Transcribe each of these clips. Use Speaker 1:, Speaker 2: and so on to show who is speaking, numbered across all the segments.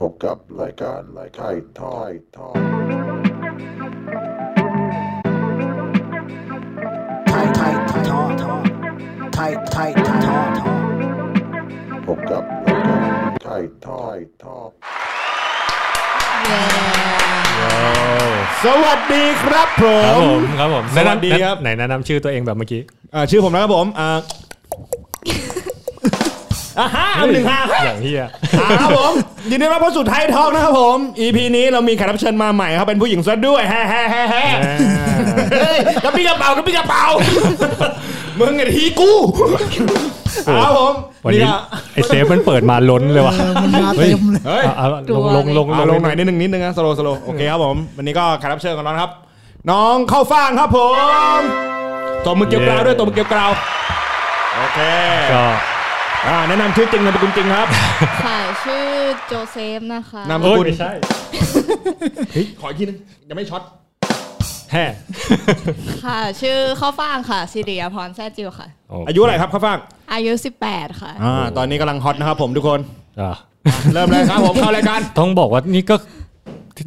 Speaker 1: พบกับรายการรายการทอยทอย
Speaker 2: tight tight talk talk tight tight talk talk
Speaker 1: พบกับรายการไทยทอยทอย
Speaker 3: สวัสดีครับผ
Speaker 4: ครับผม มครับผม
Speaker 3: สวัสดีครับ
Speaker 4: แนะนำไหนแนะนำชื่อตัวเองแบบเมื่อกี้
Speaker 3: อ่าชื่อผมนะครับผมอ่าอ่าฮะอันหนึ่งห้า
Speaker 4: อย่างเฮีย
Speaker 3: อ่าครับผมยินดีต้อนรับเข้าสู่ไทยทอล์กนะครับผม EP นี้เรามีแขกรับเชิญมาใหม่ครับเป็นผู้หญิงซะด้วยแฮ่แฮ่แฮ่แฮ่เฮ้ยกระปี้กระเป๋ากระปี้กระเป๋ามึงไอ้ทีกูครับผม
Speaker 4: วันนี้
Speaker 3: ก็
Speaker 4: ไอเซฟมันเปิดมาล้นเลยว่ะ
Speaker 5: มันมาเต็มเลย
Speaker 3: เฮ้ย
Speaker 4: เอา
Speaker 5: กลั
Speaker 4: ล
Speaker 5: ว
Speaker 4: ง
Speaker 5: เลย
Speaker 4: ลงลง
Speaker 3: เอาลงหน่อยนิดนึงนิดนึงนะสโลสโลโอเคครับผมวันนี้ก็แขกรับเชิญของเรานะครับ น้องเข้าฟ่างครับผมตบมือเกี่ยวกราวด้วยตบมือเกี่ยวกราวโอเค
Speaker 4: ก็
Speaker 3: อ่าแนะนำชื่อจริงนามสกุลจริงครับ
Speaker 5: ค่ะ ชื่อโจเซฟนะคะ
Speaker 3: นามส
Speaker 4: โอ้ย
Speaker 3: กุล
Speaker 4: ไม่ใช่
Speaker 3: ขออีกทีนึงยังไม่ช็อต
Speaker 4: แฮ่
Speaker 5: ค่ะ ชื่อข้าวฟ่างค่ะสิริยาพรแซ่จิวค่ะ
Speaker 4: โอ้
Speaker 3: อายุอะไรครับข้าวฟ่าง
Speaker 5: อายุ 18 ค่ะ
Speaker 3: อ่าตอนนี้กำลังฮอตนะครับผมทุกคน
Speaker 4: อ่ะ
Speaker 3: เริ่มเลยครับผมเข้ารายการ
Speaker 4: ต้องบอกว่านี่ก็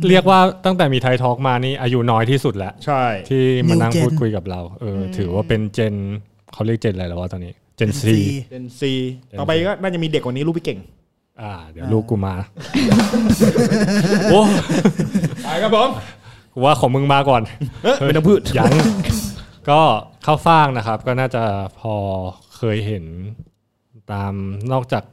Speaker 4: เรียกว่าตั้งแต่มีไทยทอล์กมานี่อายุน้อยที่สุดแล้ว
Speaker 3: ใช่
Speaker 4: ที่มานั่ง
Speaker 5: New Gen
Speaker 4: พูดคุยกับเราเอออถือว่าเป็นเจนเขาเรียกเจนอะไรแล้ววะตอนนี้เจนซี
Speaker 3: เดนซีต่อไปก็น่าจะมีเด็กกว่านี้ลูกพี่เก่ง
Speaker 4: อ่าเดี๋ยวลูกกูมาโอ้
Speaker 3: ไปครับผม
Speaker 4: กูว่าของมึงมาก่อน
Speaker 3: เอ๊ะเป็นน้ำพืช
Speaker 4: ยัง ก็ข้าวฟ่างนะครับ ก็น่าจะพอเคยเห็นตามนอกจาก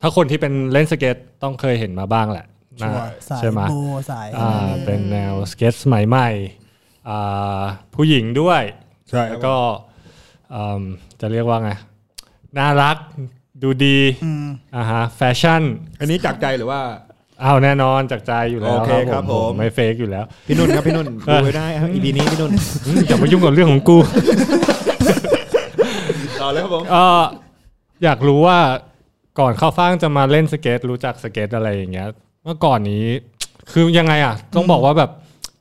Speaker 4: ถ้าคนที่เป็นเล่นสเก็ตต้องเคยเห็นมาบ้างแหละนะ
Speaker 6: สาย
Speaker 4: ใช่ไหม
Speaker 6: โบสาย
Speaker 4: อ่าเป็นแนวสเก็ตสมัยใหม่อ่าผู้หญิงด้วย
Speaker 3: ใช่
Speaker 4: แล้วก็อืมจะเรียกว่าไง น่ารักดูดีอ่าฮะแฟชั่น
Speaker 3: อันนี้จากใจหรือว่า
Speaker 4: อ้าวแน่นอนจากใจอยู่แล้ว
Speaker 3: โอเคครับผม
Speaker 4: ไม่เฟกอยู่แล้ว
Speaker 3: พี่นุ่นครับพี่ นุ่นดูไว้ได้อีพีนี้พี่นุ่น
Speaker 4: อย่ามายุ่งกับเรื่องของกู
Speaker 3: ต่อเลยครับผม
Speaker 4: เอออยากรู้ว่าก่อนเข้าฟ่างจะมาเล่นสเก็ตรู้จักสเก็ตอะไรอย่างเงี้ย เมื่อก่อนนี้ คือยังไงอ่ะ ต้องบอกว่าแบบ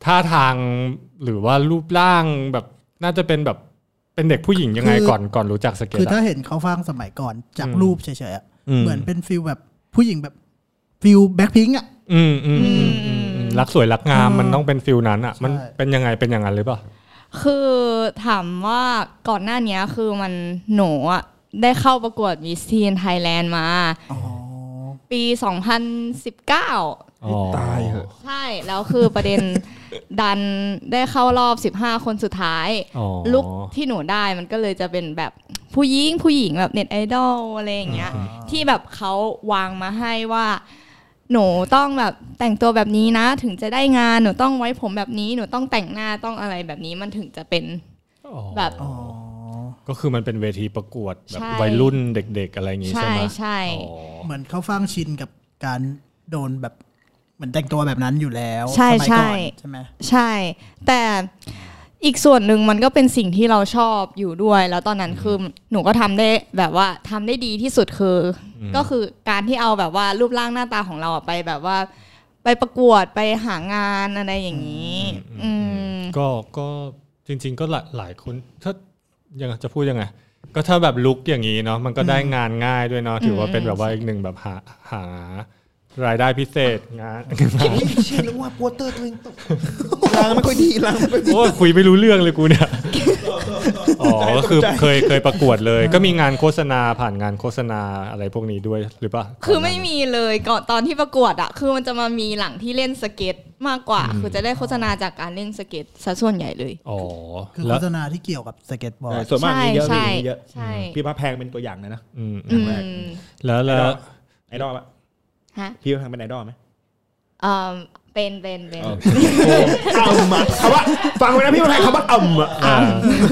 Speaker 4: ท่าทางหรือว่ารูปร่างแบบน่าจะเป็นแบบเป็นเด็กผู้หญิงยังไงก่อนก่อนรู้จักสเก็ต
Speaker 6: คือถ้า
Speaker 4: อะ
Speaker 6: เห็นเขาฟังสมัยก่อนจาก
Speaker 4: อืม
Speaker 6: รูปเฉยๆอะ
Speaker 4: อืม
Speaker 6: เหมือนเป็นฟิลแบบผู้หญิงแบบฟิลแบ็คพิงอ่ะ
Speaker 4: อืมอืมอืมอืมอืมรักสวยรักงามมันต้องเป็นฟิลนั้นอ่ะ มัน
Speaker 6: ใช่
Speaker 4: เป็นยังไงเป็นอย่างนั้นหรือเปล่า
Speaker 5: คือถามว่าก่อนหน้านี้คือมันหนูอะได้เข้าประกวดมิสทีนไทยแลนด์มา
Speaker 6: อ๋อ
Speaker 5: ปี 2019
Speaker 4: อ๋อ
Speaker 3: ตายเหอะ
Speaker 5: ใช่ แล้วคือประเด็น ดันได้เข้ารอบ 15 คนสุดท้าย
Speaker 4: อ๋อ
Speaker 5: ลุกที่หนูได้มันก็เลยจะเป็นแบบผู้หญิงผู้หญิงแบบเน็ตไอดอลอะไรอย่างเงี้ยที่แบบเขาวางมาให้ว่า หนูต้องแบบแต่งตัวแบบนี้นะ ถึงจะได้งานหนูต้องไว้ผมแบบนี้หนูต้องแต่งหน้าต้องอะไรแบบนี้มันถึงจะเป็น
Speaker 4: อ๋อ
Speaker 5: แบบ
Speaker 6: อ๋อ
Speaker 4: ก็คือมันเป็นเวทีประกวดแบบ
Speaker 5: ใช่
Speaker 4: วัยรุ่นเด็ก ๆ อะไรอย่างงี้
Speaker 5: ใช่
Speaker 4: ใช่ไหม
Speaker 5: ใช่
Speaker 4: อ๋อ
Speaker 6: เหมือนเขาฟังชินกับการโดนแบบเหมือนแต่งตัวแบบนั้นอยู่แล้ว
Speaker 5: ใช่
Speaker 6: สมัยก่อน
Speaker 5: ใช่
Speaker 6: ใช่ไหม
Speaker 5: ใช่ แต่อีกส่วนหนึ่งมันก็เป็นสิ่งที่เราชอบอยู่ด้วย แล้วตอนนั้นคือหนูก็ทำได้แบบว่าทำได้ดีที่สุดคือ ก็คือการที่เอาแบบว่ารูปร่างหน้าตาของเราอะไปแบบว่า ไปประกวดไปหางานอะไรอย่างนี้ อืม
Speaker 4: ก็ก็จริง ๆ ก็หลายหลายคนถ้ายังจะพูดยังไง ก็ถ้าแบบลุกอย่างนี้เนาะมันก็ได้งานง่ายด้วยเนาะถือว่าเป็นแบบว่าอีกหนึ่งแบบหาหารายได้พิเศษงาน
Speaker 3: เชื่อแล้วว่าโปเตอร์ตัวเองตกล้างไม่ค่อยดีล้างไม่ค่อยดี
Speaker 4: โอ้ยคุยไม่รู้เรื่องเลยกูเนี่ยอ๋อก็คือเคยเคยประกวดเลย ก็มีงานโฆษณาผ่านงานโฆษณาอะไรพวกนี้ด้วยหรือเปล่า
Speaker 5: คือไม่มีเลยก่อนตอนที่ประกวดอะคือมันจะมามีหลังที่เล่นสเก็ตมากกว่า คือจะได้โฆษณาจากการเล่นสเก็ตซะส่วนใหญ่เลย
Speaker 4: อ๋อ
Speaker 6: คือ
Speaker 4: แล้
Speaker 6: โฆ
Speaker 4: ว
Speaker 6: ษณาที่เกี่ยวกับสเก็ตบอร์ด
Speaker 3: ส่วนมากมีเยอะ
Speaker 5: ใช่
Speaker 3: มีเยอะ
Speaker 5: ใช่
Speaker 3: พี่พระแพงเป็นตัวอย่างเลยนะ
Speaker 4: อืม
Speaker 5: อื
Speaker 3: แรก
Speaker 5: ม
Speaker 4: แล้วแล้ว
Speaker 3: ไอดอลปะ
Speaker 5: ฮะ
Speaker 3: พี่พระแพงเป็นไอดอลไหม
Speaker 5: เอ่อเป็นเป็นเป็น
Speaker 3: อ่ำอะคำว่าฟังไว้นะพี่วันไทยคำว่าอ่ำอะ
Speaker 4: อ่า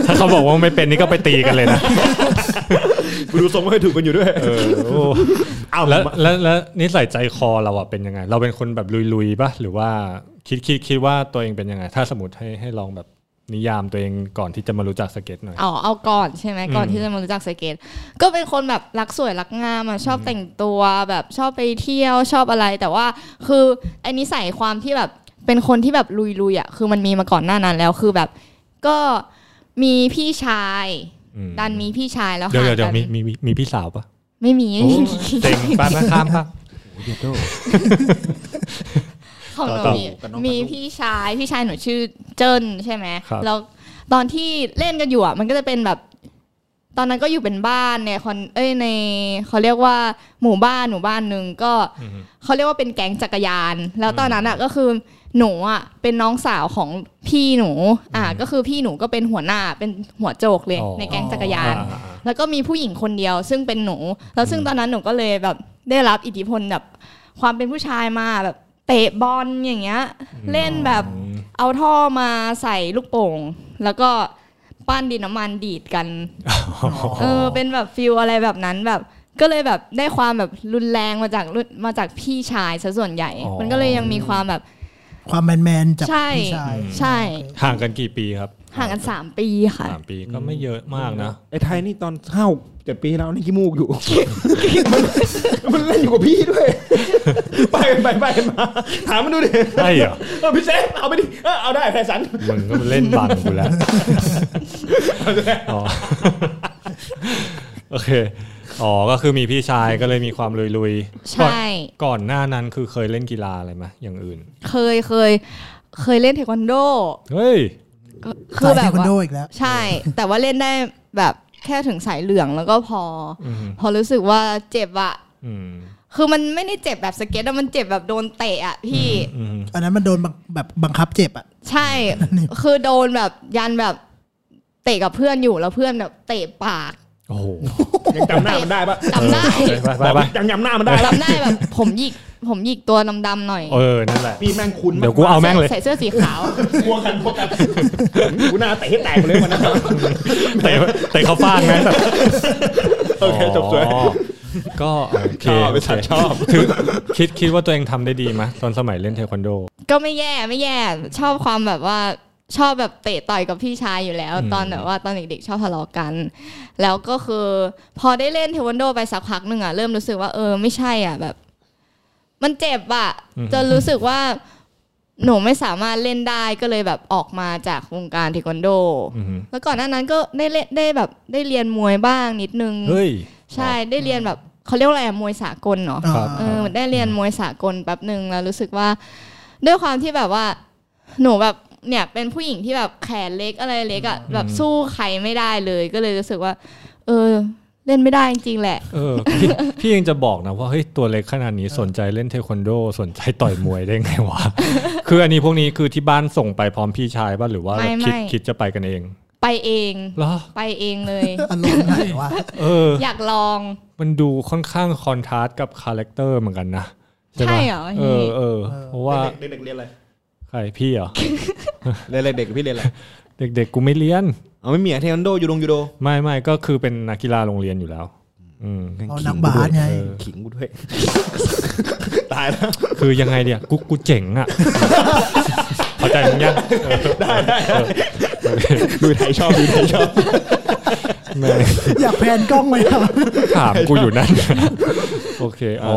Speaker 4: ถ้าเขาบอกว่าไม่เป็นนี่ก็ไปตีกันเลยนะ
Speaker 3: กูดูทรงไม่ค่อยถูกกันอยู่ด้วย
Speaker 4: เออโอ้
Speaker 3: อ่ำ
Speaker 4: แล้ว
Speaker 3: อะ
Speaker 4: แล้วแล้วนิสัยใจคอเราอะเป็นยังไง เราเป็นคนแบบลุยๆปะหรือว่าคิดคิดคิดว่าตัวเองเป็นยังไง ถ้าสมมติให้ให้ลองแบบนิยามตัวเองก่อนที่จะมารู้จักสเก็ตหน่อย
Speaker 5: อ๋อเอาก่อนใช่ไหมก่อน
Speaker 4: อืม
Speaker 5: ที่จะมารู้จักสเก็ตก็เป็นคนแบบรักสวยรักงามอ่ะชอบแต่งตัวแบบชอบไปเที่ยวชอบอะไร แต่ว่าคือไอ้นิสัยความที่แบบเป็นคนที่แบบลุยๆอ่ะคือมันมีมาก่อนหน้านั้นแล้วคือแบบ ก็มีพี่ชาย
Speaker 4: อืม
Speaker 5: ดันมีพี่ชายแล้ว
Speaker 4: เดี๋ยว
Speaker 5: ห่าง
Speaker 4: เดี๋ยวเดี๋ยว
Speaker 5: กัน
Speaker 4: มีมีมีมีพี่สาวปะ
Speaker 5: ไม่มี
Speaker 4: เต็งป้าข้ามปะ
Speaker 3: เดียโด
Speaker 5: ของหนู
Speaker 4: ต่อ
Speaker 5: มี
Speaker 3: กับน้อง
Speaker 5: มี
Speaker 3: ปานุ
Speaker 5: พี่ชายพี่ชายหนูชื่อเจิ้นใช่ไหม
Speaker 4: ครับ
Speaker 5: แล้วตอนที่เล่นกันอยู่อ่ะมันก็จะเป็นแบบ ตอนนั้นก็อยู่เป็นบ้านเนี่ยคอนเอ้ยในเขาเรียกว่าหมู่บ้านหมู่บ้านหนึ่งก็เขาเรียกว่าเป็นแก๊งจักรยาน แล้วตอนนั้นอ่ะก็คือหนูอ่ะเป็นน้องสาวของพี่หนู อ่ะก็คือพี่หนูก็เป็นหัวหน้าเป็นหัวโจกเลย
Speaker 4: อ๋อ
Speaker 5: ในแก๊งจักรยาน
Speaker 4: อ่าอ่าอ่า
Speaker 5: แล้วก็มีผู้หญิงคนเดียวซึ่งเป็นหนู แล้วซึ่งตอนนั้นหนูก็เลยแบบได้รับอิทธิพลแบบความเป็นผู้ชายมาแบบเตะบอลอย่างเงี้ย เล่นแบบ
Speaker 4: อืม
Speaker 5: เอาท่อมาใส่ลูกโป่ง แล้วก็ปั้นดินน้ำมันดีดกัน เออเป็นแบบฟิลอะไรแบบนั้นแบบ ก็เลยแบบได้ความแบบรุนแรงมาจากรุ่นมาจากพี่ชายซะส่วนใหญ่
Speaker 4: อ๋อ
Speaker 5: มันก็เลยยังมีความแบบ
Speaker 6: ความแมนแมนๆจาก
Speaker 5: ใช่
Speaker 6: พี่ชาย
Speaker 5: ใช่
Speaker 4: ห่างกันกี่ปีครับ
Speaker 5: ห่างกันสามปีค่ะ
Speaker 4: สามปีก็ไม่เยอะมากนะ
Speaker 7: ไอ้ไทยนี่ตอนเข้าเจ็ดปีที่แล้วนี่ขี้มู กอยู่ มันมันเล่นอยู่กับพี่ด้วย ไปกันไปไปกันมาถามมันดูดิ
Speaker 4: ใช่เหรอ
Speaker 7: เออพี่เซฟเอาไปดิเออเอาได้ไทสัน
Speaker 4: มึงก็มาเล่นบังกูแล้ว อ๋อโอเคอ๋อก็คือมีพี่ชายก็เลยมีความลุยๆ
Speaker 5: ใช่
Speaker 4: ก่อนก่อนหน้านั้นคือเคยเล่นกีฬาอะไรไหมอย่างอื่น
Speaker 5: เคยเคย เคยเล่นเทควันโด
Speaker 4: เฮ้ย
Speaker 5: ก็คือแบบ
Speaker 6: คอน
Speaker 5: ว่า
Speaker 6: โดอีกแล้ว
Speaker 5: ใช่ แต่ว่าเล่นได้แบบแค่ถึงสายเหลืองแล้วก็พออ
Speaker 4: ม
Speaker 5: พอรู้สึกว่าเจ็บอะ
Speaker 4: อืม
Speaker 5: คือมันไม่ได้เจ็บแบบสเก็ตอะมันเจ็บแบบโดนเตะอะพี่
Speaker 4: อืม
Speaker 6: อันนั้นมันโดนบังแบบบังคับเจ็บอ่ะ
Speaker 5: ใช่ คือโดนแบบยันแบบเตะกับเพื่อนอยู่แล้วเพื่อนแบบเตะปาก
Speaker 4: โอ้โห
Speaker 7: ยังจำหน้ามันได้ปะ
Speaker 5: จำได้
Speaker 4: ไปไปไป
Speaker 7: ยังจำหน้ามันได้ปะ
Speaker 5: จำได้แบบผมหยิกผมหยิกตัวดำๆหน่อย
Speaker 4: เออนั่นแหละ
Speaker 7: พี่แม่งคุ้น
Speaker 4: เดี๋ยวกูเอาแม่งเลย
Speaker 5: ใส่ใส่เสื้อสีขาว
Speaker 7: กลัวกันพวกกันกูหน้าเตะให้แตกไปเลยวันนั้น
Speaker 4: เตะเตะเขาฟาดไหม
Speaker 7: โอเคจบสวย
Speaker 4: อ๋อก็โอเค
Speaker 7: ชอบเป็นสัตว์ชอบ
Speaker 4: ถืคิดคิดว่าตัวเองทำได้ดีไหมตอนสมัยเล่นเทควันโด
Speaker 5: ก็ไม่แย่ไม่แย่ชอบความแบบว่าชอบแบบเตะต่อยกับพี่ชายอยู่แล้ว
Speaker 4: อืม
Speaker 5: ตอนแบบว่าตอนเด็กๆชอบทะเลาะกัน แล้วก็คือพอได้เล่นเทควันโดไปสักพักหนึ่งอ่ะเริ่มรู้สึกว่าเออไม่ใช่อ่ะแบบ มันเจ็บอ่ะจนรู้สึกว่าหนูไม่สามารถเล่นได้ก็เลยแบบออกมาจากวงการเทควันโด
Speaker 4: อืม
Speaker 5: แล้วก่อนหน้านั้นก็ได้เล่นได้แบบได้เรียนมวยบ้างนิดนึง
Speaker 4: เฮ้ย
Speaker 5: ใช่ได้เรียนแบบเขาเรียกว่าอะไรอะมวยสากลเนาะ
Speaker 6: อ่า
Speaker 4: ครับ
Speaker 5: เออได้เรียนมวยสากลแป๊บหนึ่งแล้วรู้สึกว่า ด้วยความที่แบบว่า หนูแบบเนี่ยเป็นผู้หญิงที่แบบแขนเล็กอะไรเล็กอะ่ะแบบสู้ใครไม่ได้เลยก็เลยรู้สึกว่า เออ เล่นไม่ได้จริงๆแหละ
Speaker 4: เออพี่ พี่ยังจะบอกนะว่าเฮ้ยตัวเล็กขนาดนี้สนใจเล่นเทควันโด สนใจต่อยมวยได้ไงวะ คืออันนี้พวกนี้คือที่บ้านส่งไปพร้อมพี่ชายป่ะหรือว่า
Speaker 5: ไม่
Speaker 4: คิด
Speaker 5: ไม่
Speaker 4: คิดจะไปกันเอง
Speaker 5: ไปเอง
Speaker 4: เหรอ
Speaker 5: ไปเอง เลย
Speaker 6: อารมณ์ไหนวะ
Speaker 4: เออ
Speaker 5: อยากลอง
Speaker 4: มันดูค่อนข้างคอนทราสต์กับคาแรคเตอร์เหมือนกันนะปะ
Speaker 5: ใช่เหรอ
Speaker 4: เออเออเพราะว่า
Speaker 7: เด็กๆเรียนอะไร
Speaker 4: ใครพี่เหรอ
Speaker 7: เรียนอะไรเด็กพี่เรียนอะไร
Speaker 4: เด็กๆกูไม่เรียน
Speaker 7: เอาไม่มีอะเทควันโดยูดงยูโด
Speaker 4: ไม่ไม่ก็คือเป็นนักกีฬาโรงเรียนอยู่แล้ว อืม
Speaker 6: เอานักบาสไง
Speaker 7: ขิงกูด้วยตายแล้ว
Speaker 4: คือยังไงเนี่ยกูกูเจ๋งอ่ะ เข้าใจมึงยังได้ได้
Speaker 7: ดูไทยชอบดูไทยชอบ
Speaker 4: แม่ง
Speaker 6: อยากแพนกล้องไหมอะ
Speaker 4: ถามกูอยู่นั่น โอเค อ๋อ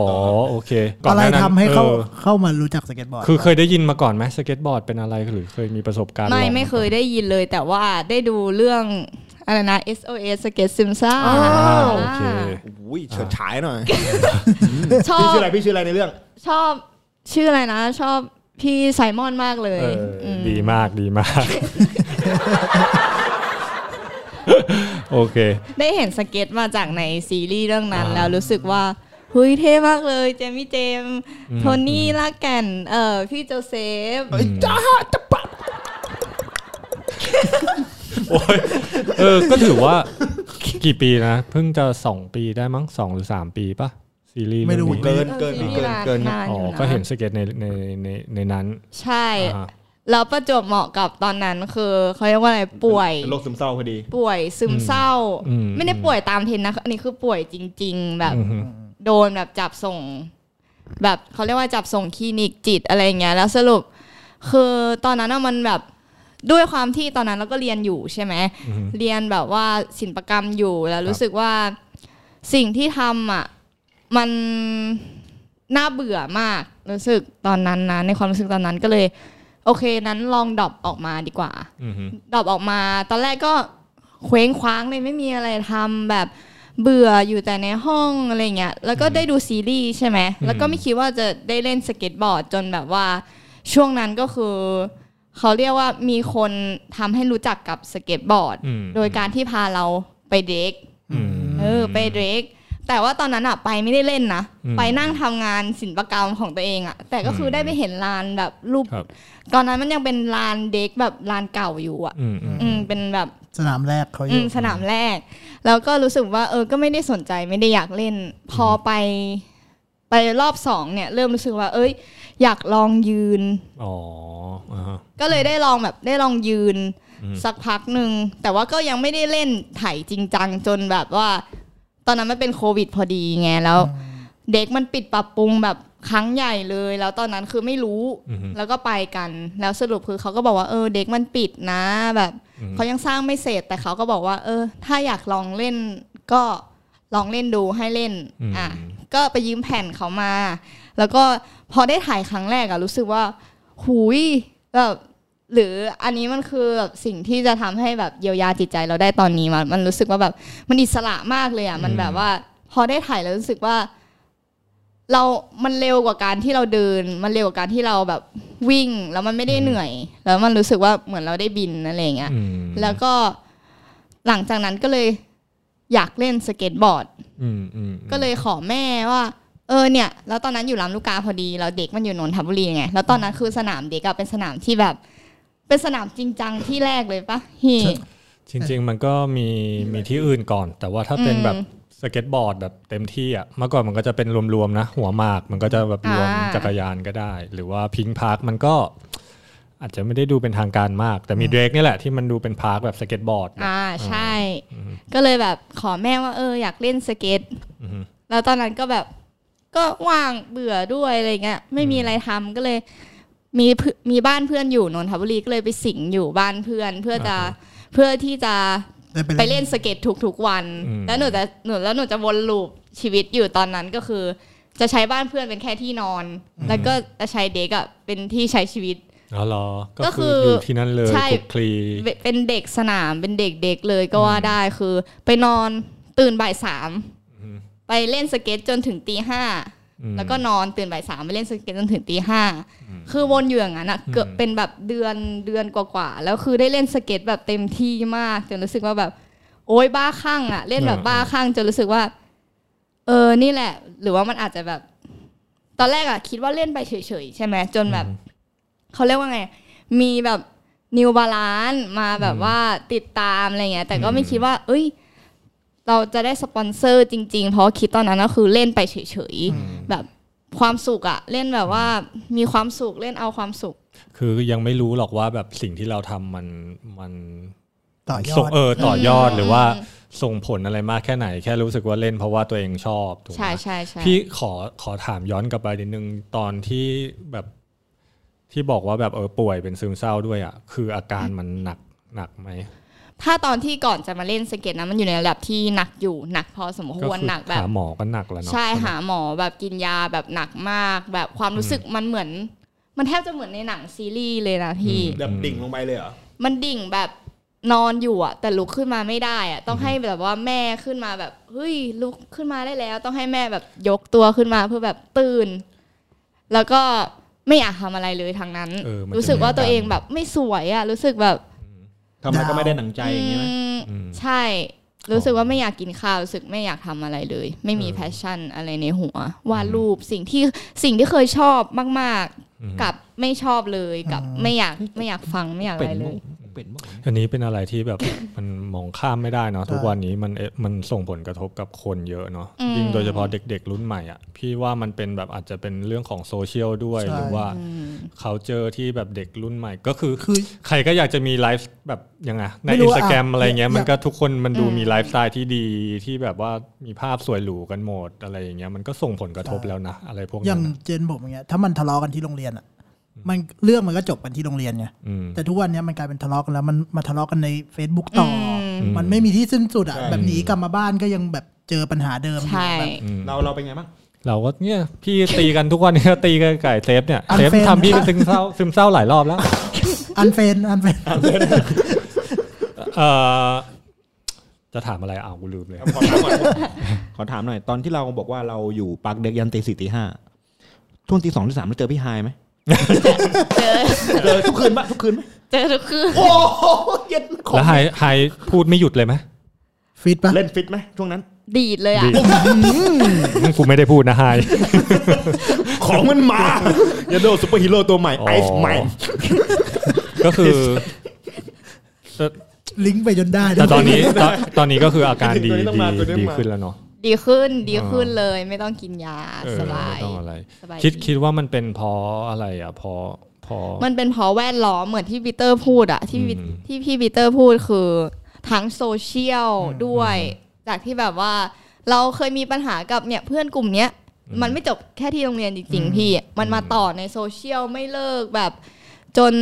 Speaker 4: โอเคก่
Speaker 6: อะไร
Speaker 4: น้านั้น
Speaker 6: ทำให้เข้า
Speaker 4: ออ
Speaker 6: เข้ามารู้จักสเก็ตบอร์ด
Speaker 4: คือเคยได้ยินมาก่อนไหมสเก็ตบอร์ดเป็นอะไรหรือเคยมีประสบการณ์
Speaker 5: ไม่
Speaker 4: ลอง
Speaker 5: ไม่เคยได้ยินเลย แต่ว่าได้ดูเรื่องอะไรนะ SOS สเก็ตซิมซ่า
Speaker 7: อ้าว
Speaker 4: โอเค
Speaker 7: อุ้ยเฉิดฉายหน่อย
Speaker 5: ชอ
Speaker 7: พี่
Speaker 5: บ
Speaker 7: ชื่ออะไรพี่ชื่ออะไรในเรื่อง
Speaker 5: ชอบชื่ออะไรนะ ชอบพี่ไซมอนมากเลย
Speaker 4: เอออ
Speaker 5: ม
Speaker 4: ดีมากดีมาก โอเค
Speaker 5: ได้เห็นสเก็ตมาจากในซีรีส์เรื่องนั้นแล้วรู้สึกว่าเฮ้ยเท่มากเลย เจมี่เจมส์โทนี่ลากแก่น เออพี่โจเซฟ
Speaker 7: จ้าจะปะ
Speaker 4: โอ้ยเออ ก็ถือว่า กี่ปีนะ เพิ่งจะสองปีได้มั้งสองหรือสามปีปะซีรีส์
Speaker 6: ไม่รู้
Speaker 4: เรื่องนี้
Speaker 7: เกินเกิน
Speaker 5: ออ
Speaker 7: เกินเกิน
Speaker 5: นาน
Speaker 4: อ๋อยู่
Speaker 5: อะ
Speaker 4: ก็เห็นสเก็ตในในในในนั้น
Speaker 5: ใช่
Speaker 4: อ่า
Speaker 5: แล้วประจวบเหมาะกับตอนนั้นคือเขาเรียกว่าอะไรป่วย
Speaker 7: โรคซึมเศร้าพอดี
Speaker 5: ป่วยซึมเศร้า
Speaker 4: อืม
Speaker 5: ไม่ได้ป่วยตามเทรนด์นะอันนี้คือป่วยจริง ๆ แบบ
Speaker 4: อือฮึ
Speaker 5: โดนแบบจับส่ง แบบเขาเรียกว่าจับส่งคลินิกจิตอะไรอย่างเงี้ยแล้วสรุป คือตอนนั้นอะมันแบบด้วยความที่ตอนนั้นเราก็เรียนอยู่ใช่ไหมเรียนแบบว่าศิลปกรรมอยู่แล้วรู้สึกว่าสิ่งที่ทำอ่ะมันน่าเบื่อมากรู้สึกตอนนั้นนะในความรู้สึกตอนนั้นก็เลย โอเคนั้นลองดรอปออกมาดีกว่า
Speaker 4: อือฮึ
Speaker 5: ดรอปออกมาตอนแรกก็เคว้งคว้างเลยไม่มีอะไรทำแบบ เบื่ออยู่แต่ในห้องอะไรเงี้ยแล้วก็ได้ดูซีรีส์ใช่ไหมแล้วก็ไม่คิดว่าจะได้เล่นสเก็ตบอร์ดจนแบบว่าช่วงนั้นก็คือ เขาเรียกว่ามีคนทำให้รู้จักกับสเก็ตบอร์ด
Speaker 4: อืม
Speaker 5: โดยการที่พาเราไปเด็ก
Speaker 4: อืม
Speaker 5: เออไปเดรกแต่ว่าตอนนั้นอะไปไม่ได้เล่นนะ
Speaker 4: อืม
Speaker 5: ไปนั่งทำงานศิลปกรรมของตัวเองอะแต่ก็คืออ
Speaker 4: ม
Speaker 5: ได้ไปเห็นลานแบบรูป
Speaker 4: ครับ
Speaker 5: ตอนนั้นมันยังเป็นลานเด็กแบบลานเก่าอยู่อะ
Speaker 4: อืมอืม
Speaker 5: อืมเป็นแบบ
Speaker 6: สนามแรกเขาอ
Speaker 5: อื
Speaker 6: ยู่
Speaker 5: มสนามแรก แล้วก็รู้สึกว่าเออก็ไม่ได้สนใจไม่ได้อยากเล่น พอไป ไปรอบสองเนี่ย เริ่มรู้สึกว่า เอ้ย อยากลองยืน
Speaker 4: อ๋ออ่าฮะ
Speaker 5: ก็เลยได้ลองแบบได้ลองยืน
Speaker 4: อืม
Speaker 5: สักพักหนึ่งแต่ว่าก็ยังไม่ได้เล่นไถจริงจังจนแบบว่า ตอนนั้นมันเป็นโควิดพอดีไงแล้ว เด็กมันปิดปรับปรุงแบบครั้งใหญ่เลย แล้วตอนนั้นคือไม่รู้
Speaker 4: อืมฮึ
Speaker 5: แล้วก็ไปกัน แล้วสรุปคือเขาก็บอกว่าเออ เด็กมันปิดนะแบบ
Speaker 4: อืม
Speaker 5: เขายังสร้างไม่เสร็จแต่เขาก็บอกว่า เออ ถ้าอยากลองเล่นก็ลองเล่นดูให้เล่นอ่ะ ก็ไปยืมแผ่นเขามา แล้วก็พอได้ถ่ายครั้งแรกอะรู้สึกว่า หุยแบบหรืออันนี้มันคือแบบสิ่งที่จะทำให้แบบเยียวยาจิตใจเราได้ตอนนี้มันมันรู้สึกว่าแบบมันอิสระมากเลยอะมันแบบว่า พอได้ถ่ายแล้วรู้สึกว่า เรา มันเร็วกว่าการที่เราเดิน มันเร็วกว่าการที่เราแบบวิ่ง แล้วมันไม่ได้เหนื่อย แล้วมันรู้สึกว่าเหมือนเราได้บินอะไรอย่างเงี้ย
Speaker 4: อืม
Speaker 5: แล้วก็หลังจากนั้นก็เลยอยากเล่นสเก็ตบอร์ด
Speaker 4: อืมอืมอืม
Speaker 5: ก็เลยขอแม่ว่า เออเนี่ย แล้วตอนนั้นอยู่ลำลูกกาพอดีแล้วเด็กมันอยู่นนทบุรีไง แล้วตอนนั้นคือสนามเด็กอะเป็นสนามที่แบบ เป็นสนามจริงจังที่แรกเลยปะฮี
Speaker 4: จริง ๆ มันก็มีมีที่อื่นก่อน แต่ว่าถ้าเป็น
Speaker 5: อืม
Speaker 4: แบบสเก็ตบอร์ดแบบเต็มที่อ่ะเมื่อก่อนมันก็จะเป็นรวมๆนะ หัวหมากมันก็จะแบบรวม
Speaker 5: อ่า
Speaker 4: จักรยานก็ได้ หรือว่าพิงพาร์คมันก็ อาจจะไม่ได้ดูเป็นทางการมาก แต่มีเดรกนี่แหละที่มันดูเป็นพาร์คแบบสเก็ตบอร์ดนะ
Speaker 5: อ่าใช่
Speaker 4: อืม
Speaker 5: ก็เลยแบบขอแม่ว่าเอออยากเล่นสเก็ต
Speaker 4: อืม
Speaker 5: แล้วตอนนั้นก็แบบก็ว่างเบื่อด้วยอะไรเงี้ยไม่มีอะไรทำก็เลย มีเพื่อนมีบ้านเพื่อนอยู่นนทบุรีก็เลยไปสิงอยู่บ้านเพื่อน เพื่อจะ
Speaker 4: อ่าฮะ
Speaker 5: เพื่อที่จะ
Speaker 6: ด้
Speaker 5: ไปเล่นสเก็ตทุกๆวัน
Speaker 4: อืม
Speaker 5: แล้วหนูจะหนูแล้วหนูจะวนลูปชีวิตอยู่ตอนนั้นก็คือ จะใช้บ้านเพื่อนเป็นแค่ที่นอน แล้วก็จะใช้เด็กอะเป็นที่ใช้ชีวิต
Speaker 4: อ๋อเหรอ
Speaker 5: ก็
Speaker 4: ก็
Speaker 5: คื
Speaker 4: คือ
Speaker 5: อ
Speaker 4: อ
Speaker 5: อยู่
Speaker 4: ที่นั่นเลย
Speaker 5: ใช่
Speaker 4: คลุกคลี
Speaker 5: เป็นเป็นเด็กสนามเป็นเด็กๆเลยก็ว่าได้คือ ไปนอนตื่นบ่ายสาม
Speaker 4: อืม
Speaker 5: ไปเล่นสเก็ตจนถึงตีห้า
Speaker 4: อืม
Speaker 5: แล้วก็นอนตื่นบ่ายสามไปเล่นสเก็ตจนถึงตีห้าคือวนอยู่อย่างนั้นอะเกือบ
Speaker 4: อืม
Speaker 5: เป็นแบบเดือนเดือนกว่าๆแล้วคือได้เล่นสเก็ตแบบเต็มที่มาก จนรู้สึกว่าแบบ โอ๊ยบ้าคลั่งอะเล่นแบบบ้าคลั่งจนรู้สึกว่า เออนี่แหละ หรือว่ามันอาจจะแบบ ตอนแรกอะคิดว่าเล่นไปเฉยๆใช่ไหมจนแบบเขาเรียกว่าไง มีแบบนิวบาลานมาแบบว่าติดตามอะไรเงี้ย แต่ก็ไม่คิดว่า เอ้ย เราจะได้สปอนเซอร์จริง ๆ เพราะคิดตอนนั้นก็คือเล่นไปเฉยๆแบบความสุขอะเล่นแบบว่ามีความสุขเล่นเอาความสุข
Speaker 4: คือยังไม่รู้หรอกว่าแบบสิ่งที่เราทำมันมัน
Speaker 6: ต่อยอ
Speaker 4: ส่ง
Speaker 6: ด
Speaker 4: เออต่อยอด
Speaker 5: อืม
Speaker 4: หรือว่าส่งผลอะไรมากแค่ไหน แค่รู้สึกว่าเล่นเพราะว่าตัวเองชอบถูกไหม
Speaker 5: ใช่ใช่ใช่
Speaker 4: พี่ขอขอถามย้อนกลับไปนิดนึงตอนที่แบบที่บอกว่าแบบเออป่วยเป็นซึมเศร้าด้วยอ่ะคืออาการมันหนักหนักไหม
Speaker 5: ถ้าตอนที่ก่อนจะมาเล่นสเก็ตนะมันอยู่ในระดับที่หนักอยู่หนักพอสมค
Speaker 4: ก็
Speaker 5: วร
Speaker 4: คือ
Speaker 5: หนักแบบ
Speaker 4: หาหมอก็หนักแล้วเนาะ
Speaker 5: ใช่หาหมอแบบกินยาแบบหนักมาก แบบความรู้สึกมันเหมือน มันแทบจะเหมือนในหนังซีรีส์เลยนะพี่
Speaker 7: แบบดิ่งลงไปเลยเหรอ
Speaker 5: มันดิ่งแบบนอนอยู่อะแต่ลุกขึ้นมาไม่ได้อะต้องให้แบบว่าแม่ขึ้นมาแบบเฮ้ยลุกขึ้นมาได้แล้ว ต้องให้แม่แบบยกตัวขึ้นมาเพื่อแบบตื่น แล้วก็ไม่อยากทำอะไรเลยทางนั้น
Speaker 4: เออมันจะ
Speaker 5: รู้สึกว่า
Speaker 4: มี
Speaker 5: ตัวเองแบบไม่สวยอะรู้สึกแบบ
Speaker 7: ทำอะไรก็ไม่ได้หนังใจอย่างนี้ไหม
Speaker 5: อืม
Speaker 4: อืม
Speaker 5: ใช่ รู้สึกว่าไม่อยากกินข้าวรู้สึกไม่อยากทำอะไรเลย ไม่มี
Speaker 4: เออ
Speaker 5: แพชชั่นอะไรในหัววาดรูปสิ่งที่สิ่งที่เคยชอบมาก ๆ กับไม่ชอบเลยกับไม่อยากไม่อยากฟังไม่อยากอะไรเลย
Speaker 7: เป็นบ้าง
Speaker 4: อันนี้เป็นอะไรที่แบบ มันมองข้ามไม่ได้เนาะทุกวันนี้มันเอ๊ะมันส่งผลกระทบกับคนเยอะเนาะ
Speaker 5: อืม
Speaker 4: ยิ่งโดยเฉพาะเด็กๆรุ่นใหม่อ่ะพี่ว่ามันเป็นแบบอาจจะเป็นเรื่องของโซเชียลด้วยหรือว่า
Speaker 5: อืม
Speaker 4: เขาเจอที่แบบเด็กรุ่นใหม่ก็คือ
Speaker 6: คือ
Speaker 4: ใครก็อยากจะมีไลฟ์แบบยังไงใน
Speaker 6: ไม่รู้อะ
Speaker 4: อินสตาแกรม
Speaker 6: อ่ะ
Speaker 4: อะไรเงี้ย มันก็ทุกคนมันดู
Speaker 5: อืม
Speaker 4: มีไลฟ์สไตล์ที่ดีที่แบบว่ามีภาพสวยหรูกันหมดอะไรอย่างเงี้ยมันก็ส่งผลกระทบ
Speaker 6: ใช่
Speaker 4: แล้วนะ อะไรพวก
Speaker 6: อย่า
Speaker 4: นั้
Speaker 6: ง
Speaker 4: นอะ
Speaker 6: เจนผมอย่างเงี้ยถ้ามันทะเลาะกันที่โรงเรียนอ่ะ มันเรื่องมันก็จบกันที่โรงเรียนไง
Speaker 4: อืม
Speaker 6: แต่ทุกวันเนี้ยมันกลายเป็นทะเลาะกันแล้วมันมาทะเลาะกันใน Facebook ต่ออ
Speaker 4: ม
Speaker 6: มันไม่มีที่สิ้นสุดอ่ะแบบหนีกลับมาบ้านก็ยังแบบเจอปัญหาเดิมอยู่
Speaker 5: ใช่
Speaker 6: แบบ
Speaker 4: อืม
Speaker 7: เราเราเป็นไงบ้าง
Speaker 4: เราก็เนี่ยพี่ตีกันทุกวันเนี่ยตีกันไก่เซฟเนี่ยเซฟ
Speaker 6: Unfriend
Speaker 4: ทำพี่
Speaker 6: นะ
Speaker 4: เป็นซึมเศร้าซึมเศร้าหลายรอบแล้ว
Speaker 6: อันเฟนอันเฟน
Speaker 4: เอ่อ จะถามอะไรอ้าวกูลืมเลย
Speaker 7: ขอถามก่อน
Speaker 3: ขอถามหน่อย ตอนที่เราบอกว่าเราอยู่ปากเด็กยันตีสี่ตีห้าช่วงตีสองตีสามเราเจอพี่ไฮาย ไหม
Speaker 5: เจอ
Speaker 3: เจอทุกคืนปะทุกคืนไหม
Speaker 5: เจอทุกคืน
Speaker 7: โอ้โหเย็นของ
Speaker 4: แล้วไฮไฮพูดไม่หยุดเลยไหม
Speaker 6: ฟิตปะ
Speaker 3: เล่นฟิตไหมช่วงนั้น
Speaker 5: ดีดเลยอ่ะ
Speaker 4: กูไม่ได้พูดนะไฮ
Speaker 7: ของมัน มายันโดซูเปอร์ฮีโร่ตัวใหม่
Speaker 4: อ๋อ
Speaker 7: ไอซ์ใหม่
Speaker 4: ก็คือ
Speaker 6: ลิงก์ไปจนได้
Speaker 4: แต่ตอนนี้ตอนตอนนี้ก็คืออาการดีดีดีขึ้นแล้วเนาะ
Speaker 5: ดีขึ้นดีขึ้นเลย ไม่ต้องกินยา
Speaker 4: เออ
Speaker 5: สบาย
Speaker 4: ไม่ต้องอะไร
Speaker 5: สบาย
Speaker 4: คิด
Speaker 5: ดี
Speaker 4: คิดว่ามันเป็นเพราะอะไรอ่ะเพราะเพราะ
Speaker 5: มันเป็นเพราะแวดล้อมเหมือนที่ปีเตอร์พูดอะที่พี่
Speaker 4: อืม
Speaker 5: ที่พี่ปีเตอร์พูดคือทั้งโซเชียลด้วย จากที่แบบว่า เราเคยมีปัญหากับเนี่ยเพื่อนกลุ่มเนี้ย มันไม่จบแค่ที่โรงเรียนจริงๆพี่ มันมาต่อในโซเชียลไม่เลิกแบบ จน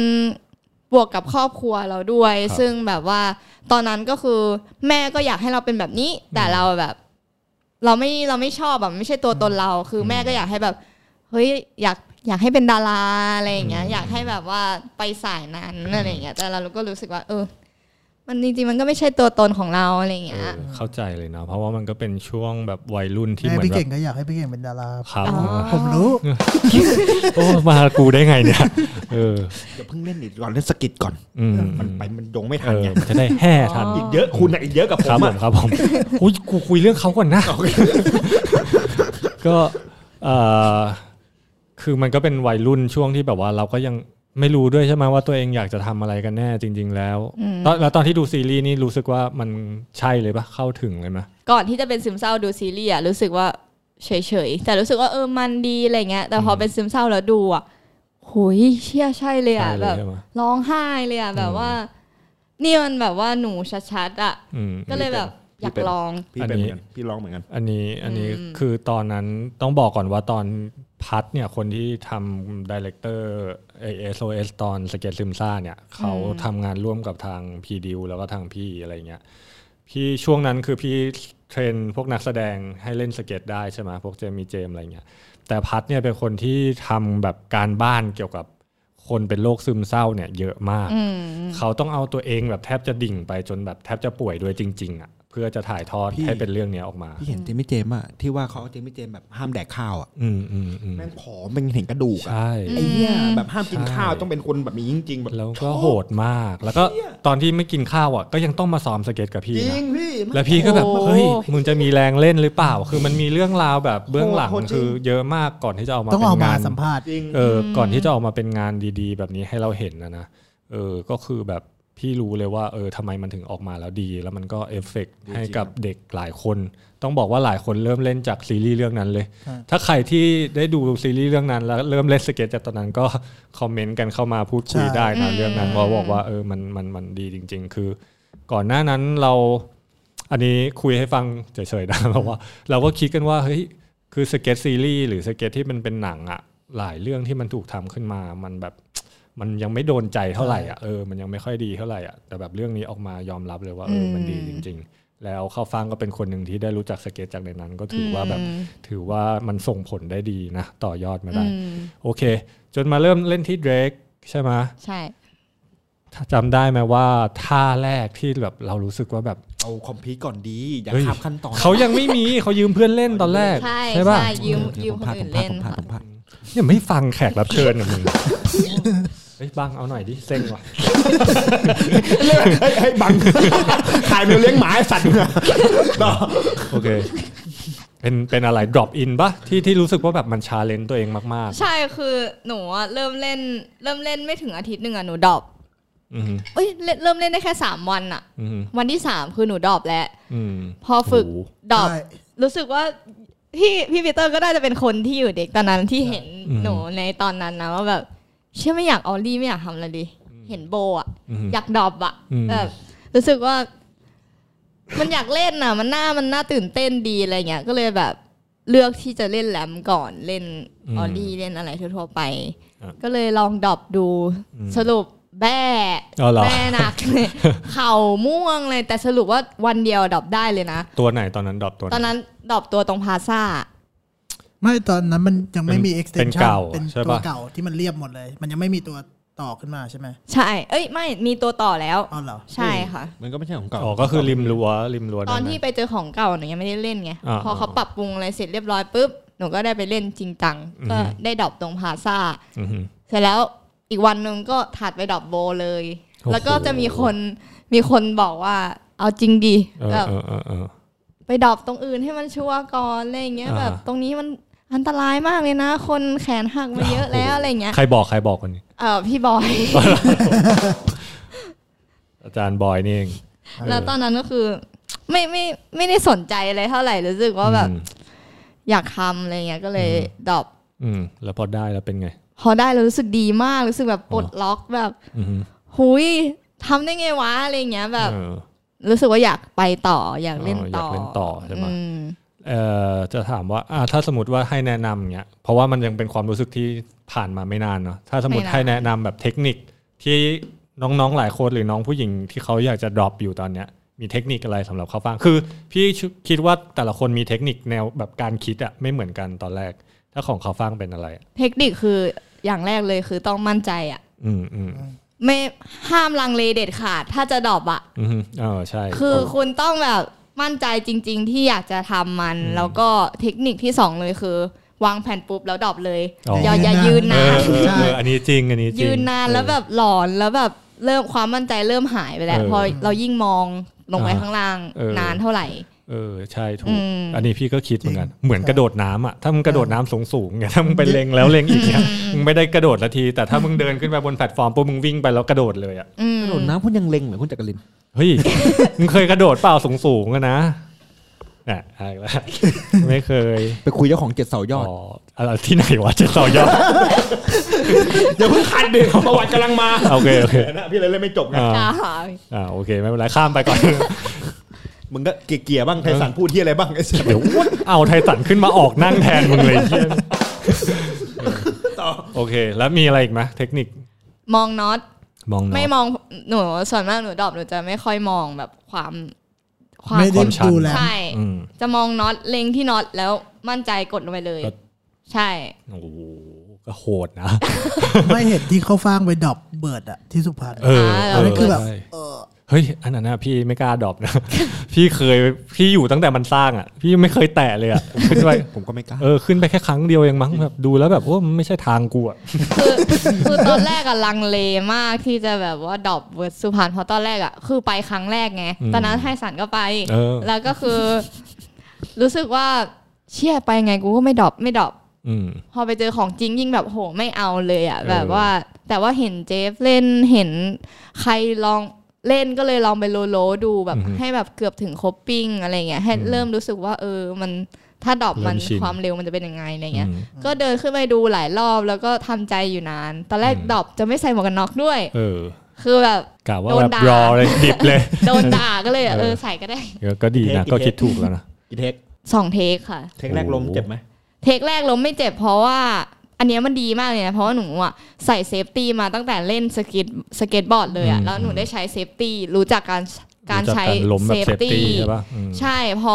Speaker 5: บวกกับครอบครัวเราด้วย ซึ่งแบบว่า ตอนนั้นก็คือแม่ก็อยากให้เราเป็นแบบนี้ แต่เราแบบ เราไม่เราไม่ชอบแบบไม่ใช่ตัวตนเรา คือแม่ก็อยากให้แบบ เฮ้ยอยากอยากให้เป็นดาราอะไรอย่างเงี้ย อยากให้แบบว่าไปสายนั้นอะไรอย่างเงี้ยแต่เราก็รู้สึกว่า เออ มันจริงๆมันก็ไม่ใช่ตัวตนของเราอะไรอย่าง
Speaker 4: เอ
Speaker 5: เงี้ย
Speaker 4: อเข้าใจเลยนะ เพราะว่ามันก็เป็นช่วงแบบวัยรุ่นที่
Speaker 6: แม่
Speaker 4: เหมือน
Speaker 6: พี่
Speaker 4: แบ
Speaker 6: เก่
Speaker 4: บ
Speaker 6: งก็อยากให้พี่เก่งเป็นดารา
Speaker 4: ครับ
Speaker 5: อ๋อ
Speaker 6: ผมรู้
Speaker 4: โอ้มากูได้ไงเนี่ยเออ
Speaker 3: อย่าเพิ่งเล่นอีกก่อนเล่นสกิดก่อน
Speaker 4: อืม
Speaker 3: มันไปมันยงไม่
Speaker 4: เอ
Speaker 3: ทัน
Speaker 4: อ
Speaker 3: ไง
Speaker 4: มันจะได้แห่ทัน
Speaker 5: อ๋อ
Speaker 7: อีกเยอะคุณน่ะอีกเยอะกับผ
Speaker 4: ครับ
Speaker 7: ม
Speaker 4: ผ
Speaker 7: อะ
Speaker 4: มครับผมอุ้ยกูคุยเรื่องเขาก่อนนะก็เออคือมันก็เป็นวัยรุ่นช่วงที่แบบว่าเราก็ยังไม่รู้ด้วยใช่ไหมว่าตัวเองอยากจะทำอะไรกันแน่จริง ๆ แล้วตอนแล้วตอนที่ดูซีรีส์นี่รู้สึกว่ามันใช่เลยปะเข้าถึงเลยไหม
Speaker 5: ก่อนที่จะเป็นซึมเศร้าดูซีรีส์อะรู้สึกว่าเฉยๆแต่รู้สึกว่าเออมันดีอะไรเงี้ยแต่พอเป็นซึมเศร้าแล้วดูอะหุยเชี่ยใช่เลยอะ
Speaker 4: ใช่เลย
Speaker 5: แบบ
Speaker 4: ใช่ปะ
Speaker 5: ร้องไห้เลยอะแบบว่า นี่มันแบบว่าหนูชัดๆอะ
Speaker 4: อืม
Speaker 5: ก็เลยแบบอยากลอง
Speaker 3: พี่เป็นเหมือนกันพี่ร้องเหมือนกัน
Speaker 4: อันนี้อันนี้
Speaker 5: อืม
Speaker 4: คือตอนนั้นต้องบอกก่อนว่าตอนพัดเนี่ยคนที่ทำดีเลกเตอร์ SOS ตอนสเก็ตซึมซ่าเนี่ยเขาทำงานร่วมกับทางพีดิวแล้วก็ทางพี่อะไรเงี้ยพี่ช่วงนั้นคือพี่เทรนพวกนักแสดงให้เล่นสเก็ตได้ใช่ไหมพวกเจมี่เจมส์อะไรเงี้ยแต่พัดเนี่ยเป็นคนที่ทำแบบการบ้านเกี่ยวกับคนเป็นโรคซึมเศร้าเนี่ยเยอะมาก
Speaker 5: อืม
Speaker 4: เขาต้องเอาตัวเองแบบแทบจะดิ่งไปจนแบบแทบจะป่วยด้วยจริง ๆอ่ะเพื่อจะถ่ายทอด
Speaker 3: พี่
Speaker 4: ให้เป็นเรื่องเนี้ยออกมา
Speaker 3: พี่เห็นเจมี่เจมส์อะที่ว่าเขาเอาเจมี่เจมส์แบบห้ามแดกข้าวอะ
Speaker 4: อืมอืมอืม
Speaker 3: แม่งผอมเป็นเห็นกระดูกอะ
Speaker 4: ใช่
Speaker 3: ไอ้เหี้ยแบบห้ามกิน
Speaker 4: ใช่
Speaker 3: ข้าวต้องเป็นคนแบบนี้จริงๆแบบ
Speaker 4: แล้วก็โหดมาก แล้วก็ตอนที่ไม่กินข้าวอ่ะก็ยังต้องมาซ้อมสเก็ตกับพี่
Speaker 3: จริ
Speaker 4: นะ
Speaker 3: งพี่
Speaker 4: แล้วพี่ก็แบบ
Speaker 5: โอ้
Speaker 4: เฮ้ยมึงจะมีแรงเล่นหรือเปล่า คือมันมีเรื่องราวแบบเบื้องหลัง
Speaker 3: โหดจริง
Speaker 4: คือเยอะมากก่อนที่จะออกมา
Speaker 6: ต้อง
Speaker 4: เป็
Speaker 6: เอามาง
Speaker 4: นาน
Speaker 6: สัมภาษณ์
Speaker 3: จริง
Speaker 4: เอออก่อนที่จะออกมาเป็นงานดีๆ แบบนี้ให้เราเห็นนะนะเออก็คือแบบพี่รู้เลยว่าเออทำไมมันถึงออกมาแล้วดี แล้วมันก็เอฟเฟกต์ให้กับเด็กหลายคน ต้องบอกว่าหลายคนเริ่มเล่นจากซีรีส์เรื่องนั้นเลย
Speaker 6: ครับ
Speaker 4: ถ้าใครที่ได้ดูซีรีส์เรื่องนั้นแล้วเริ่มเล่นสเก็ตจากตอนนั้นก็ คอมเมนต์กันเข้ามาพูดคุย
Speaker 6: ใช่
Speaker 4: ได้นะเรื่องนั้นเราบอกว่าเออมันมันมันดีจริง ๆ คือ ก่อนหน้านั้นเรา อันนี้คุยให้ฟังเฉยๆนะ เพราะว่า เราก็คิดกันว่าเฮ้ยคือสเก็ตซีรีส์หรือสเก็ตที่มันเป็นหนังอะหลายเรื่องที่มันถูกทำขึ้นมามันแบบ มันยังไม่โดนใจเท่าไหร่อ่ะเออมันยังไม่ค่อยดีเท่าไหร่อ่ะแต่แบบเรื่องนี้ออกมายอมรับเลยว่าเออมันดีจริง ๆ แล้วเข้าฟังก็เป็นคนหนึ่งที่ได้รู้จักสเก็ตจากในนั้น ก็ถือว่าแบบถือว่ามันส่งผลได้ดีนะต่อยอดมาได้
Speaker 5: อืม
Speaker 4: โอเค จนมาเริ่มเล่นที่เดรกใช่ไหมะ
Speaker 5: ใช่
Speaker 4: จำได้ไหมว่าท่าแรกที่แบบเรารู้สึกว่าแบบ
Speaker 3: เอาคอมพิวต์ก่อนดีอย่า
Speaker 4: เฮ้ย
Speaker 3: ข้ามขั้นตอน
Speaker 4: เขายังไม่มี เขายืมเพื่อนเล่นตอนแรก
Speaker 5: ใช่
Speaker 4: ป่ะ
Speaker 5: ใช่ยืมยืม
Speaker 3: ผมพ
Speaker 5: ค
Speaker 3: ลาน ดผ
Speaker 5: อื่
Speaker 3: ม
Speaker 5: น
Speaker 3: พลาดผ
Speaker 5: เล่น
Speaker 3: มพลาดผมพ
Speaker 5: ค่ะ
Speaker 3: ลาด
Speaker 4: เนี่ยไม่ฟังแขกรับเชิญอะมึง เฮ้ยบังเอาหน่อยดิเซ็งว่ะ
Speaker 7: เฮ้ยเฮ้ย บังถ่ายเมลเลี้ยงหมาไอ้สัตว์ต่อ
Speaker 4: โอเค เป็นเป็นอะไร drop in ป่ะที่ที่รู้สึกว่าแบบมันชาเลนตัวเองมาก
Speaker 5: ใช่คือหนูอะเริ่มเล่น เริ่มเล่นไม่ถึงอาทิตย์หนึ่งอะหนูดรอป
Speaker 4: ๆ อืม
Speaker 5: เอ้ยเล่นเริ่มเล่นได้แค่สามวันอะ
Speaker 4: อืม
Speaker 5: วันที่สามคือหนูดรอปแล้ว
Speaker 4: อืม
Speaker 5: พอฝึก
Speaker 4: โอ้โห
Speaker 5: ดรอป
Speaker 6: ใช่
Speaker 5: รู้สึกว่าพี่พี่ปีเตอร์ก็ได้จะเป็นคนที่อยู่เด็กตอนนั้นที่เห็น
Speaker 4: อืม
Speaker 5: หนูในตอนนั้นนะว่าแบบ เชื่อไม่อยากออลลี่ไม่อยากทำอะไรดีเห็นโบอะ
Speaker 4: อืม
Speaker 5: อยากดรอปอะ
Speaker 4: อืม
Speaker 5: แบบรู้สึกว่า มันอยากเล่นอะมันน่ามันน่าตื่นเต้นดีอะไรเงี้ยก็เลยแบบเลือกที่จะเล่นแรมก่อนเล่นออลลี่เล่นอะไรทั่วๆไป
Speaker 4: อ่ะ
Speaker 5: ก็เลยลองดรอปดูสรุปแบ้
Speaker 4: อ๋อเหรอ
Speaker 5: แบ้หนักเลยเข่าม่วงเลยแต่สรุปว่าวันเดียวดรอปได้เลยนะ
Speaker 4: ตัวไหนตอนนั้น drop ตัวไห
Speaker 5: ตอนนั้นดรอปตัวตรงพลาซ่า
Speaker 6: ไม่ตอนนั้นมันยังไม่มี
Speaker 4: เป็น
Speaker 6: extension
Speaker 4: เก่า
Speaker 6: เป็น
Speaker 4: ใช่
Speaker 6: ตัว
Speaker 4: ปะ
Speaker 6: เก่าที่มันเรียบหมดเลย มันยังไม่มีตัว ต่อขึ้นมาใช่ไหม
Speaker 5: ใช่ เอ้ยไม่มีตัวต่อแล้ว
Speaker 6: อ๋อเหรอ
Speaker 5: ใช่ค่ะ
Speaker 3: มันก็ไม่ใช่ของเก่า
Speaker 4: อ๋อก็คือริมรั้วริมรั้ว
Speaker 5: ตอน
Speaker 4: ไหม
Speaker 5: ที่ไปเจอของเก่าหนูยังไม่ได้เล่นไง
Speaker 4: อ่า
Speaker 5: พอเขาปรับปรุงอะไรเสร็จเรียบร้อยปุ๊บหนูก็ได้ไปเล่นจริงจัง
Speaker 4: อือฮึ
Speaker 5: ก็ได้ดรอปตรงพลาซ่า
Speaker 4: อือหือ
Speaker 5: เสร็จแล้วอีกวันหนึ่งก็ถัดไปดรอปโบเลย
Speaker 4: โอ้โห
Speaker 5: แล้วก็จะมีคนมีคนบอกว่าเอาจริงดี
Speaker 4: เออ
Speaker 5: แบบ
Speaker 4: เออเออเออ
Speaker 5: ไปดรอปตรงอื่นให้มันชัวร์ก่อนอะไรอย่างเงี้ย
Speaker 4: อ่า
Speaker 5: แบบตรงนี้มันอันตรายมากเลยนะ คนแขนหักมาเยอะแล้วอะไรอย่างเงี้ย
Speaker 4: ใครบอกใครบอกคนนี้
Speaker 5: เออพี่บอย
Speaker 4: อาจารย์บอยนี่เอง
Speaker 5: แล้วตอนนั้นก็คือไม่ไม่ไม่ได้สนใจอะไรเท่าไหร่รู้สึกว่าแบบ
Speaker 4: อืม
Speaker 5: อยากทำอะไรเงี้ยก็เลยดรอป
Speaker 4: อืมแล้วพอได้แล้วเป็นไง
Speaker 5: พอได้แล้วรู้สึกดีมากรู้สึกแบบปลดล็อกแบบ
Speaker 4: อือหือ
Speaker 5: หุยทำได้ไงวะอะไรอย่างเงี้ยแบบ
Speaker 4: เออ
Speaker 5: รู้สึกว่าอยากไปต่ออยากเล่นต่อ
Speaker 4: อาก
Speaker 5: อย
Speaker 4: เล่นต่อใช่ปะ
Speaker 5: อืม
Speaker 4: เอ่อจะถามว่าอ่าถ้าสมมติว่าให้แนะนำเงี้ยเพราะว่ามันยังเป็นความรู้สึกที่ผ่านมาไม่นานเนาะถ้าสมมติให้แนะนำแบบเทคนิคที่น้องๆหลายคนหรือน้องผู้หญิงที่เขาอยากจะดรอปอยู่ตอนเนี้ยมีเทคนิคอะไรสำหรับเขาฟังคือ พี่คิดว่าแต่ละคนมีเทคนิคแนวแบบการคิดอะไม่เหมือนกันตอนแรก ถ้าของเขาฟังเป็นอะไรอะ
Speaker 5: เทคนิคคืออย่างแรกเลยคือต้องมั่นใจอ่ะ
Speaker 4: อืมอืม
Speaker 5: ไม่ห้ามลังเลเด็ดขาดถ้าจะดรอปอ่ะ
Speaker 4: อืมเออใช่
Speaker 5: คือคุณต้องแบบมั่นใจจริง ๆ ที่อยากจะทำมัน แล้วก็เทคนิคที่สองเลยคือ วางแผ่นปุ๊บแล้วดรอปเลย
Speaker 4: อ๋อ
Speaker 5: อย่าอย่า
Speaker 6: ยื
Speaker 5: ยื
Speaker 6: น
Speaker 4: เอน
Speaker 5: นาน
Speaker 4: อ
Speaker 6: นา
Speaker 4: เออเอออันนี้จริงอันนี้จริง
Speaker 5: ยืนนานแล้วแบบหลอนแล้วแบบเริ่มความมั่นใจเริ่มหายไปแล้ว
Speaker 4: เออ
Speaker 5: พอเรายิ่งมองลงไป
Speaker 4: อ่า
Speaker 5: ข้างล่าง
Speaker 4: เออ
Speaker 5: นานเท่าไหร่
Speaker 4: เออใช่ถู
Speaker 5: อื
Speaker 4: ก
Speaker 5: ม
Speaker 4: อันนี้พี่ก็คิดเหมือนกันเหมือนกระโดดน้ำอ่ะถ้ามึงกระโดดน้ำสูงสูงๆเนี่ยถ้ามึงไปเล็งแล้วเล็งอีกเนี่ยมึงไม่ได้กระโดดละที แต่ถ้ามึงเดินขึ้นไปบนแพลตฟอร์มปุ๊บมึงวิ่งไปแล้วกระโดดเลยอ่ะ
Speaker 5: อืม
Speaker 3: กระโดดน้ำคุณยังเล็งเหมือนคุณจักริน
Speaker 4: เฮ้ย มึงเคยกระโดดเปล่าสูงสูงๆอะนะอ่ะอ่ะอีกแล้วไม่เคย
Speaker 3: ไปคุยเจ้าของเจ็ดเสาย
Speaker 4: อ๋
Speaker 3: อ
Speaker 4: อ
Speaker 3: ด
Speaker 4: อะไรที่ไหนวะเจะต่อยอด
Speaker 7: เดี๋ยวเพิ่งคันดิประวัติกำลังมา
Speaker 4: โอเคโอเค
Speaker 7: เดี๋ยวนะพี่เลยเล่นไม่จบไง
Speaker 4: อ่า
Speaker 5: ค่ะ
Speaker 4: อ่าโอเคไม่เป็นไรข้ามไปก่อน
Speaker 3: มึงก็เกียร์ๆบ้างไทสันพูดที่อะไรบ้างไอ้สั ส
Speaker 4: เดี๋ยวเอาไทสันขึ้นมาออกนั่งแทนมึงเลยเหี้ยโอเค แล้วมีอะไรอีกไหมเทคนิค
Speaker 5: มองน็อต
Speaker 4: มองเนาะ
Speaker 5: ไม่มองหนูส่วนมากหนูดรอปหนูจะไม่ค่อยมองแบบความความ
Speaker 6: ไม่ได้
Speaker 4: ความชัน
Speaker 6: ดูแล
Speaker 5: ใช่
Speaker 4: อืม
Speaker 5: จะมองน็อตเล็งที่น็อตแล้วมั่นใจกดลงไปเลย
Speaker 4: ก็
Speaker 5: ใช่
Speaker 4: โอ้โหก็โหดนะ
Speaker 6: ไม่เห็นที่เข้าฟางไปดรอปเบิร์ดอะที่สุพรรณ
Speaker 4: เออ
Speaker 6: อันนั้นคือแบบ
Speaker 4: ใช่
Speaker 6: เออ
Speaker 4: เฮ้ย อันนั้นนะพี่ไม่กล้าดรอปนะ พี่เคย พี่อยู่ตั้งแต่มันสร้างอ่ะ พี่ไม่เคยแตะเลยอ่ะ ขึ้นไป
Speaker 3: ผมก็ไม่กล้า
Speaker 4: เออ ขึ้นไปแค่ครั้งเดียวเองมั้ง แบบดูแล้วแบบ โอ้มันไม่ใช่ทางกูอ่ะ
Speaker 5: คือคือตอนแรกอะลังเลมากที่จะแบบว่าดรอปเวิร์ดสุพรรณเพราะตอนแรกอะคือไปครั้งแรกไง
Speaker 4: อืม
Speaker 5: ตอนนั้นไทสันก็ไป
Speaker 4: เออ
Speaker 5: แล้วก็คือ รู้สึกว่าเชี่ยไปไงกูก็ไม่ดรอปไม่ดรอป
Speaker 4: อืม
Speaker 5: พอไปเจอของจริงยิ่งแบบโหไม่เอาเลยอะ
Speaker 4: เออ
Speaker 5: แบบว่า แต่ว่าเห็นเจฟเล่นเห็นใครลองเล่นก็เลยลองไปโลโลดูแบบให้แบบเกือบถึงครบปิ้งอะไรเงี้ยให้เริ่มรู้สึกว่า เออ มันถ้าดรอปมันความเร็วมันจะเป็นยังไงอะไรเงี้ย
Speaker 4: อืม
Speaker 5: ก็เดินขึ้นไปดูหลายรอบแล้วก็ทำใจอยู่นาน ตอนแรก
Speaker 4: อืม
Speaker 5: ดรอปจะไม่ใส่หมวกกันน็อกด้วย
Speaker 4: เออ
Speaker 5: คือแบบ
Speaker 4: กะว่า
Speaker 5: โดน
Speaker 4: แบบร
Speaker 5: ด่า
Speaker 4: อเลยดิบเลย
Speaker 5: โดนด่าก็เลยอะ
Speaker 4: เอ
Speaker 5: เอ
Speaker 4: อ
Speaker 5: อใส่ก็ได้
Speaker 4: ก็ดีนะ
Speaker 3: อีเทค
Speaker 4: ก็คิดถูกแล้วนะ
Speaker 3: กี่เทค
Speaker 5: สองเทคค่ะ
Speaker 3: เทคแรกลมเจ็บไหม
Speaker 5: เทคแรกล้มไม่เจ็บเพราะว่า อันเนี้ยมันดีมากเลยนะเพราะว่าหนูอะใส่เซฟตี้มาตั้งแต่เล่นสเก็ตสเก็ตบอร์ดเลย
Speaker 4: อื
Speaker 5: อะ
Speaker 4: ม
Speaker 5: แล้วหนูได้ใช้เซฟตี้รู้จักการการใช้
Speaker 4: รู้จักล้มแบ
Speaker 5: เซ
Speaker 4: บ
Speaker 5: ฟ
Speaker 4: เซฟตี้
Speaker 5: ตี้
Speaker 4: ใช่ป่ะอืม
Speaker 5: ใช่พอ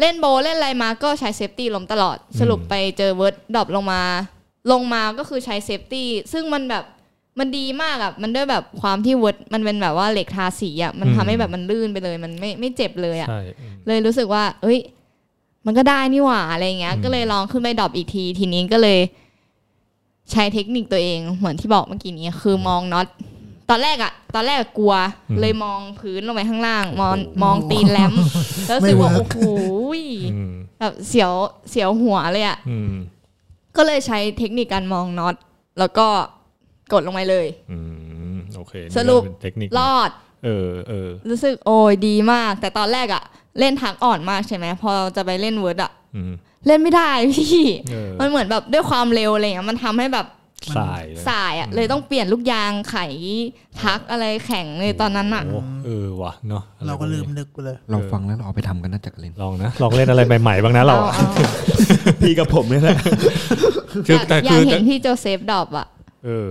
Speaker 5: เล่นโบว์เล่นอะไรมาก็ใช้เซฟตี้ล้มตลอด
Speaker 4: อืม
Speaker 5: สรุปไปเจอเวิร์ดดรอปลงมา ลงมาก็คือใช้เซฟตี้ซึ่งมันแบบมันดีมากอะมันด้วยแบบความที่เวิร์ดมันเป็นแบบว่าเหล็กทาสีอะมันทำให้แบบมันลื่นไปเลย มันไม่ไม่เจ็บเลยอะ
Speaker 4: ใช่อืม
Speaker 5: เลยรู้สึกว่า เอ้ย มันก็ได้นี่หว่าอะไรเงี้ย ก็เลยลองขึ้นไปดรอปอีกที ทีนี้ก็เลย ใช้เทคนิคตัวเองเหมือนที่บอกเมื่อกี้นี้คือมองน็อตตอนแรกอะตอนแรกกลัว เลยมองพื้นลงไปข้างล่าง มองมองตีนแลมแล้วรู้สึกว่าโอ้โหย
Speaker 4: อืม
Speaker 5: แบบเสียวเสียวหัวเลยอะ
Speaker 4: อืม
Speaker 5: ก็เลยใช้เทคนิคการมองน็อตแล้วก็กดลงไปเลย
Speaker 4: อืมโอเคนี่
Speaker 5: สรุป
Speaker 4: เนเทคนิค
Speaker 5: รอด
Speaker 4: เออเออ
Speaker 5: รู้สึกโอ้ยดีมาก แต่ตอนแรกอะเล่นทางอ่อนมากใช่ไหมพอจะไปเล่นเวิร์ดอะ
Speaker 4: อืม
Speaker 5: เล่นไม่ได้พี่
Speaker 4: เออ
Speaker 5: มันเหมือนแบบด้วยความเร็วอะไรเงี้ยมันทำให้แบบ
Speaker 4: สายเลย
Speaker 5: สายอ่ะเลยต้องเปลี่ยนลูกยางไขทักอะไรแข็งเลยตอนนั้นอ่ะ
Speaker 4: โโหเออวะเนาะอะไ
Speaker 6: เราก็ลืม
Speaker 4: พวนี้
Speaker 6: นึกไปเลย
Speaker 3: ลองฟังแล้วเราเอาไปทำกันนะจักริน
Speaker 4: ลองนะ ลองเล่นอะไรใหม่ๆบ้างนะเรา
Speaker 5: เอาเอา
Speaker 3: พี่กับผมนี่แหละ
Speaker 5: อ
Speaker 4: คือย
Speaker 5: าก
Speaker 4: แต่
Speaker 5: อยา
Speaker 4: คื
Speaker 5: ก
Speaker 4: อ
Speaker 5: เห็นพี่โจเซฟดรอปอ่ะ
Speaker 4: เออ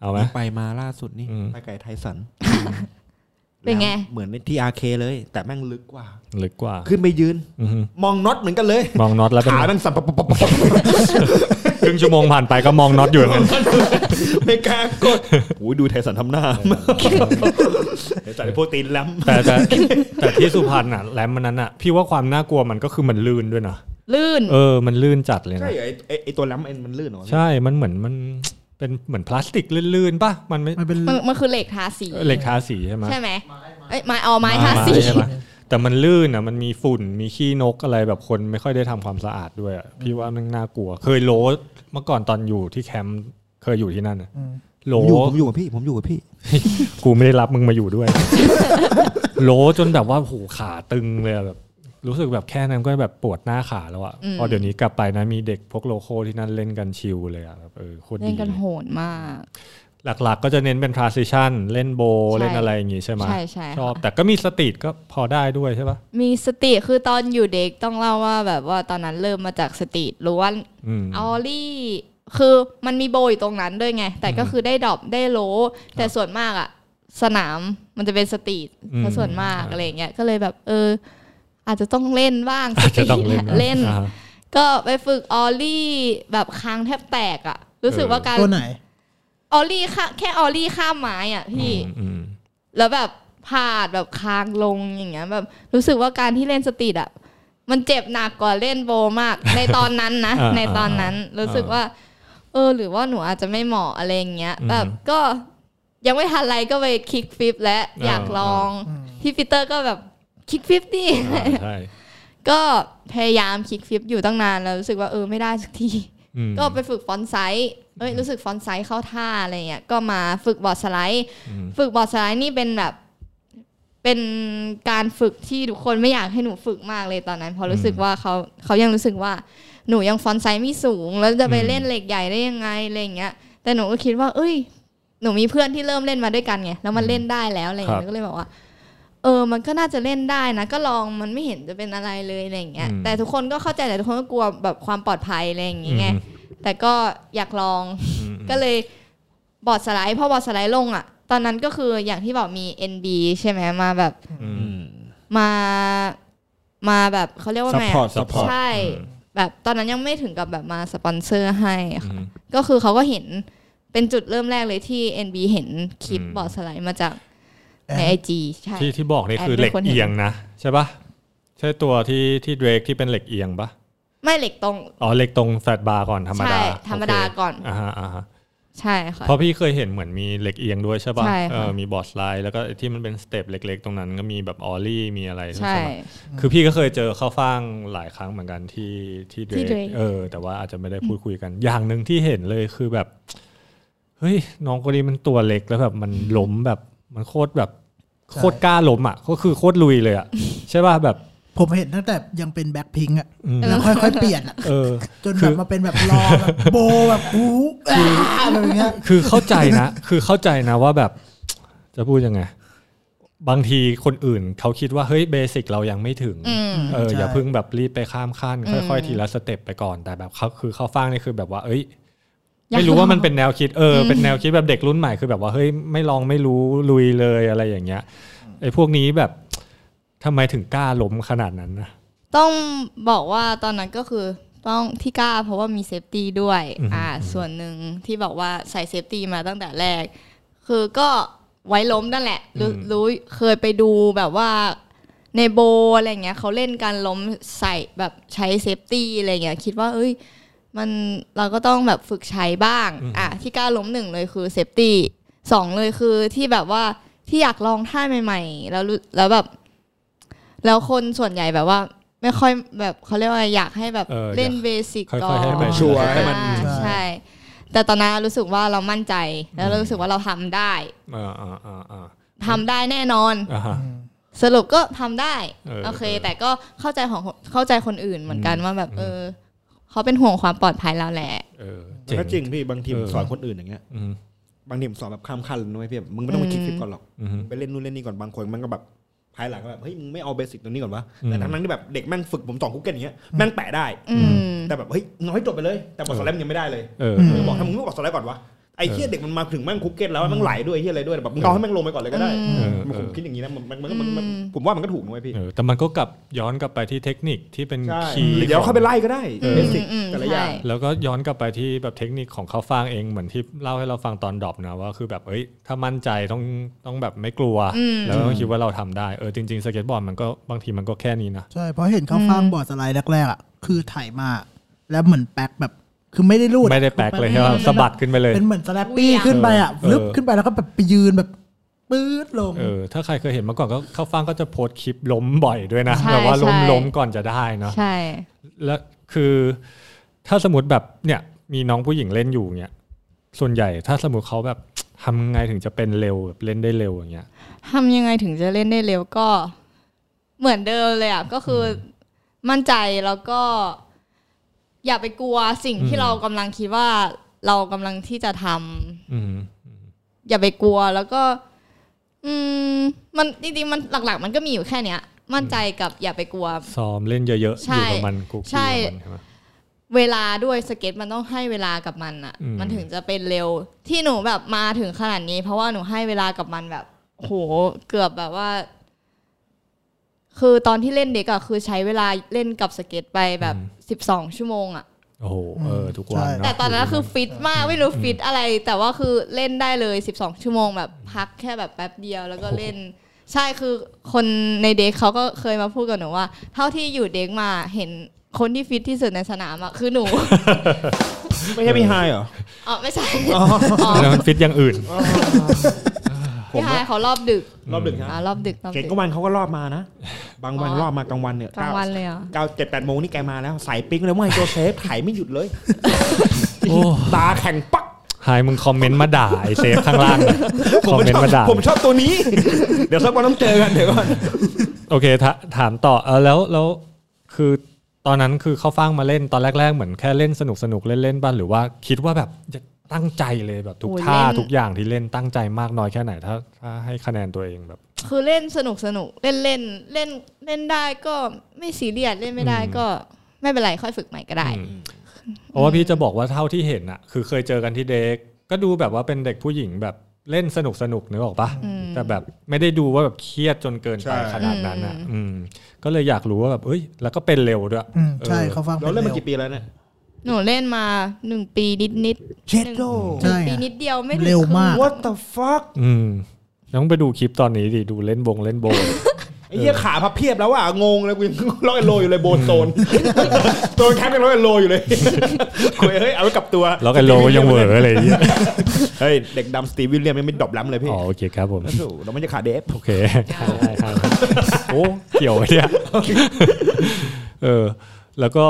Speaker 4: เอาไหม
Speaker 3: ไปมาล่าสุดนี่
Speaker 4: อืม
Speaker 3: ไปไก่ไทสัน
Speaker 5: เป็นไง
Speaker 3: เหมือนที่อาเคเลย แต่แม่งลึกกว่า
Speaker 4: ลึกกว่า
Speaker 3: ขึ้นไปยืน
Speaker 4: อือฮึ
Speaker 3: มองน็อตเหมือนกันเลย
Speaker 4: มองน็อตแล้วเป็น
Speaker 3: ขา
Speaker 4: ไง
Speaker 3: แม่งสั่นปะปะปะปะ
Speaker 4: ครึ่งชั่วโมงผ่านไปก็มองน็อตอยู่อย่างนั้น
Speaker 3: ไม่กล้ากดโอ้ยดูไทสันทำหน้าไทสันโปรตีนแล้ำ
Speaker 4: แต่แต่แต่ที่สุพรรณอ่ะแรมมันนั้นอ่ะ พี่ว่าความน่ากลัวมันก็คือมันลื่นด้วยนะ
Speaker 5: ลื่น
Speaker 4: เออมันลื่นจัดเลย
Speaker 3: ใช่
Speaker 4: นะ
Speaker 3: เหรอไอ้ไอ้ไอตัวแล้ำเอ็นมันลื่นเหรอ
Speaker 4: ใช่มันเหมือนมันเป็นเหมือนพลาสติกลื่นๆป่ะมันไม่
Speaker 6: มันเป็น
Speaker 5: มันมันคือเหล็กทาสี
Speaker 4: เหล็กทาสีใช่ไหม
Speaker 5: ใช่ไหมเอ้ยไม้เอาไม้ทาสี
Speaker 4: ใช่ไหมแต่มันลื่นอ่ะมันมีฝุ่นมีขี้นกอะไรแบบคนไม่ค่อยได้ทำความสะอาดด้วยอะพี่ว่ามันน่ากลัว เคยโลเมื่อก่อนตอนอยู่ที่แคมป์เคยอยู่ที่นั่นอะโล
Speaker 3: ผมอยู่ผมอยู่กับพี่ผมอยู่กับพี่
Speaker 4: กูไม่ได้รับมึงมาอยู่ด้วย โลจนแบบว่าโหขาตึงเลยอะแบบ รู้สึกแบบแค่นั้นก็แบบปวดหน้าขาแล้วอ่ะ
Speaker 5: อืม
Speaker 4: พอเดี๋ยวนี้กลับไปนะมีเด็กพวกโลโคที่นั่นเล่นกันชิลเลยอ่ะแบบเออโคตร
Speaker 5: เล่
Speaker 4: ดี
Speaker 5: นกัน
Speaker 4: เลย
Speaker 5: โหดมาก
Speaker 4: หลักๆ ก็จะเน้นเป็น transition เล่นโบว์
Speaker 5: ใช่
Speaker 4: เล่นอะไรอย่างงี้ใช่ไหม
Speaker 5: ใช่ใช่ค่ะ
Speaker 4: ชอบแต่ก็มีสตรีทก็พอได้ด้วยใช่ปะ
Speaker 5: มีสติคือตอนอยู่เด็กต้องเล่าว่าแบบว่าตอนนั้นเริ่มมาจากสติล้วน
Speaker 4: อืม
Speaker 5: ออลี่คือมันมีโบอยู่ตรงนั้นด้วยไง แต่ก็คือได้ดรอปได้โล แต่ส่วนมากอะสนามมันจะเป็นสตรีท
Speaker 4: อืม
Speaker 5: ซะส่วนมากอะไรอย่างเงี้ยก็เลยแบบเออ อาจจะต้องเล่นบ้างส
Speaker 4: อาจ
Speaker 5: ตรี
Speaker 4: จะ
Speaker 5: ท
Speaker 4: ต้องเล่น
Speaker 5: อะเล่น
Speaker 4: อ่าฮะ
Speaker 5: ก็ไปฝึกออลี่แบบค้างแทบแตกอะรู้สึก
Speaker 4: เออ
Speaker 5: ว่าการ
Speaker 6: ตัวไหน
Speaker 5: ออลี่ข้าแค่ออลี่ข้ามไม้อะพี่
Speaker 4: อืม
Speaker 5: แล้วแบบพลาดแบบคางลงอย่างเงี้ย แบบรู้สึกว่าการที่เล่นสตรีทอ่ะ มันเจ็บหนักกว่าเล่นโบว์มาก ในตอนนั้นนะ
Speaker 4: อ่า
Speaker 5: ในตอนนั้น
Speaker 4: อ่า
Speaker 5: รู้สึกว่า เออ หรือว่าหนูอาจจะไม่เหมาะอะไรอย่างเงี้ย
Speaker 4: อืม
Speaker 5: แบบก็ยังไม่ทันไรก็ไปคิกฟิปและ
Speaker 4: อ่า
Speaker 5: อยากลองพี่ปีเตอร์ก็แบบคิกฟิปดิ
Speaker 4: อ่าใช่
Speaker 5: ก็พยายามคิกฟิปอยู่ตั้งนานแล้วรู้สึกว่าเออไม่ได้สักที
Speaker 4: อืม
Speaker 5: ก็ไปฝึกฟอนต์ไซส์เอ้ยรู้สึกฟอนต์ไซส์เข้าท่าอะไรเงี้ย ก็มาฝึกบอร์ดสไลด์
Speaker 4: อืม
Speaker 5: ฝึกบอร์ดสไลด์นี่เป็นแบบ เป็นการฝึกที่ทุกคนไม่อยากให้หนูฝึกมากเลยตอนนั้นเพราะรู้สึกว่าเขาเขายังรู้สึกว่าหนูยังฟอนต์ไซส์ไม่สูง แล้วจะไปเล่นเหล็กใหญ่ได้ยังไงอะไรอย่างเงี้ย แต่หนูก็คิดว่า เอ้ย หนูมีเพื่อนที่เริ่มเล่นมาด้วยกันไงแล้วมันเล่นได้แล้วอะไรอย่างเงี้ยก็เลยบอกว่า เออ มันก็น่าจะเล่นได้นะ ก็ลองมันไม่เห็นจะเป็นอะไรเลยอะไรอย่างเงี้ย แต่ทุกคนก็เข้าใจแต่ทุกคนก็กลัวแบบความปลอดภัยอะไรอย่างเงี้ยไงแต่ก็อยากลอง
Speaker 4: อืม
Speaker 5: ก็เลยบอร์ดสไลด์พอบอร์ดสไลด์ลงอ่ะ ตอนนั้นก็คืออย่างที่บอกมี NB ใช่ไหมมาแบบ
Speaker 4: อืม
Speaker 5: มามาแบบเขาเรียกว่าไงอะ
Speaker 3: Support support
Speaker 5: ใช่ แบบตอนนั้นยังไม่ถึงกับแบบมาสปอนเซอร์ให้ค่ะ
Speaker 4: อืม
Speaker 5: ก็คือเขาก็เห็นเป็นจุดเริ่มแรกเลยที่ NB เห็นคลิป
Speaker 4: อืม
Speaker 5: บอร์ดสไลด์มาจากใน
Speaker 6: แอด
Speaker 5: ไอจีใช่
Speaker 4: ที่ที่บอกนี่คือเห
Speaker 5: แอดเป็
Speaker 4: ล็ก
Speaker 5: นคนเห็น
Speaker 4: เอียงนะใช่ปะใช่ตัวที่ที่เดรกที่เป็นเหล็กเอียงปะ
Speaker 5: ไม่เหล็กตรง
Speaker 4: อ๋อเหล็กตรงแฟลตบาร์ก่อนธรรมดา
Speaker 5: ใช่ธรรมดา
Speaker 4: โเค
Speaker 5: ก่อน
Speaker 4: อ่าฮะอ่าฮะ
Speaker 5: ใช่ค่ะ
Speaker 4: เพราะพี่เคยเห็นเหมือนมีเหล็กเอียงด้วยใช่ปะ
Speaker 5: ใช่ค่ะ
Speaker 4: เออมีบอร์ดสไลด์แล้วก็ไอ้ที่มันเป็นสเต็ปเล็ก ๆ ตรงนั้นก็มีแบบออลลี่มีอะไรด้วย
Speaker 5: ใช่
Speaker 4: ปะคือพี่ก็เคยเจอเข้าฟ่างหลายครั้งเหมือนกันที่ที่เดร
Speaker 5: ที่
Speaker 4: ก
Speaker 5: Drake
Speaker 4: เออ แต่ว่าอาจจะไม่ได้พูดคุยกัน อย่างหนึ่งที่เห็นเลยคือแบบ เฮ้ยน้องคนนี้มันตัวเล็กแล้วแบบมันล้มแบบมันโคตรแบบ
Speaker 6: ใช่
Speaker 4: โคตรกล้าล้มอ่ะก็คือโคตรลุยเลย อ่ะ ใช่ป่ะแบบ
Speaker 6: ผมเห็นตั้งแต่ยังเป็นแบ็คพิงค์อะ
Speaker 4: อืม
Speaker 6: แล้วค่อยๆเปลี่ยนอะ
Speaker 4: เออ
Speaker 6: จนแบบมาเป็นแบบรอแบบโบแบบ อู้อ่าแบบเนี้ย
Speaker 4: คือเข้าใจนะ คือเข้าใจนะว่าแบบ จะพูดยังไง บางทีคนอื่นเขาคิดว่าเฮ้ยเบสิกเรายังไม่ถึง
Speaker 5: อืม
Speaker 4: เออ
Speaker 6: ใช่
Speaker 4: อย่าเพิ่งแบบรีบไปข้ามขั้น
Speaker 5: อืม
Speaker 4: ค่อยๆ ทีละสเต็ปไปก่อนแต่แบบเขาคือเข้าฟังนี่คือแบบว่า เอ้ย
Speaker 5: อยาก
Speaker 4: ไม่รู้ว่ามัน
Speaker 5: ลอง
Speaker 4: เป็นแนวคิดเอออ
Speaker 5: ม
Speaker 4: เป็นแนวคิดแบบเด็กรุ่นใหม่คือแบบว่าเฮ้ยไม่ลองไม่รู้ลุยเลยอะไรอย่างเงี้ยไอ้พวกนี้แบบทำไมถึงกล้าล้มขนาดนั้นนะ
Speaker 5: ต้องบอกว่าตอนนั้นก็คือต้องที่กล้าเพราะว่ามีเซฟตี้ด้วย
Speaker 4: อือฮึ
Speaker 5: อ่าส่วนหนึ่งที่บอกว่าใส่เซฟตี้มาตั้งแต่แรก คือก็ไว้ล้มนั่นแหละรู้รู้เคยไปดูแบบว่าในโบอะไรเงี้ยเขาเล่นการล้มใส่แบบใช้เซฟตี้อะไรเงี้ยคิดว่าเอ้ยมันเราก็ต้องแบบฝึกใช้บ้างอ่ะที่กล้าล้มหนึ่งเลยคือเซฟตี้สองเลยคือที่แบบว่าที่อยากลองท่าใหม่ ๆ แล้วรู้แล้วแบบ แล้วคนส่วนใหญ่แบบว่า ไม่ค่อยแบบเขาเรียกว่าอะไรอยากให้แบบ
Speaker 4: เออ
Speaker 5: เล่น
Speaker 4: อยาก
Speaker 5: เบสิก
Speaker 4: ค่อยๆ
Speaker 5: ก่อน
Speaker 4: ให้มัน
Speaker 3: ชัวร์ให้มัน
Speaker 5: อ่าใช่ แต่ตอนนั้นรู้สึกว่าเรามั่นใจแล้วเรารู้สึกว่าเราทำได้
Speaker 4: เอออ่าอ่าอ่า
Speaker 5: ทำได้แน่นอน
Speaker 4: อ่าฮะ
Speaker 5: สรุปก็ทำได้
Speaker 4: เออ
Speaker 5: โอเค
Speaker 4: เออ
Speaker 5: แต่ก็เข้าใจของเข้าใจคนอื่นเหมือนกันว่าแบบเออเขาเป็นห่วงความปลอดภัยเราแหละ
Speaker 4: เออ
Speaker 3: มัน
Speaker 4: เจ๋ง
Speaker 3: ก็จริงพี่บางที
Speaker 4: เออ
Speaker 3: สอนคนอื่นอย่างเงี้ย
Speaker 4: อืม
Speaker 3: บางทีผมสอนแบบข้ามขั้นเลยนะเว้ยพี่แบบมึงไม่ต้องไปคิดคลิปก่อนหรอก
Speaker 4: อืม
Speaker 3: ไปเล่นนู่นเล่นนี่ก่อนบางคนมันก็แบบภายหลังก็แบบเฮ้ยมึงไม่เอาเบสิกตรงนี้ก่อนวะ
Speaker 4: อืม
Speaker 3: แต่ทั้งนั้นที่แบบเด็กแม่งฝึกผมสอนคุกเกิลอย่างเงี้ยแม่งแปะได้
Speaker 5: อืม
Speaker 3: แต่แบบเฮ้ยน้อยจบไปเลย แต่บอสแลมยังไม่ได้เลย
Speaker 4: เออ
Speaker 3: บอกถ้ามึงไม่บอกสแลมก่อนวะไอ
Speaker 7: อ้เหี้ยเด็กมันมาถึงแม่งคุกเก็ตแล้วแม่งไหลด้วยไอ้เหี้ยอะไรด้วยแบบมึงเอาให้แม่งลงไปก่อนเลยก็ได้
Speaker 4: เออ
Speaker 7: มัน
Speaker 4: เอ
Speaker 7: ผ
Speaker 4: อ
Speaker 7: มคิดอย่างนี้นะมันมันมันก็มันมัน
Speaker 5: อืม
Speaker 7: ผมว่ามันก็ถูกนะเว้ยพี่
Speaker 4: เออแต่มันก็กลับย้อนกลับไปที่เทคนิคที่เป็น
Speaker 7: ใช่
Speaker 4: คีย์
Speaker 7: เดี๋ยวเข้าไปไล่ก็ได้
Speaker 5: อืม
Speaker 7: เบสิก
Speaker 5: อืม
Speaker 7: แต่ละอย่าง
Speaker 5: ใช่
Speaker 4: แล้วก็ย้อนกลับไปที่แบบเทคนิคของเขาฟางเองเหมือนที่เล่าให้เราฟังตอนดรอปนะว่าคือแบบเอ้ยถ้ามั่นใจต้องต้องแบบไม่กลัว
Speaker 5: อืม
Speaker 4: แล้วก็คิดว่าเราทำได้เออจริงๆสเก็ตบอร์ดมันก็บางทีมันก็แค่นี้นะ
Speaker 6: ใช่เพราะเห็นเขาฟางบอร์ดสไลด์แรกๆอ่ะคือถ่ายมาแล้วเหมือนแป๊กแบบคือไม่ได้รูด
Speaker 4: ไม่ได้แปลกเลยใช่ป่ะสะบัดขึ้นไปเลย
Speaker 6: เป็นเหมือนสแลปปี้ขึ้นไปอ่ะ
Speaker 4: เออ
Speaker 6: ลึบขึ้นไปแล้วก็แบบไปยืนแบบปื๊ดลง
Speaker 4: เออถ้าใครเคยเห็นมาก่อนก็เข้าฟังก็จะโพสต์คลิปล้มบ่อยด้วยนะ
Speaker 5: ใช่
Speaker 4: แบบว่าล้ม
Speaker 5: ใช่
Speaker 4: ล้มก่อนจะได้เนาะ
Speaker 5: ใช่
Speaker 4: แล้วคือถ้าสมมติแบบเนี่ยมีน้องผู้หญิงเล่นอยู่เนี่ยส่วนใหญ่ถ้าสมมติเขาแบบ ทำไงถึงจะเป็นเร็วแบบเล่นได้เร็วอย่างเงี้ย
Speaker 5: ทำยังไงถึงจะเล่นได้เร็วก็ เหมือนเดิมเลยอ่ะก็คืออมั่นใจแล้วก็ อย่าไปกลัวสิ่งที่
Speaker 4: อืม
Speaker 5: เรากำลังคิดว่าเรากำลังที่จะทำ
Speaker 4: อืม
Speaker 5: อย่าไปกลัวแล้วก็ อืม มันจริงๆมันหลัก ๆ มันก็มีอยู่แค่เนี้ย มั่นใจกับอย่าไปกลัว
Speaker 4: ซ้อมเล่นเยอะๆอยู่กับมันกุ๊ก
Speaker 5: ใช่
Speaker 4: กี้กับมันใช่ไหม
Speaker 5: เวลาด้วยสเก็ตมันต้องให้เวลากับมันอ่ะ
Speaker 4: อืม
Speaker 5: มันถึงจะเป็นเร็ว ที่หนูแบบมาถึงขนาดนี้ เพราะว่าหนูให้เวลากับมันแบบโหเกือบแบบว่า คือตอนที่เล่นเด็กอะคือใช้เวลาเล่นกับสเก็ตไปแบบสิบสองชั่วโมงอะ
Speaker 4: โอ้โหเออทุกวัน
Speaker 6: ใช่
Speaker 4: เะ
Speaker 5: แต่ตอนนั้นคือฟิตมากไม่รู้ฟิตอะไร แต่ว่าคือเล่นได้เลยสิบสองชั่วโมงแบบพักแค่แบบแป๊บเดียวแล้วก็เล่น ใช่คือคนในเด็กเขาก็เคยมาพูดกับหนูว่า เท่าที่อยู่เด็กมาเห็นคนที่ฟิตที่สุดในสนามอะคือหนู
Speaker 3: ไม่ใช่พี่ไฮเหรอ
Speaker 5: อ๋อไม่ใช่ อ๋อ
Speaker 4: แล้วมันฟิตอย่างอื่น
Speaker 3: ผม
Speaker 5: พี่
Speaker 3: ว่า
Speaker 5: ฮา
Speaker 3: ย
Speaker 5: เขารอบดึก
Speaker 3: รอบดึกฮะ
Speaker 5: อ่ารอบดึกรอบ
Speaker 3: เก่ง
Speaker 5: ดึก
Speaker 3: ก็วันเขาก็รอบมานะ บางวัน
Speaker 5: อ๋อ
Speaker 3: รอบมากลางวันเนี่ย
Speaker 5: กลางวันเลยเหรอ่ะ
Speaker 3: เก้าเจ็ดแปดโมงนี่แกมาแล้วสายปิ๊งเลยว่าไอ้โจเซฟถ่ายไม่หยุดเลย
Speaker 4: โอ้
Speaker 7: ตาแข็งปัก
Speaker 4: หายมึงคอมเมนต์มาด่าไอเซฟข้างล่าง นะ
Speaker 7: ผ
Speaker 4: คอม
Speaker 7: ม
Speaker 4: เมน
Speaker 7: ชอบ
Speaker 4: ต์มาด่า
Speaker 7: ผมชอบตัวนี้ เดี๋ยวสักวันต้องเจอกันเดี๋ยวก่อน
Speaker 4: โอเคถาถามต่อเออแล้วแล้วคือตอนนั้นคือเขาฟังมาเล่นตอนแรก ๆ เหมือนแค่เล่นสนุกสนุกๆเล่นๆบ้านหรือว่าคิดว่าแบบจะตั้งใจเลยแบบทุกท่าทุกอย่างที่เล่นตั้งใจมากน้อยแค่ไหนถ้าถ้าให้คะแนนตัวเองแบบ
Speaker 5: คือเล่นสนุกสนุกเล่นเล่นเล่นเล่นได้ก็ไม่ซีเรียสเล่นไม่ได้
Speaker 4: อืม
Speaker 5: ก็ไม่เป็นไรค่อยฝึกใหม่ก็ได้
Speaker 4: อืมเพราะว่าพี่จะบอกว่าเท่าที่เห็นอะคือเคยเจอกันที่เด็ก ก็ดูแบบว่าเป็นเด็กผู้หญิงแบบเล่นสนุกสนุกนึกออกปะ
Speaker 5: อืม
Speaker 4: แต่แบบไม่ได้ดูว่าแบบเครียดจนเกิน
Speaker 7: ใช่
Speaker 4: ไปขนาดนั้นอะ
Speaker 5: อืม
Speaker 4: อืมก็เลยอยากรู้ว่าแบบเอ้ย แล้วก็เป็นเร็วด้วย
Speaker 6: อืมใช่
Speaker 4: เออ
Speaker 6: เขาฟาง
Speaker 3: เราเล่น
Speaker 6: ป็
Speaker 3: มากี่ปีแล้วเนี่ย
Speaker 5: หนูเล่นมาหนึ่งปีนิดนิด
Speaker 6: เช็ดโล
Speaker 5: หนึ่งปีนิดเดียวไม่ถึง
Speaker 6: เร็วมาก
Speaker 5: ค
Speaker 3: What the fuck
Speaker 4: อืมต้องไปดูคลิปตอนนี้ดิดูเล่นบงเล่นโบว์
Speaker 7: ไอ้เหี้ยขาพับเพียบแล้วอ่ะงงเลยกูยัง ร้อยโลอยู่เลยโบนโซ นโซนแคมป์ยังร้อยโลอยู่เลยคุ ยเฮ้ยเอาไว้กลับตัว
Speaker 4: แล้วกันโลก็ยังเหวออะไรอย่างเงี้ย
Speaker 7: เฮ้ยเด็กดำสตีวิลเลียมยังไม่ดรอปล้ำเลยพี่
Speaker 4: อ๋อโอเคครับผม
Speaker 7: โอ้โหเราไม่จะขาเดฟ
Speaker 4: โอเคได้ครับโอ้เกี่ยวเนี่ยเออ แล้วก็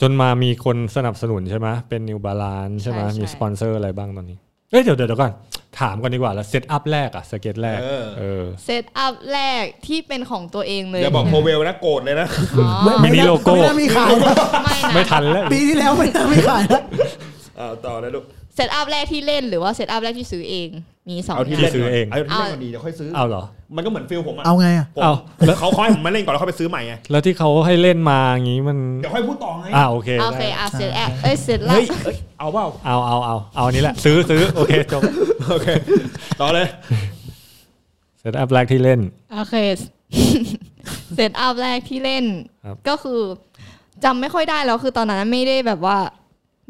Speaker 4: จนมามีคนสนับสนุนใช่ไหมเป็น New Balance ใช่ไหม
Speaker 5: ใช่ใช่
Speaker 4: มีสปอนเซอร์อะไรบ้างตอนนี้ เอ้ยเดี๋ยวเดี๋ยวเดี๋ยวก่อน ถามก่อนดีกว่าแล้วเซตอัพแรกอะสเก็ตแรก
Speaker 7: เออ
Speaker 4: เออ
Speaker 5: เซตอัพแรกที่เป็นของตัวเองเลย
Speaker 7: อย่าบอกโพเวลนะโกรธเลยนะ
Speaker 5: อ๋อ
Speaker 4: มินิโลโก้
Speaker 6: ไม่น่ามีขายนะ
Speaker 5: ไม่
Speaker 4: ไม่
Speaker 5: นะ
Speaker 4: ทันแล้ว
Speaker 6: ปีที่แล้วไม่น่ามีขายนะ
Speaker 7: เอาต่อนะลูก
Speaker 5: เซตอัพแรกที่เล่นหรือว่าเซตอัพแรกที่ซื้อเองมีสอง
Speaker 7: เอาที่
Speaker 5: อย่า
Speaker 7: เล่นก่
Speaker 5: ง
Speaker 7: นเอาที่เล่นก่อนดีเดี๋ยวค่อยซื้อ
Speaker 4: เอาเหรอ
Speaker 7: มันก็เหมือนฟิลผมอ่ะ
Speaker 6: เอาไงอ่ะ
Speaker 7: ผม
Speaker 4: เอา
Speaker 7: ผมเขาคอยผมมาเล่นก่อนแล้วเขาไปซื้อใหม่ไง
Speaker 4: แล้วที่เขาให้เล่นมาอย่างงี้มัน
Speaker 7: เดี๋ยวค่อยพูดต่อไง
Speaker 4: อ่าโอเค
Speaker 5: โอเค
Speaker 4: ได้
Speaker 5: อ่ะเสร็จแอปเอ้ยเสร็จแล้ว
Speaker 7: เฮ้ยเอ้ยเอาเปล่า
Speaker 4: เอาเอาเอาเอาอันนี้แหละซื้อซื้อโอเคจบ
Speaker 7: โอเคต่อเลย
Speaker 4: เซตอัพแรกที่เล่น
Speaker 5: โอเค เสร็จอัพแรกที่เล่น
Speaker 4: ครับ
Speaker 5: ก็คือจำไม่ค่อยได้แล้วคือตอนนั้นไม่ได้แบบว่า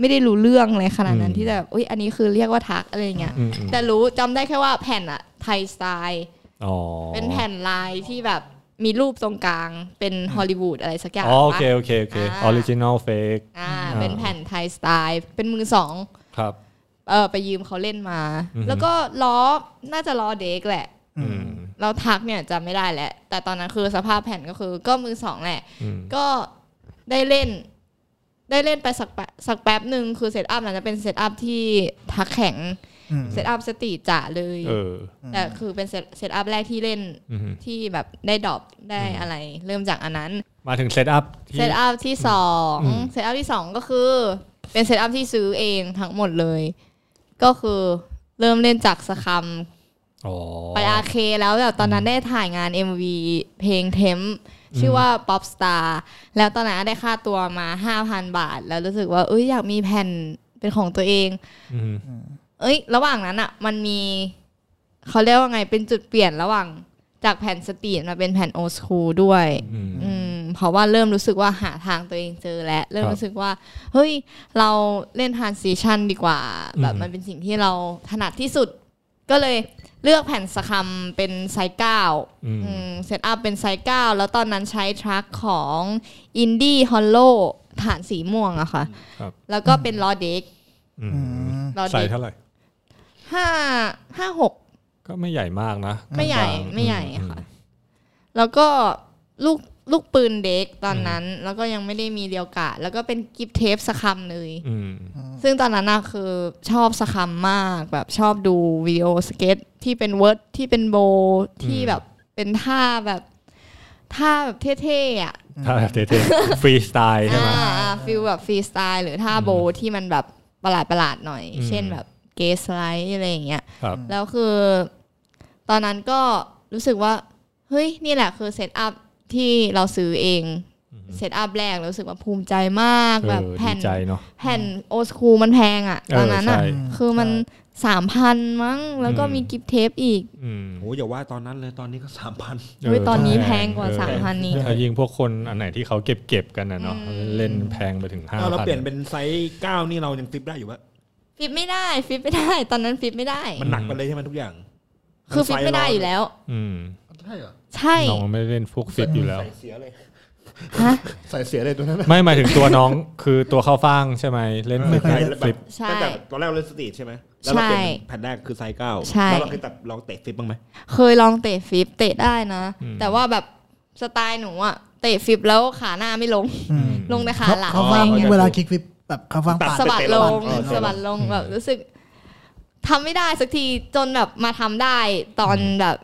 Speaker 5: ไม่ได้รู้เรื่องเลยขนาดนั้นที่จะแบบอุ้ยอันนี้คือเรียกว่าทักอะไรอย่างเงี้ย
Speaker 4: อืมอืม
Speaker 5: แต่รู้จำได้แค่ว่าแผ่นอะไทยสไตล์
Speaker 4: อ๋อ
Speaker 5: เป็นแผ่นลายที่แบบมีรูปตรงกลาง เป็นฮอลลีวูดอะไรสักอย่าง
Speaker 4: อ๋อโอ
Speaker 5: ปะ
Speaker 4: เคโอเคโอเค
Speaker 5: อ่า
Speaker 4: ออริจินอลเฟก
Speaker 5: อ่า
Speaker 4: อ่า
Speaker 5: เป็นแผ่นไทยสไตล์ เป็นมือสอง
Speaker 4: ครับ
Speaker 5: เออไปยืมเขาเล่นมา
Speaker 4: อือฮึ
Speaker 5: แล้วก็ล้อน่าจะล้อเด็กแหละ
Speaker 4: อืม
Speaker 5: เราทักเนี่ยจำไม่ได้แหละ แต่ตอนนั้นคือสภาพแผ่นก็คือ ก็มือสองแหละ
Speaker 4: อืม
Speaker 5: ก็ได้เล่น ได้เล่นไปสักแปสักแป๊บหนึ่งคือเซตอัพนั้นจะเป็นเซตอัพที่ทักแข็ง
Speaker 6: อืม
Speaker 5: เซตอัพสติจ่าเลย
Speaker 4: เออ
Speaker 5: แต่คือเป็นเซตเซตอัพแรกที่เล่น
Speaker 4: อืม
Speaker 5: ที่แบบได้ดรอปได้อะไร เริ่มจากอันนั้น
Speaker 4: มาถึงเซตอัพที่
Speaker 5: เซตอัพที่สอง
Speaker 4: อืม
Speaker 5: เซตอัพที่สองก็คือ เป็นเซตอัพที่ซื้อเองทั้งหมดเลย ก็คือเริ่มเล่นจากสครัม
Speaker 4: อ๋อ
Speaker 5: ไปอาเคแล้วแบบตอนนั้นได้ถ่ายงาน MV เพลงเทมชื่อว่า Pop Star แล้วตอนนั้นได้ค่าตัวมา 5,000 บาท แล้วรู้สึกว่าเอ้ยอยากมีแผ่น เป็นของตัวเอง
Speaker 4: อืม
Speaker 5: เอ้ย ระหว่างนั้นอะมันมี เขาเรียกว่าไงเป็นจุดเปลี่ยนระหว่างจากแผ่นสตรีทมาเป็นแผ่นโอสคูลด้วย
Speaker 4: อืม
Speaker 5: อืมเพราะว่าเริ่มรู้สึกว่าหาทางตัวเองเจอแล้ว เริ่ม
Speaker 4: ครับ
Speaker 5: รู้สึกว่า เฮ้ย เราเล่น transition ดีกว่า แบบ
Speaker 4: อืม
Speaker 5: มันเป็นสิ่งที่เราถนัดที่สุด ก็เลยเลือกแผ่นสคัมเป็นไซส์เก้า
Speaker 4: อืม
Speaker 5: อืมเซตอัพเป็นไซส์เก้าแล้วตอนนั้นใช้ทรัคของอินดี้ฮอลโลฐานสีม่วงอะค่ะ
Speaker 4: ครับ
Speaker 5: แล้วก็เป็นล้อเด็ก
Speaker 4: อืม
Speaker 5: รอดิ
Speaker 4: ใส่เท่าไหร่
Speaker 5: ห้าห้าหก
Speaker 4: ก็ไม่ใหญ่มากนะ
Speaker 5: ไม่ใหญ่
Speaker 4: กลาง
Speaker 5: ไม่ใหญ่
Speaker 4: อืม
Speaker 5: ค่ะ แล้วก็ลูกลูกปืนเด็กตอนนั้น แล้วก็ยังไม่ได้มีเรียวกะ แล้วก็เป็นกิฟเทปสครัมเลย
Speaker 4: อืม
Speaker 5: ซึ่งตอนนั้นน่ะคือชอบสครัมมากแบบชอบดูวิดีโอสเก็ตที่เป็นเวิร์ดที่เป็นโบว์ที่
Speaker 4: อืม
Speaker 5: แบบเป็นท่าแบบท่าแบบเท่ๆอ่ะ
Speaker 4: ถ้าเท่ๆฟรีสไตล์ใช่ไหม
Speaker 5: อ่าฟิลแบบฟรีสไตล์หรือท่าโบว์ที่มันแบบประหลาดประหลาดๆหน่อย
Speaker 4: อืม
Speaker 5: เช่นแบบเกสไลด์อะไรอย่างเงี้ย
Speaker 4: ครับ
Speaker 5: แล้วคือตอนนั้นก็รู้สึกว่า เฮ้ย นี่แหละคือเซตอัพที่เราซื้อเองเซตอัพแรกแล้วรู้สึกว่าภูมิใจมาก
Speaker 4: เอ
Speaker 5: แบบ
Speaker 4: อดี
Speaker 5: แผ่น
Speaker 4: ใจเนาะ
Speaker 5: แผ่นโอสคูมันแพงอะ่ะ
Speaker 4: เออ
Speaker 5: ตอนนั้นอ่ะ
Speaker 4: ใช่
Speaker 5: คือมันสามพันมั้ง แล้วก็
Speaker 4: อืม
Speaker 5: มีกิฟต์เทปอีก
Speaker 4: อืม
Speaker 3: โอ้ยอย่าว่าตอนนั้นเลยตอนนี้ก็สามพัน
Speaker 5: เฮ้ยตอนนี้แพงกว่า
Speaker 4: เออ
Speaker 5: สามพันนี้
Speaker 4: ถ้ายิงพวกคนอันไหนที่เขาเก็บเก็บๆกันนะเนาะเล่นแพงไปถึงห้า
Speaker 3: เรา
Speaker 4: พัน
Speaker 3: เปลี่ยนเป็นไซส์เก้านี่เรายังติปได้อยู่ปะ
Speaker 5: ฟิปไม่ได้ ฟิปไม่ได้ ตอนนั้นฟิปไม่ได้
Speaker 3: มันหนักไปเลยใช่ไหมทุกอย่าง
Speaker 5: คือฟิปไม่ได้อยู่แล้ว
Speaker 4: อืม
Speaker 7: ใช่เหรอ
Speaker 5: ใช่
Speaker 4: น้องไม่ได้เล่นพวกฟิตอยู่แล้ว
Speaker 3: ใส่เสียเลย
Speaker 5: ฮะ
Speaker 7: ใส่เสียเลยตัวนั้นน่ะ
Speaker 4: ไม่หมายถึงตัวน้อง คือตัวเข้าฟ่างใช่ไหมเล่นฟิต
Speaker 6: ไม่ค่อยเล่น
Speaker 4: ฟิต
Speaker 5: ใช่
Speaker 3: ตั้งแต่ตอนแรกเราเล่นสตรีทใช่ไหมแล้วเรา
Speaker 5: ใช่
Speaker 3: เปลี่ยนเป็นแผ่นแรกคือไซส์เก้า
Speaker 5: ใช่
Speaker 3: แล้วเราเคยตัดลองเตะฟิปบ้างไหม
Speaker 5: เคยลองเตะฟิปเตะได้นะ แต่ว่าแบบสไตล์หนูอะเตะฟิปแล้วขาหน้าไม่ลง
Speaker 6: อืม
Speaker 5: ลงในขา
Speaker 6: เขา
Speaker 5: หลัง
Speaker 6: เขาฟังเวลาคลิกฟลิปแบบเขาฟังปัด
Speaker 5: สะบัดลง
Speaker 6: เออเตะลง
Speaker 5: สะบัดลงแบบรู้สึกทำไม่ได้สักทีจนแบบมาทำได้ตอนแบบ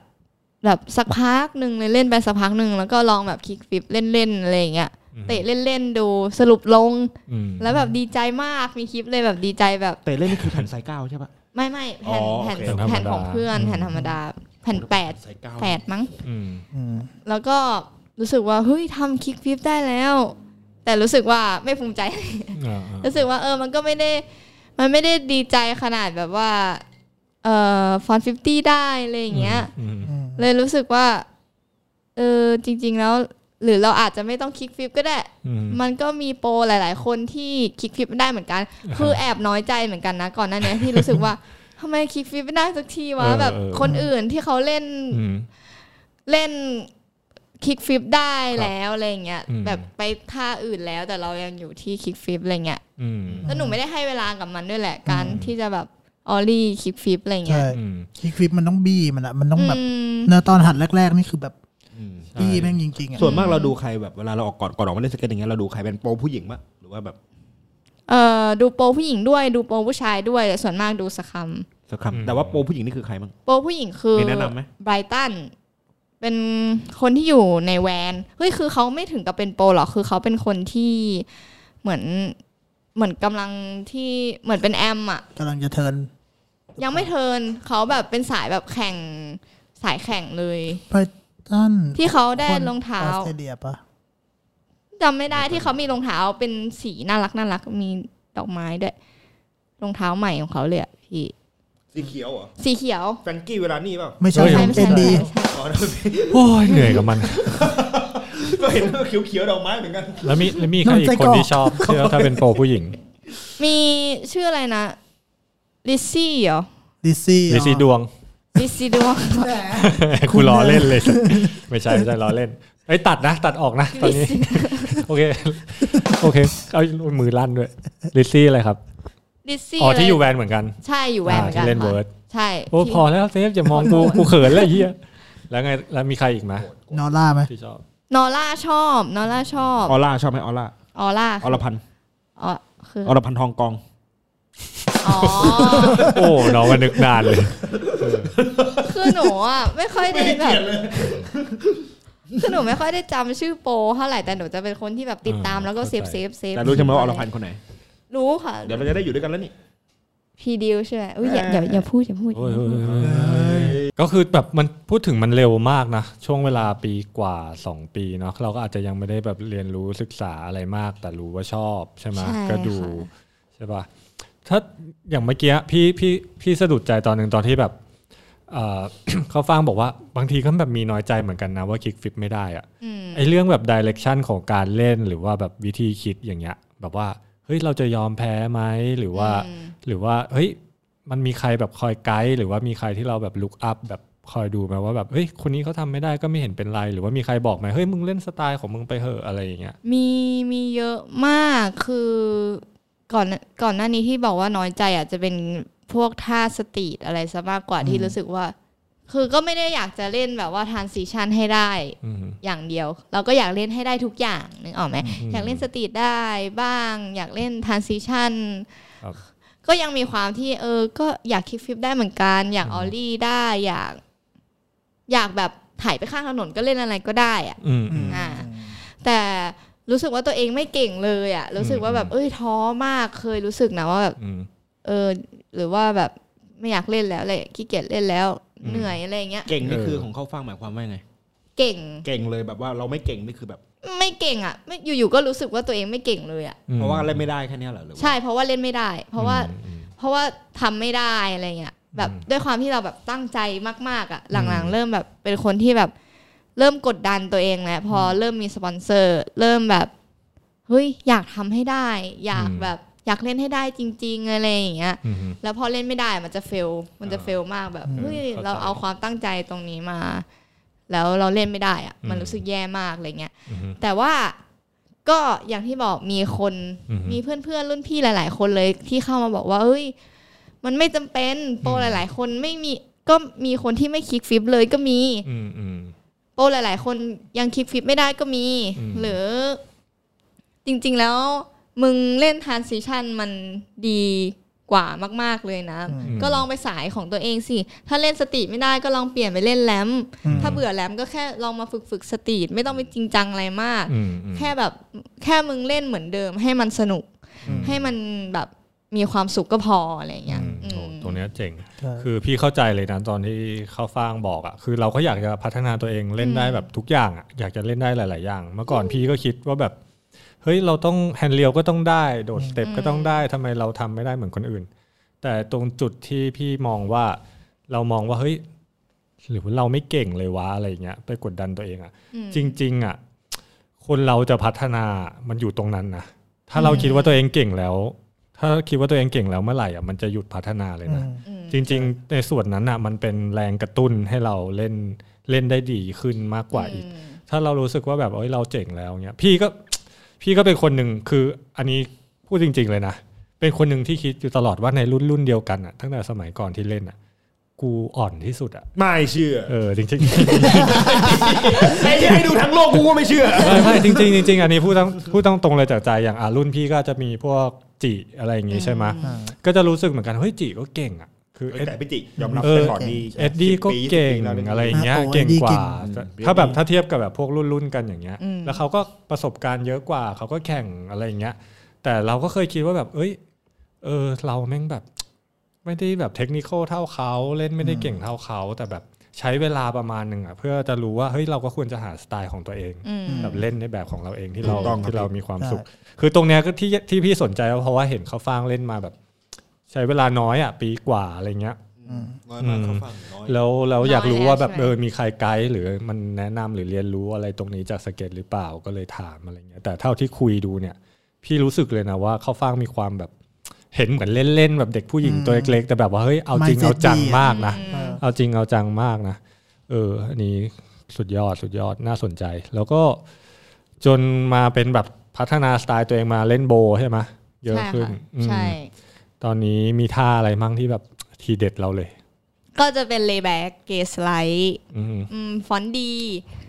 Speaker 5: แบบสักพักหนึ่งเลยเล่นไปสักพักหนึ่งแล้วก็ลองแบบคลิกฟิปเล่นๆอะไรอย่างเงี้ยเตะเล่นๆดูสรุปลง
Speaker 4: อืม
Speaker 5: แล้วแบบดีใจมากมีคลิปเลยแบบดีใจแบบ
Speaker 3: เตะเล่นนี่คือแผ่นไซส์เก้าใช่ปะ
Speaker 5: ไม่ไม่แผ่น
Speaker 3: อ๋อ
Speaker 5: แผ่น
Speaker 3: โอเค
Speaker 5: แผ่นของเพื่อนแผ่นธรรมดา แผ่นแปด
Speaker 3: ไซส์เก้า
Speaker 5: แปดมั้ง
Speaker 4: อืม
Speaker 6: อืม
Speaker 5: แล้วก็รู้สึกว่าเฮ้ยทำคลิกฟิปได้แล้ว แต่รู้สึกว่าไม่ภูมิใจ
Speaker 4: อ่าๆ
Speaker 5: รู้สึกว่าเออ มันก็ไม่ได้ มันไม่ได้ดีใจขนาดแบบว่า เอ่อฟอนฟิฟตี้ได้อะไรอย่างเงี้ย
Speaker 4: อืม
Speaker 6: อืม
Speaker 5: เลยรู้สึกว่า เออ จริง ๆ แล้ว หรือเราอาจจะไม่ต้องคลิกฟิปก็ได้
Speaker 4: อืม
Speaker 5: มันก็มีโปรหลาย ๆ คนที่คลิกฟิปไม่ได้เหมือน กัน คือแอบน้อยใจเหมือนกันนะ ก่อนหน้านี้ที่รู้สึกว่า ทำไมคลิกฟิปไม่ได้สักทีวะ
Speaker 4: เออ
Speaker 5: แบบ
Speaker 4: เออ
Speaker 5: คนอื่นที่เขาเล่น
Speaker 4: อืม
Speaker 5: เล่นคลิกฟลิปได้แล้วอะไรอย่างเงี้ย
Speaker 4: อืม
Speaker 5: แบบไปท่าอื่นแล้วแต่เรายังอยู่ที่คลิกฟลิปอะไรเงี้ย
Speaker 4: อืม
Speaker 5: แล้วหนูไม่ได้ให้เวลากับมันด้วยแหละ การที่จะแบบออลี่คลิกฟลิปอะไรเงี้
Speaker 6: ใช่
Speaker 5: ย
Speaker 4: อืม
Speaker 6: คลิกฟลิปมันต้องบี้มันอะมันต้องแบบ
Speaker 5: อืม
Speaker 6: เนอะตอนหัดแรก ๆ นี่คือแบบ
Speaker 3: อืม
Speaker 6: บี้แม่งจริงๆอะ
Speaker 3: ส่วนมากเราดูใครแบบเวลาเราออกก่อนก่อนออกมาเล่นสเก็ตอย่างเงี้ยเราดูใครเป็นโปรผู้หญิงปะหรือว่าแบบ
Speaker 5: เอ่อดูโปรผู้หญิงด้วยดูโปรผู้ชายด้วยแต่ส่วนมากดูสครัม
Speaker 3: สักคำแต่ว่าโปรผู้หญิงนี่คือใครบ้าง
Speaker 5: โปรผู้หญิงคือ
Speaker 3: มีแนะนำไหม
Speaker 5: ไบรตันเป็นคนที่อยู่ในแวนเฮ้ยคือเขาไม่ถึงกับเป็นโปรหรอกคือเขาเป็นคนที่เหมือนเหมือนกำลังที่เหมือนเป็นแอมอะ
Speaker 6: กำลังจะเทิร์น
Speaker 5: ยังไม่เทิร์นเขาแบบเป็นสายแบบแข่งสายแข่งเลย
Speaker 6: ไพทัน
Speaker 5: ที่เขาได้รองเท้า
Speaker 6: ออสเตรเลียปะ
Speaker 5: จำไม่ได้ที่เขามีรองเท้าเป็นสีน่ารักน่ารักมีดอกไม้ด้วยรองเท้าใหม่ของเขาเลยอะพี่
Speaker 3: สีเขียวเหรอ
Speaker 5: สีเขียว
Speaker 3: แฟรงกี้เวลานี่เปล่า
Speaker 6: ไม่ใช่
Speaker 4: เฮ้ย
Speaker 6: ข
Speaker 5: ใช่
Speaker 6: องเอ็น
Speaker 5: ไม่ใช่
Speaker 6: ดี
Speaker 5: ใช่
Speaker 3: อ๋อ
Speaker 4: โอ้ยเหนื่อยกับมัน
Speaker 3: ก็เห็นว่าเขียวๆดอกไม้เหมือนกัน
Speaker 4: แล้วมีแล้วมีใครอี
Speaker 6: น้ำใจ
Speaker 4: กคน
Speaker 6: กรอก
Speaker 4: ที่ชอบเชื่อถ้าเป็นโปรผู้หญิง
Speaker 5: มีชื่ออะไรนะลิซซี่เหรอ
Speaker 6: ดิซี่
Speaker 4: ลิซีดวง
Speaker 5: ลิซซี่ด วง
Speaker 6: คุ
Speaker 4: คุณ
Speaker 6: ณ
Speaker 4: ล้อ
Speaker 6: นะ
Speaker 4: เล่นเลย ไม่ใช่ไม่ใช่ล้อเล่นไอ้ยตัดนะ ตัดออกนะ ตอน นี้ โอเค โอเค เอามือลั่นด้วยลิซี่อะไรครับ
Speaker 5: ลิซซี่
Speaker 4: อ๋อ
Speaker 5: เล
Speaker 4: ที่อยู่แวนเหมือนกัน
Speaker 5: ใช่อยู่แวนเหมือนกัน
Speaker 4: อ่าที่เล่น
Speaker 5: ค่ะ
Speaker 4: เวิร์ด
Speaker 5: ใช่
Speaker 4: โอ้
Speaker 5: ที่
Speaker 4: พอแล้วเซฟอย่ามอง กูกูเขินแล้วไอ้เฮียแล้วไงแล้วมีใครอีกไหม
Speaker 6: นอร่าไหม
Speaker 4: ที่ชอบ
Speaker 5: นอล่าชอบนอล่าชอบ
Speaker 3: ออร่าชอบไหมออร่า
Speaker 5: ออล่า
Speaker 3: ออรพันธ์
Speaker 5: อ๋อคือ
Speaker 3: ออรพันธ์ทองกอง
Speaker 5: อ๋อ
Speaker 4: โอ้น้องก็นึกนานเลย
Speaker 5: คือหนูอ่ะไม่ค่อยได้แบบ คือหนูไม่ค่อยได้จำชื่อโปรเท่าไหร่แต่หนูจะเป็นคนที่แบบติดตาม
Speaker 4: อ่า
Speaker 5: แล้วก็เซฟ
Speaker 4: เข้าใจ
Speaker 5: เซฟเซฟ
Speaker 3: แต่รู้ใช่ไหมว่าออรพันธ์คนไหน
Speaker 5: รู้ค่ะ
Speaker 3: เดี๋ยวเราจะได้อยู่ด้วยกันแล้วนี่
Speaker 5: พีดิวใช่ไหมอุ้ยอย่าอย่าอย่าพูดอย่าพูด
Speaker 4: โอ้ยโอ้ยโอ้ยโอ้ยก็คือแบบมันพูดถึงมันเร็วมากนะ ช่วงเวลาปีกว่า 2 ปีเนาะเราก็อาจจะยังไม่ได้แบบเรียนรู้ศึกษาอะไรมาก แต่รู้ว่าชอบใช่ไหมก็ดู ใช่ป่ะ ถ้าอย่างเมื่อกี้พี่พี่พี่สะดุดใจตอนหนึ่งตอนที่แบบเอ่ อ เขาฟังบอกว่าบางทีก็แบบมีน้อยใจเหมือนกันนะว่าคลิกฟิปไม่ได้อะ
Speaker 5: อืม
Speaker 4: ไอเรื่องแบบดิเรกชันของการเล่นหรือว่าแบบวิธีคิดอย่างเงี้ย แบบว่าเฮ้ยเราจะยอมแพ้ไหมหรือว่า
Speaker 5: อืม
Speaker 4: หรือว่าเฮ้ยมันมีใครแบบคอยไกด์หรือว่ามีใครที่เราแบบลุกอัพแบบคอยดูไหมว่าแบบเฮ้ยคนนี้เขาทำไม่ได้ก็ไม่เห็นเป็นไร หรือว่ามีใครบอกไหมเฮ้ยมึงเล่นสไตล์ของมึงไปเถอะอะไรอย่างเงี้ย
Speaker 5: มีมีเยอะมากคือก่อนก่อนหน้านี้ที่บอกว่าน้อยใจอ่ะจะเป็นพวกท่าสตรีทอะไรซะมากกว่าที่รู้สึกว่า คือก็ไม่ได้อยากจะเล่นแบบว่าทานซีชันให้ได้
Speaker 4: อืม
Speaker 5: อย่างเดียว เราก็อยากเล่นให้ได้ทุกอย่างนึกออกไหม
Speaker 4: อืม
Speaker 5: อยากเล่นสตรีทได้บ้าง อยากเล่นทรานซิชัน
Speaker 4: ครับ
Speaker 5: ก็ยังมีความที่เออ ก็อยากคลิกฟลิปได้เหมือนกัน อยากออลลี่ได้อยาก อยากแบบถ่ายไปข้างถนนก็เล่นอะไรก็ได้อะ
Speaker 4: อืมอืม
Speaker 5: อ่า แต่รู้สึกว่าตัวเองไม่เก่งเลยอะรู้สึกว่าแบบ
Speaker 4: อืม
Speaker 5: เอ้ยท้อมากเคยรู้สึกนะว่าแบบ
Speaker 4: อืม
Speaker 5: เออ หรือว่าแบบไม่อยากเล่นแล้วเลยขี้เกียจเล่นแล้ว
Speaker 4: อืม
Speaker 5: เหนื่อยอะไรอย่างเงี้ย
Speaker 3: เก่งนี่
Speaker 4: เออ
Speaker 3: คือของเข้าฟังหมายความว่าไง
Speaker 5: เก่ง
Speaker 3: เก่งเลยแบบว่าเราไม่เก่งนี่คือแบบ
Speaker 5: ไม่เก่งอะไม่อยู่ๆก็รู้สึกว่าตัวเองไม่เก่งเลยอะ
Speaker 3: เพราะว่าเล่นไม่ได้แค่เนี้ยเหรอหรือว่า
Speaker 5: ใช่เพราะว่าเล่นไม่ได้ เพราะว่า
Speaker 4: อืม
Speaker 5: เพราะว่าทำไม่ได้อะไรเงี้ยแบบ
Speaker 4: อืม
Speaker 5: ด้วยความที่เราแบบตั้งใจมากๆอ่ะหลัง
Speaker 4: อืม
Speaker 5: ๆ เริ่มแบบเป็นคนที่แบบเริ่มกดดันตัวเองแล้วพอเริ่มมีสปอนเซอร์ เริ่มแบบเฮ้ยอยากทำให้ได้ อยากแบบอยากเล่นให้ได้จริง ๆอะไรอย่างเงี้ย
Speaker 4: อืม
Speaker 5: แล้วพอเล่นไม่ได้มันจะเฟลมันจะเฟลมากแบบเฮ้ย
Speaker 4: เข้าใจ
Speaker 5: เราเอาความตั้งใจตรงนี้มา แล้วเราเล่นไม่ได้อ่ะมัน
Speaker 4: อืม
Speaker 5: รู้สึกแย่มากอะไรเงี้ย
Speaker 4: อืม
Speaker 5: แต่ว่าก็อย่างที่บอกมีคน
Speaker 4: อือฮึ
Speaker 5: มีเพื่อนๆ รุ่นพี่หลาย ๆ คนเลยที่เข้ามาบอกว่า เอ้ย มันไม่จำเป็นโปร
Speaker 4: อืม
Speaker 5: หลาย ๆ คนไม่มีก็มีคนที่ไม่คลิกฟลิปเลยก็มี
Speaker 4: อืมอืม
Speaker 5: โปรหลาย ๆ คนยังคลิกฟลิปไม่ได้ก็มี
Speaker 4: อืม
Speaker 5: หรือ จริงๆแล้ว มึงเล่นทานซิชันมันดีกว่ามาก ๆ เลยนะ
Speaker 4: อืม
Speaker 5: ก็ลองไปสายของตัวเองสิ ถ้าเล่นสตรีทไม่ได้ก็ลองเปลี่ยนไปเล่นแรม
Speaker 6: อืม
Speaker 5: ถ้าเบื่อแรมก็แค่ลองมาฝึกฝึกสตรีทไม่ต้องไปจริงจังอะไรมาก
Speaker 4: อืมอืม
Speaker 5: แค่แบบแค่มึงเล่นเหมือนเดิม ให้มันสนุก
Speaker 4: อืม
Speaker 5: ให้มันแบบมีความสุขก็พออะไรอย่างเงี้ย
Speaker 4: อืม
Speaker 5: อืม
Speaker 4: โอ้ตรงเนี้ยเจ๋ง
Speaker 6: ใช่
Speaker 4: คือพี่เข้าใจเลยนะตอนที่เข้าฟางบอกอะ่ะคือเราก็อยากจะพัฒนาตัวเองเล่นได้แบบทุกอย่างอะ่ะอยากจะเล่นได้หลาย ๆ อย่าง เมื่อก่อนพี่ก็คิดว่าแบบเฮ้ยเราต้องแฮนด์เลียวก็ต้องได้โดดสเต็ปก็ต้องได้ทำไมเราทำไม่ได้เหมือนคนอื่น แต่ตรงจุดที่พี่มองว่าเรามองว่าเฮ้ยหรือว่าเราไม่เก่งเลยวะอะไรอย่างเงี้ยไปกดดันตัวเองอ่ะ
Speaker 5: อืม
Speaker 4: จริง ๆ อ่ะ คนเราจะพัฒนามันอยู่ตรงนั้นนะถ้าเราคิดว่าตัวเองเก่งแล้ว ถ้าคิดว่าตัวเองเก่งแล้วเมื่อไหร่อ่ะมันจะหยุดพัฒนาเลย
Speaker 6: อื
Speaker 4: นะ
Speaker 6: ม
Speaker 5: อืม
Speaker 4: จริงๆ ในส่วนนั้นอ่ะมันเป็นแรงกระตุ้นให้เราเล่นเล่นได้ดีขึ้นมากกว่าอีก
Speaker 5: ม
Speaker 4: ถ้าเรารู้สึกว่าแบบเอ้ยเราเจ๋งแล้วเนี้ยพี่ก็ พี่ก็เป็นคนหนึ่งคืออันนี้พูดจริง ๆ เลยนะ เป็นคนหนึ่งที่คิดอยู่ตลอดว่าในรุ่นรุ่นเดียวกันอ่ะตั้งแต่สมัยก่อนที่เล่นอ่ะ กูอ่อนที่สุดอ่ะ
Speaker 7: ไม่เชื่อ
Speaker 4: เออจริงๆ
Speaker 7: ไอ้ที่ให้ดูทั้งโลกกูก็ไม่เชื่อ
Speaker 4: ไม่ไม่จริงจริงจริงๆอันนี้พูดตรงพูดตรงตรงๆเลยจากใจอย่างอ่ะรุ่นพี่ก็จะมีพวกจิอะไรอย่างงี้ใช่ไหม
Speaker 6: อืม
Speaker 4: ก็จะรู้สึกเหมือนกันเฮ้ยจิก็เก่งอ่ะคือ
Speaker 3: เอ้
Speaker 4: เอ็
Speaker 3: ย
Speaker 4: ด
Speaker 3: แต่พี่จิยอมรับ
Speaker 4: เออ
Speaker 3: แต่ก่อนดี
Speaker 4: เอ็ดดี้ก็เก่ง
Speaker 3: สิบปี
Speaker 4: อะไรอย่างเงี้ย
Speaker 6: อ่ะโอ้
Speaker 4: เก่งกว่า
Speaker 6: เอ็ดดี้เก่ง
Speaker 4: ถ้าแบบถ้าเทียบกับแบบพวกรุ่นรุ่นๆกันอย่างเงี้ย แล้วเขาก็ประสบการณ์เยอะกว่า เขาก็แข่งอะไรอย่างเงี้ย แต่เราก็เคยคิดว่าแบบ เอ้ย เออ เราแม่งแบบ ไม่ได้แบบเทคนิคอลเท่าเขาเล่นไม่ได้เก่งเท่าเขา แต่แบบใช้เวลาประมาณหนึ่งอ่ะเพื่อจะรู้ว่าเฮ้ยเราก็ควรจะหาสไตล์ของตัวเอง
Speaker 5: อืม
Speaker 4: แบบเล่นในแบบของเราเองที่เรา
Speaker 3: ถูกต้องครับ
Speaker 4: ที่เรามีความสุข
Speaker 6: ใช่
Speaker 4: คือตรงเนี้ยก็ที่ที่พี่สนใจเพราะว่าเห็นเขาฟางเล่นมาแบบ ใช้เวลาน้อยอ่ะปีกว่าอะไรเงี้ย
Speaker 3: น้อยมากเข้าฟังน้อย
Speaker 4: แล้วเราอยากรู้
Speaker 5: น้อยแล้ว
Speaker 4: ว่าแบบ
Speaker 5: ใช่ไหม
Speaker 4: เออมีใครไกด์หรือมันแนะนำหรือเรียนรู้อะไรตรงนี้จากสเก็ตหรือเปล่าก็เลยถามอะไรเงี้ยแต่เท่าที่คุยดูเนี่ย พี่รู้สึกเลยนะว่าข้าวฟ่างมีความแบบ เห็นเหมือนเล่นๆแบบเด็กผู้หญิงตัวเล็กๆแต่แบบว่าเฮ้ยเอาจริง
Speaker 6: Mindset
Speaker 4: เอาจัง
Speaker 6: ดีอะ
Speaker 4: มากนะ
Speaker 6: เออ
Speaker 4: เอาจริงเอาจังมากนะ เออ อันนี้สุดยอดสุดยอดน่าสนใจ แล้วก็จนมาเป็นแบบพัฒนาสไตล์ตัวเองมาเล่นโบว์ใช่ไหมเยอะ
Speaker 5: ใช่
Speaker 4: ขึ้น
Speaker 5: ค่ะ
Speaker 4: อืม
Speaker 5: ใช่
Speaker 4: ตอนนี้มีท่าอะไรมั่งที่แบบทีเด็ดเราเลย
Speaker 5: ก็จะเป็นเล y b บ c k เกสไลท์
Speaker 4: อืม
Speaker 5: ฟอนดี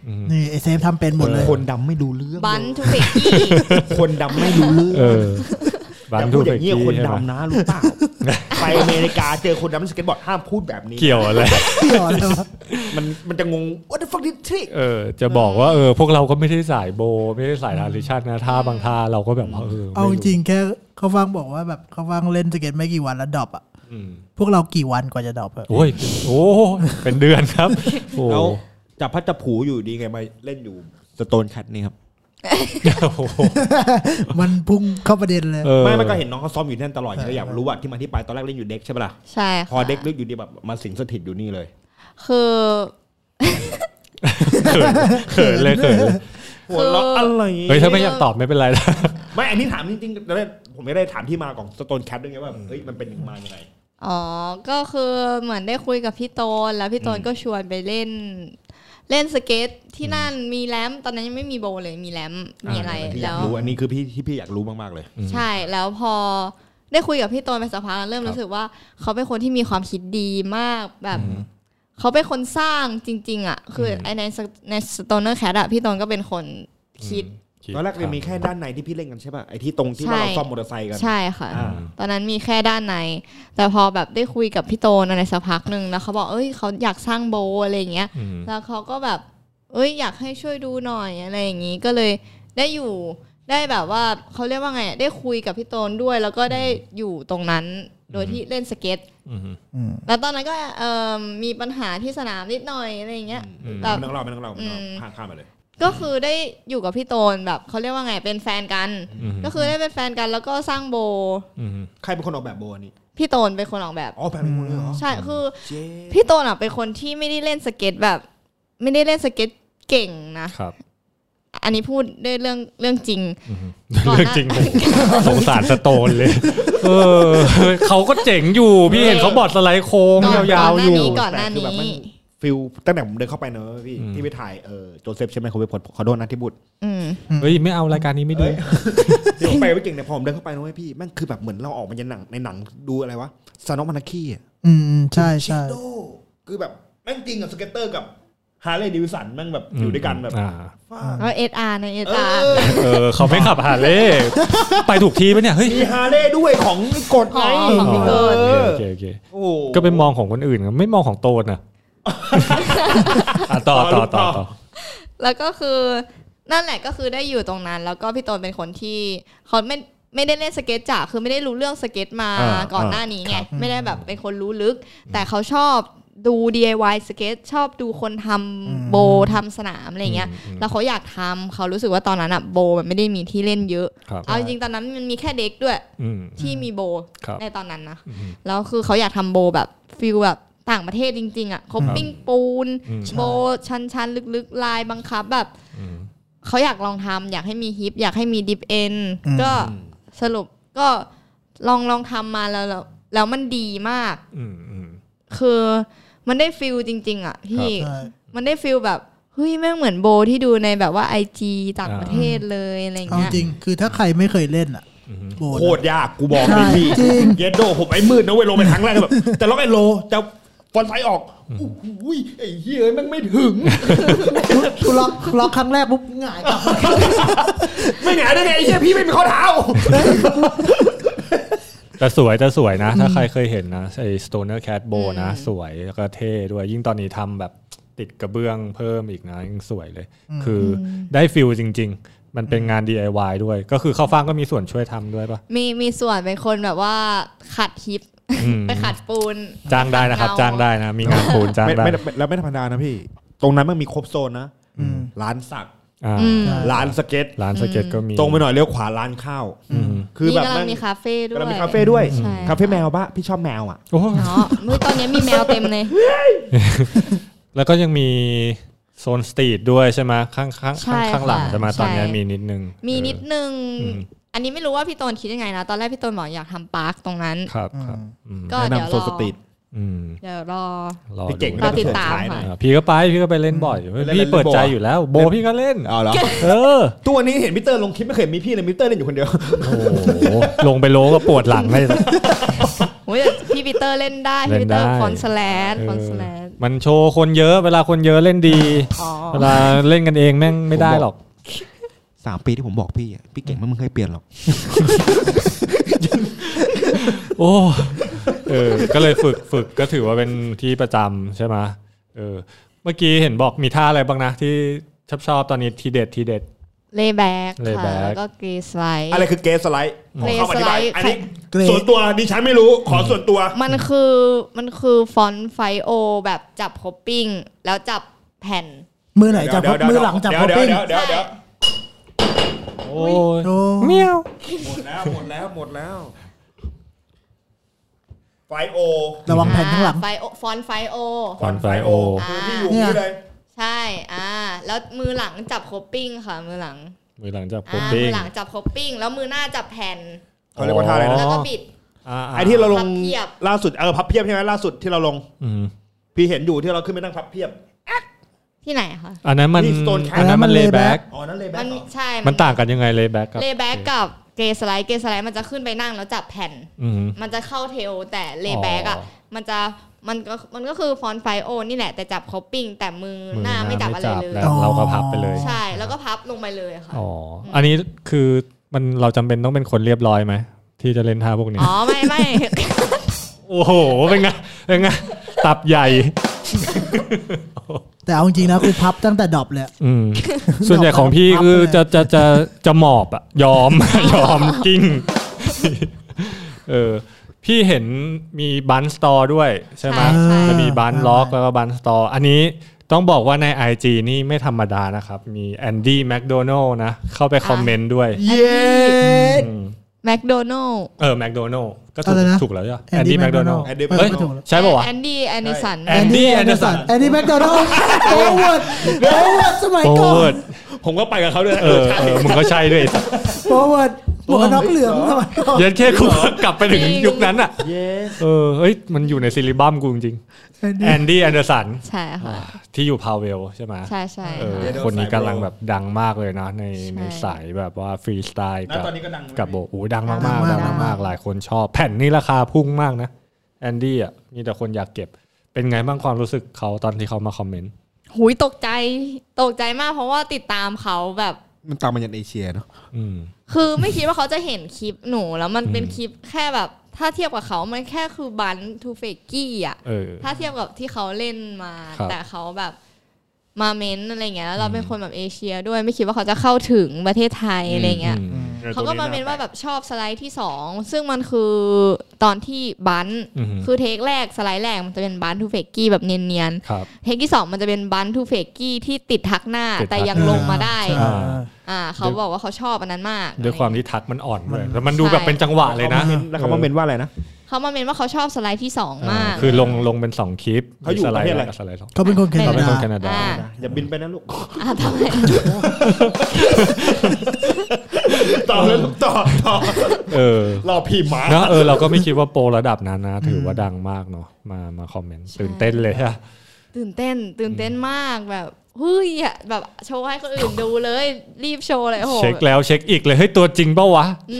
Speaker 4: อืม
Speaker 6: นี่ไอเซฟทำเป็นหมดเลย
Speaker 3: คนดำไม่ดูเรื่อง
Speaker 5: บันทูเบก กี้
Speaker 3: คนดำไม่ดูเรื่อง
Speaker 4: เออ
Speaker 3: อย่าพูดอย่างเงี้ยคนดำนะรู้เปล่าไปอเมริกาเจอคนดำเล่นสเก็ตบอร์ดห้ามพูดแบบนี้
Speaker 4: เกี่ยวอะไร
Speaker 6: พี่หรอเลยวะ
Speaker 3: มันมันจะงง what the fuck did trick
Speaker 4: เออ จะบอกว่าเออพวกเราก็ไม่ได้สายโบ ไม่ได้สายทาริชันนะท่าบางท่าเราก็แบบว่าเออ
Speaker 6: เอาจริงๆแค่เขาฟังบอกว่าแบบเขาฟังเล่นสเก็ตไม่กี่วันแล้วดรอปอ่ะ
Speaker 4: อืม
Speaker 6: พวกเรากี่วันกว่าจะดรอปอะ
Speaker 4: โอ้ยโอ้เป็นเดือนครับโอ้
Speaker 3: แล้วจับพัดจับผูอยู่ดีไงมาเล่นอยู่สโตนคัทนี่ครับ
Speaker 4: โอ้โห
Speaker 6: มันพุ่งเข้าประเด็นเลย
Speaker 4: เออ
Speaker 3: ไม่ไม่ก็เห็นน้องเขาซ้อมอยู่ที่นั่นตลอดก็อยากรู้ว่าที่มาที่ไปตอนแรกเล่นอยู่เด็กใช่ปะล่ะ
Speaker 5: ใช่ค่ะ
Speaker 3: พอเด็กเล่นอยู่ดีแบบมาสิงสถิตอยู่นี่เลย
Speaker 5: คือ
Speaker 4: เขินเลยเขินเลย
Speaker 3: หัวเราะอะไร
Speaker 4: เฮ้ยถ้าไม่อยากตอบไม่เป็นไรนะ
Speaker 3: ไม่อันนี้ถามจริงๆตอนแรกผมไม่ได้ถามที่มาของสโตนแคปด้วยไงว่าเฮ้ยมันเป็นมายังไง
Speaker 5: อ๋อ ก็คือเหมือนได้คุยกับพี่โตน แล้วพี่โตนก็ชวนไปเล่น เล่นสเก็ตที่นั่นมีแรมตอนนั้นยังไม่มีโบว์เลยมีแรมมีอะไร
Speaker 3: ที่อ
Speaker 5: แล้
Speaker 3: ยาก
Speaker 5: ว
Speaker 3: รู้อันนี้คือพี่ที่พี่อยากรู้มากๆเลย
Speaker 5: ใช่แล้วพอได้คุยกับพี่โตนไปสักพักเริ่ม
Speaker 3: ครับ
Speaker 5: รู้สึกว่า เขาเป็นคนที่มีความคิดดีมากแบบเขาเป็นคนสร้างจริง ๆ อ่ะ คืออไอในสในสโตนเนอร์แคทอะพี่โตนก็เป็นคนคิด
Speaker 3: ตอนแรกเนี่ยมีแค่ด้านในที่พี่เล่นกันใช่ป่ะไอ้ที่ตรงที่ว่าเรา
Speaker 5: ใช่
Speaker 3: ซ่อมมอเตอร์ไซค์กัน
Speaker 5: ใช่ค่ะ
Speaker 3: อ่า
Speaker 5: ตอนนั้นมีแค่ด้านใน แต่พอแบบได้คุยกับพี่โตนอะไรสักพักหนึ่งแล้วเขาบอกเอ้ยเขาอยากสร้างโบว์อะไรอย่างเงี้ย
Speaker 4: อืม
Speaker 5: แล้วเขาก็แบบ เอ้ยอยากให้ช่วยดูหน่อยอะไรอย่างงี้ก็เลยได้อยู่ได้แบบว่าเขาเรียกว่าไงได้คุยกับพี่โตนด้วย แล้วก็ได้อยู่ตรงนั้นโดยที่เล่นสเก็ต
Speaker 4: อืม
Speaker 6: อืม
Speaker 5: แล้วตอนนั้นก็เอิ่มมีปัญหาที่สนามนิดหน่อยอะไรอย่างเงี้ยแต่
Speaker 3: ไม่ต้องเล่าไม่ต้องเล่าไม่ต้องเล่า
Speaker 5: อืม
Speaker 3: ข้ามข้ามไปเลย
Speaker 5: ก็คือได้อยู่กับพี่โตนแบบเขาเรียกว่าไงเป็นแฟนกัน ก็คือได้เป็นแฟนกันแล้วก็สร้างโบ
Speaker 4: อืม
Speaker 3: ใครเป็นคนออกแบบโบอันนี้
Speaker 5: พี่โตนเป็นคนออกแบบ
Speaker 3: อ๋อแฟนเป็นคนเลยเหรอ
Speaker 5: ใช่คือ
Speaker 3: เจ๊
Speaker 5: พี่โตนอ่ะเป็นคนที่ไม่ได้เล่นสเก็ตแบบ ไม่ได้เล่นสเก็ตเก่งนะครับ อันนี้พูดด้วยเรื่องเรื่องจริง ก่อนห
Speaker 4: เรื่อง
Speaker 5: น้า
Speaker 4: จริงผม สงสารสโตนเลย เออเขาก็เจ๋งอยู่พี่เห็นเขาบอดสไลด์โค้ง
Speaker 5: ก่อน
Speaker 4: ยาวๆอยู่
Speaker 5: ก่อนหน้านี้
Speaker 3: แต่คืแบบมัฟิลตั้งแต่ผมเดินเข้าไปเนอะพี่
Speaker 4: อืม
Speaker 3: ที่ไปถ่ายเออโจเซฟใช่ไหมเขาไปผลขอโทษนะที่บุตร
Speaker 5: อืม
Speaker 4: เฮ้ยไม่เอารายการนี้ไม่ดู
Speaker 3: เอ้ยที่ผมไปไม่เก่งเนี่ยพอผมเดินเข้าไปเนอะเว้ยพี่แม่งคือแบบเหมือนเราออกมาจากหนังในหนังดูอะไรวะซานอมานาคีอะ
Speaker 6: อืมใช่ใช่
Speaker 3: โดคือแบบแม่งจริงกับสเก็ตเตอร์กับฮาร์เลย์ดิวสันแม่งแบบอยู่ด้วยกันแบบ
Speaker 4: อ่า
Speaker 3: ฟ้า
Speaker 5: แล้วเอสอาร์ในเอส
Speaker 3: เอ
Speaker 5: อาร์
Speaker 3: อ
Speaker 4: เออเขาไม่ขับฮาร์เล ย์ไปถูกที่ปะเนี่ยเฮ้ย
Speaker 3: มีฮาร์เลย์ด้วยของกด
Speaker 5: ข
Speaker 3: ไง
Speaker 5: องของพี่โตน
Speaker 4: โอเคโอเคโอเค
Speaker 3: โอ้โห
Speaker 4: ก็ไปมองของคนอื่นไม่มองของโตน อ่ะอ่ะต่อต่อต่อต่อ
Speaker 5: แล้วก็คือนั่นแหละก็คือได้อยู่ตรงนั้น แล้วก็พี่โตนเป็นคนที่เขาไม่ไม่ได้เล่นสเก็ตจ้ะคือไม่ได้รู้เรื่องสเก็ตมา
Speaker 4: า
Speaker 5: ก่อนหน้านี้ไงไม่ได้แบบเป็นคนรู้ลึก แต่เขาชอบดู DIY สเก็ตชอบดูคนทำโบว์ทำสนามอะไรเงี้ย
Speaker 4: อืม
Speaker 5: แล้วเขาอยากทำเขารู้สึกว่าตอนนั้นอะโบว์มันไม่ได้มีที่เล่นเยอะ
Speaker 4: ครับ
Speaker 5: เอาจริงๆตอนนั้นมันมีแค่เด็กด้วย
Speaker 4: อืม
Speaker 5: ที่มีโบ
Speaker 4: ครับ
Speaker 5: ในตอนนั้นนะ
Speaker 4: อืม
Speaker 5: แล้วคือเขาอยากทำโบแบบฟิลแบบต่างประเทศจริง ๆ อ่ะเขาปิ้งปูน
Speaker 4: อืม
Speaker 5: โบชันชันๆ ลึกๆ ลายบังคับแบบ
Speaker 4: อืม
Speaker 5: เขาอยากลองทำอยากให้มีฮิป อยากให้มีดิฟเอน
Speaker 6: อืม
Speaker 5: ก็สรุปก็ลองลองทำมาแล้วแล้วแล้วมันดีมาก
Speaker 4: อืมอืม
Speaker 5: คือมันได้ฟิลจริง ๆ อ่ะพี่
Speaker 6: ใช่
Speaker 5: มันได้ฟิลแบบเฮ้ยแม่งเหมือนโบที่ดูในแบบว่าไอจีต่าง
Speaker 4: อ่า
Speaker 5: ประเทศเลยอะไร
Speaker 6: เอา
Speaker 5: เงี้ย
Speaker 6: จริงคือถ้าใครไม่เคยเล่นอ่ะ
Speaker 4: อืม
Speaker 6: โบน
Speaker 3: โค
Speaker 6: อะ
Speaker 3: ตรยากกูบอกเลยพี่
Speaker 6: ใช่จริง
Speaker 3: เยดโดผมไอ้มืดนะเว้ยลงไปครั้งแรก แบบจะล็อกไอ้โลจะฟอนต์ไซต์ออกโอ้โหไอ้เฮียแมันไม่ถึง
Speaker 6: กูล็อกกูล็อกครั้งแรกปุ๊บหงายกลับมา
Speaker 3: ไม่หงายได้ไงไอ้เฮียพี่ไม่มีข้อเท้า
Speaker 4: แต่สวยแต่สวยนะ ถ้าใครเคยเห็นนะไอ้ Stoner Cat Bow นะ สวยแล้วก็เท่ด้วยยิ่งตอนนี้ทำแบบติดกระเบื้องเพิ่มอีกนะยิ่งสวยเลย คือได้ฟิลจริง ๆ มันเป็นงาน DIY ด้วย ก็คือข้าวฟ่างก็มีส่วนช่วยทำด้วยปะ
Speaker 5: มีมีส่วนเป็นคนแบบว่าขัดฮิป
Speaker 4: อืม
Speaker 5: ไปขัดปูน
Speaker 4: จ้างได้นะครับ
Speaker 5: ขัเง
Speaker 4: จ้างได้นะ มีงานปูนจ้างได้
Speaker 3: แล้วไม่ธรรมดานะพี่ ตรงนั้นมันมีครบโซนนะ
Speaker 6: อืม
Speaker 3: ร้านสัก
Speaker 4: อ่า
Speaker 5: อืม
Speaker 3: ร้านสเก็ต
Speaker 4: ร้านสเก็ตก็มี
Speaker 3: ตรงไปหน่อยเลี้ยวขวาร้านข้าวคือ
Speaker 5: นี่
Speaker 3: แบบ
Speaker 5: กำลั
Speaker 3: นั่
Speaker 5: ง
Speaker 3: ง
Speaker 5: มีคาเฟ่ด้วย
Speaker 3: กำลังมีคาเฟ่ด้วย
Speaker 5: ใช่
Speaker 3: คาเฟ่แมวปะพี่ชอบแมวอ่ะ
Speaker 4: โอ้
Speaker 5: เนาะมือตอนนี้มีแมวเต็มเลย
Speaker 4: แล้วก็ยังมีโซนสตรีทด้วยใช่ไหมข้างๆข้าง
Speaker 5: ใช่
Speaker 4: ข้างหลัง
Speaker 5: ค่ะ
Speaker 4: จะมาตอนเนี้ย
Speaker 5: ใช่
Speaker 4: มีนิดนึง
Speaker 5: มีนิด
Speaker 4: เอ
Speaker 5: นึง
Speaker 4: อืม
Speaker 5: อันนี้ไม่รู้ว่าพี่โตนคิดยังไงนะ ตอนแรกพี่โตนบอกอยากทำปาร์คตรงนั้น
Speaker 4: อครับครับอืม
Speaker 5: ก็เดี๋ยว
Speaker 3: แนะนำ
Speaker 5: ร
Speaker 3: โซน
Speaker 5: อ
Speaker 3: สตรีท
Speaker 4: อืม
Speaker 5: เดี๋ยวรอ
Speaker 4: รอ
Speaker 3: พี่เก่ง
Speaker 4: ดู
Speaker 5: รอติดตามค่ะ
Speaker 4: อ่าพี่ก็ไปพี่ก็ไปเล่นบ่อย
Speaker 3: เล่น
Speaker 4: พี่เปิดใจ
Speaker 3: เล่นโบว์อะ
Speaker 4: อยู่แล้ว โบพี่ก็เล่น
Speaker 3: เอาเหรอ
Speaker 4: เออ
Speaker 3: ตัวนี้เห็นมิเตอร์ลงคลิปไม่เคยมีพี่เลยมิเตอร์เล่นอยู่คนเดียว
Speaker 4: โอ้โหลงไปโลก็ปวดหลังเลย
Speaker 5: โอ้ยแต่พี่ปีเตอร์เล่นได้ พี่ปีเตอร์
Speaker 4: เล่นได้
Speaker 5: ฟอนสแลนฟอนสแลน
Speaker 4: มันโชว์คนเยอะเวลาคนเยอะเล่นดี
Speaker 5: อ๋อ
Speaker 4: เวลาเล่นกันเองแม่งไม่ได้หรอก
Speaker 3: สามปีที่ผมบอกพี่อะพี่เก่งไม่มึงเคยเปลี่ยนหรอก
Speaker 4: โอ้เออก็เลยฝึกฝึกก็ถือว่าเป็นที่ประจำใช่ไหมเออ เมื่อกี้เห็นบอกมีท่าอะไรบ้างนะที่ชอบชอบๆตอนนี้ทีเด็ดทีเด็ด
Speaker 5: เลย์แบ็กค่ะ
Speaker 4: Layback
Speaker 5: แล้วก็กรีสไลด์
Speaker 3: อะไรคือเกสไลด์ขอ
Speaker 5: Gray
Speaker 3: เข้ามาอธิบาย
Speaker 5: slide
Speaker 3: อันนี้
Speaker 6: Gray
Speaker 3: ส่วนตัวดิฉันไม่รู้ขอส่วนตัว
Speaker 5: มันคือมันคือฟอนต์ไฟโอ แบบจับคอปปิ้ง แล้วจับแผ่น
Speaker 6: มือไหนจับ
Speaker 3: เดี๋ยวเดี๋ยว
Speaker 6: มือหลังจับ
Speaker 3: เดี๋ย
Speaker 6: พ
Speaker 3: ว
Speaker 6: อปปิ้ง
Speaker 3: เดี๋ยวเดี๋ยวเดี๋ยว
Speaker 4: โอ้ย
Speaker 6: โอ้
Speaker 4: เมียว
Speaker 8: หมดแล้วหมดแล้วหมดแล้วไฟโอ
Speaker 6: ระวังแผ่นข้างหลัง
Speaker 5: ไฟโอฟอนต์ไฟโอ
Speaker 4: ก่อนไฟโอ
Speaker 5: อ่า
Speaker 8: ที่อยู่นี่เลย
Speaker 5: ใช่ อ่า แล้วมือหลังจับคบปิ้งค่ะ มือหลัง
Speaker 4: มือหลังจากโค
Speaker 5: อ่ามื
Speaker 4: ปิ้ง
Speaker 5: อหลังจับคบปิ้ง แล้วมือหน้าจับแผ่น
Speaker 8: เขาเรียกว่าท่าอะไรนะ
Speaker 5: แล้วก็บิด
Speaker 4: อ่าๆ
Speaker 8: ไอ้ที่เราล
Speaker 5: พั
Speaker 8: ง
Speaker 5: บเพียบ
Speaker 8: ล่าสุดเออพับเพียบใช่ไหมล่าสุดที่เราลง
Speaker 4: อืม
Speaker 8: พี่เห็นอยู่ที่เราขึ้นไปนั่งพับเพียบ
Speaker 5: ที่ไหนคะ
Speaker 4: อันนั้นมัน
Speaker 8: นี่ Stone Cat
Speaker 4: อันนั้นมัน
Speaker 6: อันนั้
Speaker 4: เล
Speaker 6: นมัน
Speaker 4: แบ็ก
Speaker 6: layback
Speaker 8: อ๋อนั่นเลยแบ
Speaker 5: มันใช่
Speaker 4: มันต่างกันยังไงเลแบ็กกับ
Speaker 5: เลแบ็กกับเกสไลด์เกสไลด์มันจะขึ้นไปนั่งแล้วจับแผ่น
Speaker 4: อืม
Speaker 5: มันจะเข้าเทลแต่เลแบ็กอ่ะ
Speaker 4: อ๋อ
Speaker 5: มันจะมันก็มันก็คือฟอนต์ไฟโอนี่แหละแต่จับคอปปิ้งแต่มือหน้าไม่จับอะไรเลย
Speaker 4: แวเราก็พับไปเลย
Speaker 5: ใช่ แล้วก็พับลงไปเลยค่ะ
Speaker 4: อ๋ออันนี้คือมันเราจำเป็นต้องเป็นคนเรียบร้อยไหมที่จะเล่นท่าพวกนี้
Speaker 5: อ๋อไม่ ไม่
Speaker 4: โอ้โหเป็นไงเป็นไงตับใหญ่
Speaker 6: แต่เอาจริงๆนะกูพับตั้งแต่ดรอปเลย
Speaker 4: อืมส่วนใหญ่ของพี่คือ
Speaker 6: พับเลย
Speaker 4: จะจะจะจะหมอบอะยอม ยอมกิ้งเออพี่เห็นมีบันสตอร์ด้วยใช่ไหม
Speaker 5: ใช่
Speaker 4: จะมีบันล็อกแล้วก็บันสตอร์อันนี้ต้องบอกว่าใน IG นี่ไม่ธรรมดานะครับ มีแอนดี้แมคโดนัลนะ เข้าไปคอมเมนต์ด้วย
Speaker 6: เย้
Speaker 4: อืม
Speaker 5: แมคโดนัล
Speaker 4: เออแมคโดนัลก็ถูก
Speaker 6: อะไรนะ
Speaker 4: ถูกแล้วใช่ไหมแอน
Speaker 6: Andy
Speaker 4: ดี้แมคโดนัล
Speaker 6: McDonald
Speaker 8: แอนดี้
Speaker 6: เออ
Speaker 8: แมค
Speaker 4: เอ้ย
Speaker 8: โดนั
Speaker 6: ถูก
Speaker 8: ล
Speaker 6: แล้ว
Speaker 4: ใช่ป่าวะ
Speaker 5: แอนดี้แอนนิสัน
Speaker 4: แอน Andy Anderson
Speaker 6: แอนดี้แมคโดนัลด์โอเวิร์ดโอเวิร์ดสมัย
Speaker 4: โอ้
Speaker 6: ก่อ
Speaker 4: เวิ
Speaker 6: น
Speaker 4: ร์ด
Speaker 8: ผมก็ไปกับเขาด้วยนะ
Speaker 4: เออเออมึงก็ใช่ด้วยไอ้สัส
Speaker 6: โอเวิร์ดหมวกกันน็อกเหลืองสมัยก่อน
Speaker 4: เย็นแค่กูกลับไปถึง
Speaker 5: จริง
Speaker 4: ยุคนั้นอ่ะเออเฮ้ยมันอยู่ในซิลิบัมกูจริง
Speaker 6: แอน
Speaker 4: ๆ
Speaker 6: ดี้
Speaker 4: แอน ดี้แอนเดอร์สัน
Speaker 5: ใช่ค่ะ
Speaker 4: ที่อยู่พาวเวลใช่ไหม
Speaker 5: ใช่ใช่
Speaker 4: เออ
Speaker 5: ค่ะ
Speaker 8: ะ
Speaker 4: คนนี้กำลังแบบดังมากเลยนะในในสายแบบว่าฟรีสไตล์
Speaker 8: ณ
Speaker 4: กับ
Speaker 8: ตอนนี้ก็ดังไหม
Speaker 4: กับโบโอ้ดังมาก
Speaker 5: ดั
Speaker 4: ๆ
Speaker 5: งมาก
Speaker 4: ดังมากๆหลายคนชอบ แผ่นนี้ราคาพุ่งมากนะแอนดี้อ่ะมีแต่คนอยากเก็บเป็นไงบ้างความรู้สึกเขาตอนที่เขามาคอมเมนต์
Speaker 5: หุยตกใจตกใจมากเพราะว่าติดตามเขาแบบ
Speaker 3: มันตามมายันเอเชียเนาะ
Speaker 4: อืม
Speaker 5: คือไม่คิดว่าเขาจะเห็นคลิปหนูแล้วมันเป็น
Speaker 4: อืม
Speaker 5: คลิปแค่แบบ ถ้าเทียบกับเขา มันแค่คือบันทูเฟกกี้อ่ะ
Speaker 4: เออ
Speaker 5: ถ้าเทียบกับที่เขาเล่นมา
Speaker 4: ครับ
Speaker 5: แต่เขาแบบมาเม้นอะไรเงี้ยแล้วเรา
Speaker 4: อืม
Speaker 5: เป็นคนแบบเอเชียด้วยไม่คิดว่าเขาจะเข้าถึงประเทศไทยอะไรเงี้ย
Speaker 4: ม
Speaker 5: เขาก็มาเม้นว่าแบบชอบสไลด์ที่สองซึ่งมันคือตอนที่บัน
Speaker 4: อืม
Speaker 5: คือเทคแรกสไลด์แรกมันจะเป็นบันทูเฟกกี้แบบเนียน
Speaker 4: ครับ
Speaker 5: ๆเทคที่สองมันจะเป็นบันทูเฟกกี้ที่ติดทักหน้า
Speaker 4: ติดทัก
Speaker 5: แต่ยังลงมาได้
Speaker 4: อ่า
Speaker 5: อ่าเขาบอกว่าเขาชอบอันนั้นมาก
Speaker 4: ด้วยความที่ทักมันอ่อนเลยแล้วมันดูแบบเป็นจังหวะเลยนะ
Speaker 3: แล้วเขามาเมนว่าอะไรนะ
Speaker 5: เขามาเมนว่าเขาชอบสไลด์ที่สอง
Speaker 4: อ่าม
Speaker 5: าก
Speaker 4: คือลงลงเป็นสองคลิป
Speaker 8: เขาอยู่
Speaker 4: สไล
Speaker 8: ประเทศอะ
Speaker 4: ด์
Speaker 8: ไร
Speaker 4: กับสไลด์สอง
Speaker 6: เขาเป็นคนแค
Speaker 5: ป็
Speaker 6: นา
Speaker 4: เขาเป็น
Speaker 6: ดา
Speaker 4: คนแคนาดา
Speaker 5: อ่า
Speaker 8: อย่าบินไปนะลูก
Speaker 5: อ่าทำไม
Speaker 8: ต่อแล้วลูกต่อต่อ
Speaker 4: เออ
Speaker 8: รอพี่หมา
Speaker 4: เนอะเออเราก็ไม่คิดว่าโปรระดับนั้นนะ ถือว่าดังมากเนาะมามาคอมเมนต์ตื่นเต้นเลยฮะ
Speaker 5: ตื่นเต้น ตื่นเต้นมากแบบเฮ้ยอ่ะแบบโชว์ให้คนอื่นดูเลย รีบโชว์เลยโอ้โห
Speaker 4: เช็คแล้วเช็คอีกเลยเฮ้ยตัวจริงเปล่าวะ
Speaker 5: อืม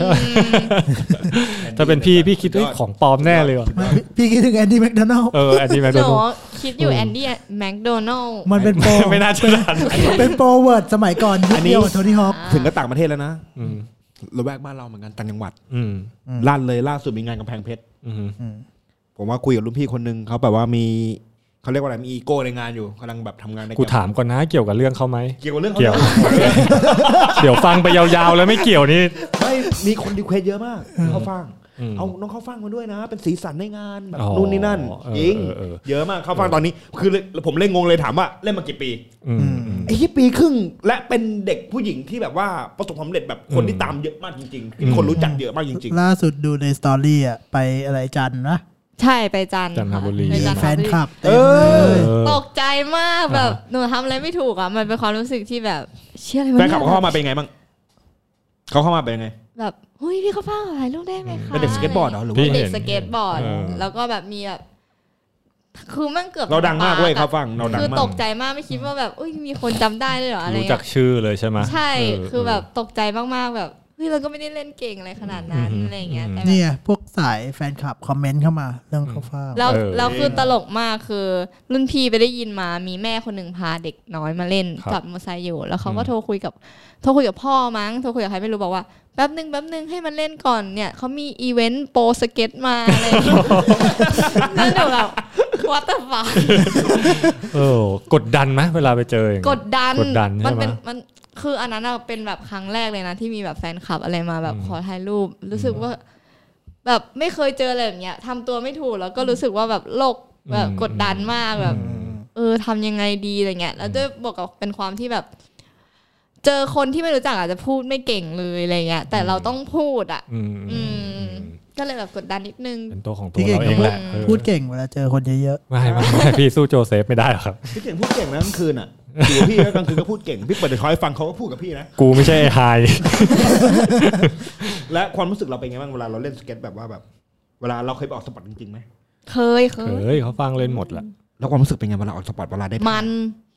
Speaker 4: ถ้าเป็น พี่พี่คิดเฮ้ยของปลอมแน่เลยวะ
Speaker 6: ไม่พี่พี่คิดถึงแอนดี้แมคโดนัลด์
Speaker 4: เอออันนี้แมค
Speaker 5: ห
Speaker 4: โด
Speaker 5: นู
Speaker 4: นัล
Speaker 5: คิดอยู่แอนดี้แมคโดนัลล์
Speaker 6: มันเป็นโปร
Speaker 4: ไม่น่าจะทัน
Speaker 6: เป็นโปรเวิร์ดสมัยก่อนยุคเดียวกับโทนี่ฮอค
Speaker 3: ถึงก็ต่างประเทศแล้วนะ
Speaker 4: อืม
Speaker 3: ระแวกบ้านเราเหมือนกันต่างจังหวัด
Speaker 4: อืม
Speaker 3: ลั่นเลยล่าสุดมีงานกำแพงเพชร
Speaker 4: อืม
Speaker 3: ผมว่าคุยกับรุ่นพี่คนหนึ่งเขาแบบว่ามีเขาเรียกว่าอะไรมีอีโก้ในงานอยู่กำลังแบบทำงานใน
Speaker 4: กูถามก่อนนะเกี่ยวกับเรื่องเขาไหม
Speaker 3: เกี่ยวกับเรื่อง
Speaker 4: เกี่ยว เดี๋ยวฟังไปยาวๆแล้วไม่เกี่ยวนี่
Speaker 3: ไม่มีคนรีเควสเยอะมากเข้าวฟ่าง
Speaker 4: อืม
Speaker 3: เอาน้องเข้าวฟ่างมาด้วยนะ เป็นสีสันในงานแบบ
Speaker 4: อ๋อ
Speaker 3: นู่นนี่นั่น
Speaker 4: เออ
Speaker 3: จริง
Speaker 4: เออเออ
Speaker 3: เยอะมากเข้าวฟ่างตอนนี้ คือเลยผมเล่นงงเลยถามว่าเล่นมากี่ปี
Speaker 4: อืมอืม
Speaker 3: ไอ้ที่ปีครึ่งและเป็นเด็กผู้หญิงที่แบบว่าประสบความสำเร็จแบบคนที่ตามเยอะมากจริงๆมีคนรู้จักเยอะมากจริง
Speaker 6: ล่าสุดดูในสตอรี่อ่ะไปอะไรจันทร์นะ
Speaker 5: ใช่ไปจันท
Speaker 4: จันทบุรี
Speaker 5: ไปจันท
Speaker 6: แฟน
Speaker 5: บุรี
Speaker 6: คลับเต็ม
Speaker 3: เอ
Speaker 6: เล
Speaker 3: อ
Speaker 6: ย
Speaker 4: เออ
Speaker 5: ตกใจมากแบบหนูทำอะไรไม่ถูกอ่ะ มันเป็นความรู้สึกที่แบบ เชื่ออะไร
Speaker 3: ๆ
Speaker 5: วะ
Speaker 3: แฟ
Speaker 5: เนี่
Speaker 3: น
Speaker 5: ย
Speaker 3: คลับเขาเข้ามาเป็นไงบ้างเขาเข้ามาเป็นไง
Speaker 5: แบบเฮ้ยพี่เขาฟังถ่ายรูปได้ไหมคะ
Speaker 3: เป็นเด็กสเก็ตบอร์ดเหรอหรือ
Speaker 4: พี่
Speaker 3: ว่า
Speaker 5: เป็นเด็กสเก็ตบอร์ด
Speaker 4: เออ
Speaker 5: แล้วก็แบบมีแบบคือมันเกือบ
Speaker 3: เราดังมากเว้ย
Speaker 5: ปะ
Speaker 3: เข้าวฟ่างเราดัง
Speaker 5: คือ
Speaker 3: มา
Speaker 5: ต
Speaker 3: ก
Speaker 5: กใจมากไม่คิดว่าแบบอุ้ยมีคนจำได้เลยเหรออะไร
Speaker 4: รู้จัก
Speaker 5: เงี้ย
Speaker 4: ชื่อเลยใช่ไหม
Speaker 5: ใช่
Speaker 4: เ
Speaker 5: คือแบบตกใจมากๆแบบเฮ้ยเราก็ไม่ได้เล่นเก่งอะไรขนาดนั้น
Speaker 4: อืม
Speaker 5: อะไรเงี้ย
Speaker 4: อืม
Speaker 5: แต่
Speaker 6: เนี่
Speaker 5: แบ
Speaker 6: ย
Speaker 5: บ
Speaker 6: พวกสายแฟนคลับคอมเมนต์เข้ามาเรื่องข้าวฟ่าง
Speaker 5: แล้ว
Speaker 4: เออ
Speaker 5: เราคือตลกมากคือรุ่นพี่ไปได้ยินมามีแม่คนหนึ่งพาเด็กน้อยมาเล่น
Speaker 4: ครับ
Speaker 5: จับมอเตอร์ไซค์อยู่แล้วเขาก็
Speaker 4: อืม
Speaker 5: โทรคุยกับโทรคุยกับพ่อมั้งโทรคุยกับใครไม่รู้บอกว่าแป๊บนึงแป๊บนึงให้มันเล่นก่อนเนี่ยเขามีอีเวนต์โปรสเก็ตมาอะไรเงี้ย แล้วหนูแบบวัตถุฟ้า
Speaker 4: เออกดดันไหมเวลาไปเจออย่าง
Speaker 5: ก
Speaker 4: เงี้ย
Speaker 5: ดดัน
Speaker 4: กดดัน
Speaker 5: มั
Speaker 4: ใช่ไหม
Speaker 5: เป็นมันคืออันนั้นอะเป็นแบบครั้งแรกเลยนะ ที่มีแบบแฟนคลับอะไรมาแบบ
Speaker 4: อืม
Speaker 5: ขอถ่ายรูป รู้สึกว่า แบบไม่เคยเจออะไรแบบเนี้ยทำตัวไม่ถูกแล้วก็รู้สึกว่าแบบโลกแบบ
Speaker 4: อืม
Speaker 5: กดดันมากแบบ
Speaker 4: อืม
Speaker 5: เออทำยังไงดีอะไรเงี้ยแล้วด้วยบวกกับเป็นความที่แบบ
Speaker 9: เจอคนที่ไม่รู้จักอาจจะพูดไม่เก่งเลยอะไรเงี้ยแต่เราต้องพูดอ่ะ
Speaker 4: อืม
Speaker 9: อืม ก็เลยแบบกดดันนิดนึง
Speaker 4: เป็นตัวของตัว
Speaker 6: พี่เก่ง
Speaker 4: เราเองแหละเออ
Speaker 6: พูดเก่งเวลาเจอคนเยอะ
Speaker 4: ไม่ไม่ไม่ พี่สู้โจเซฟไม่ได้หรอกครับ
Speaker 3: พี่เก่งพูดเก่งนะกลางคืนอ่ะอยู่กับพี่นะกลางคืนก็พูดเก่งพี่เปิดเดอะทอยฟังเขาก็พูดกับพี่นะ
Speaker 4: กูไม่ใช่ไอ้ไฮ
Speaker 3: และความรู้สึกเราเป็นไงบ้างเวลาเราเล่นสเก็ตแบบว่าแบบ เวลาเราเคยไปออกสปอร์ตจริงๆไหม
Speaker 5: เคยเคย
Speaker 4: เฮ้ยเขาฟังเล่นหมดแหละ
Speaker 3: แล้วความรู้สึกเป็นไงเวลาออกสปอร์ตเวลาได้
Speaker 9: มัน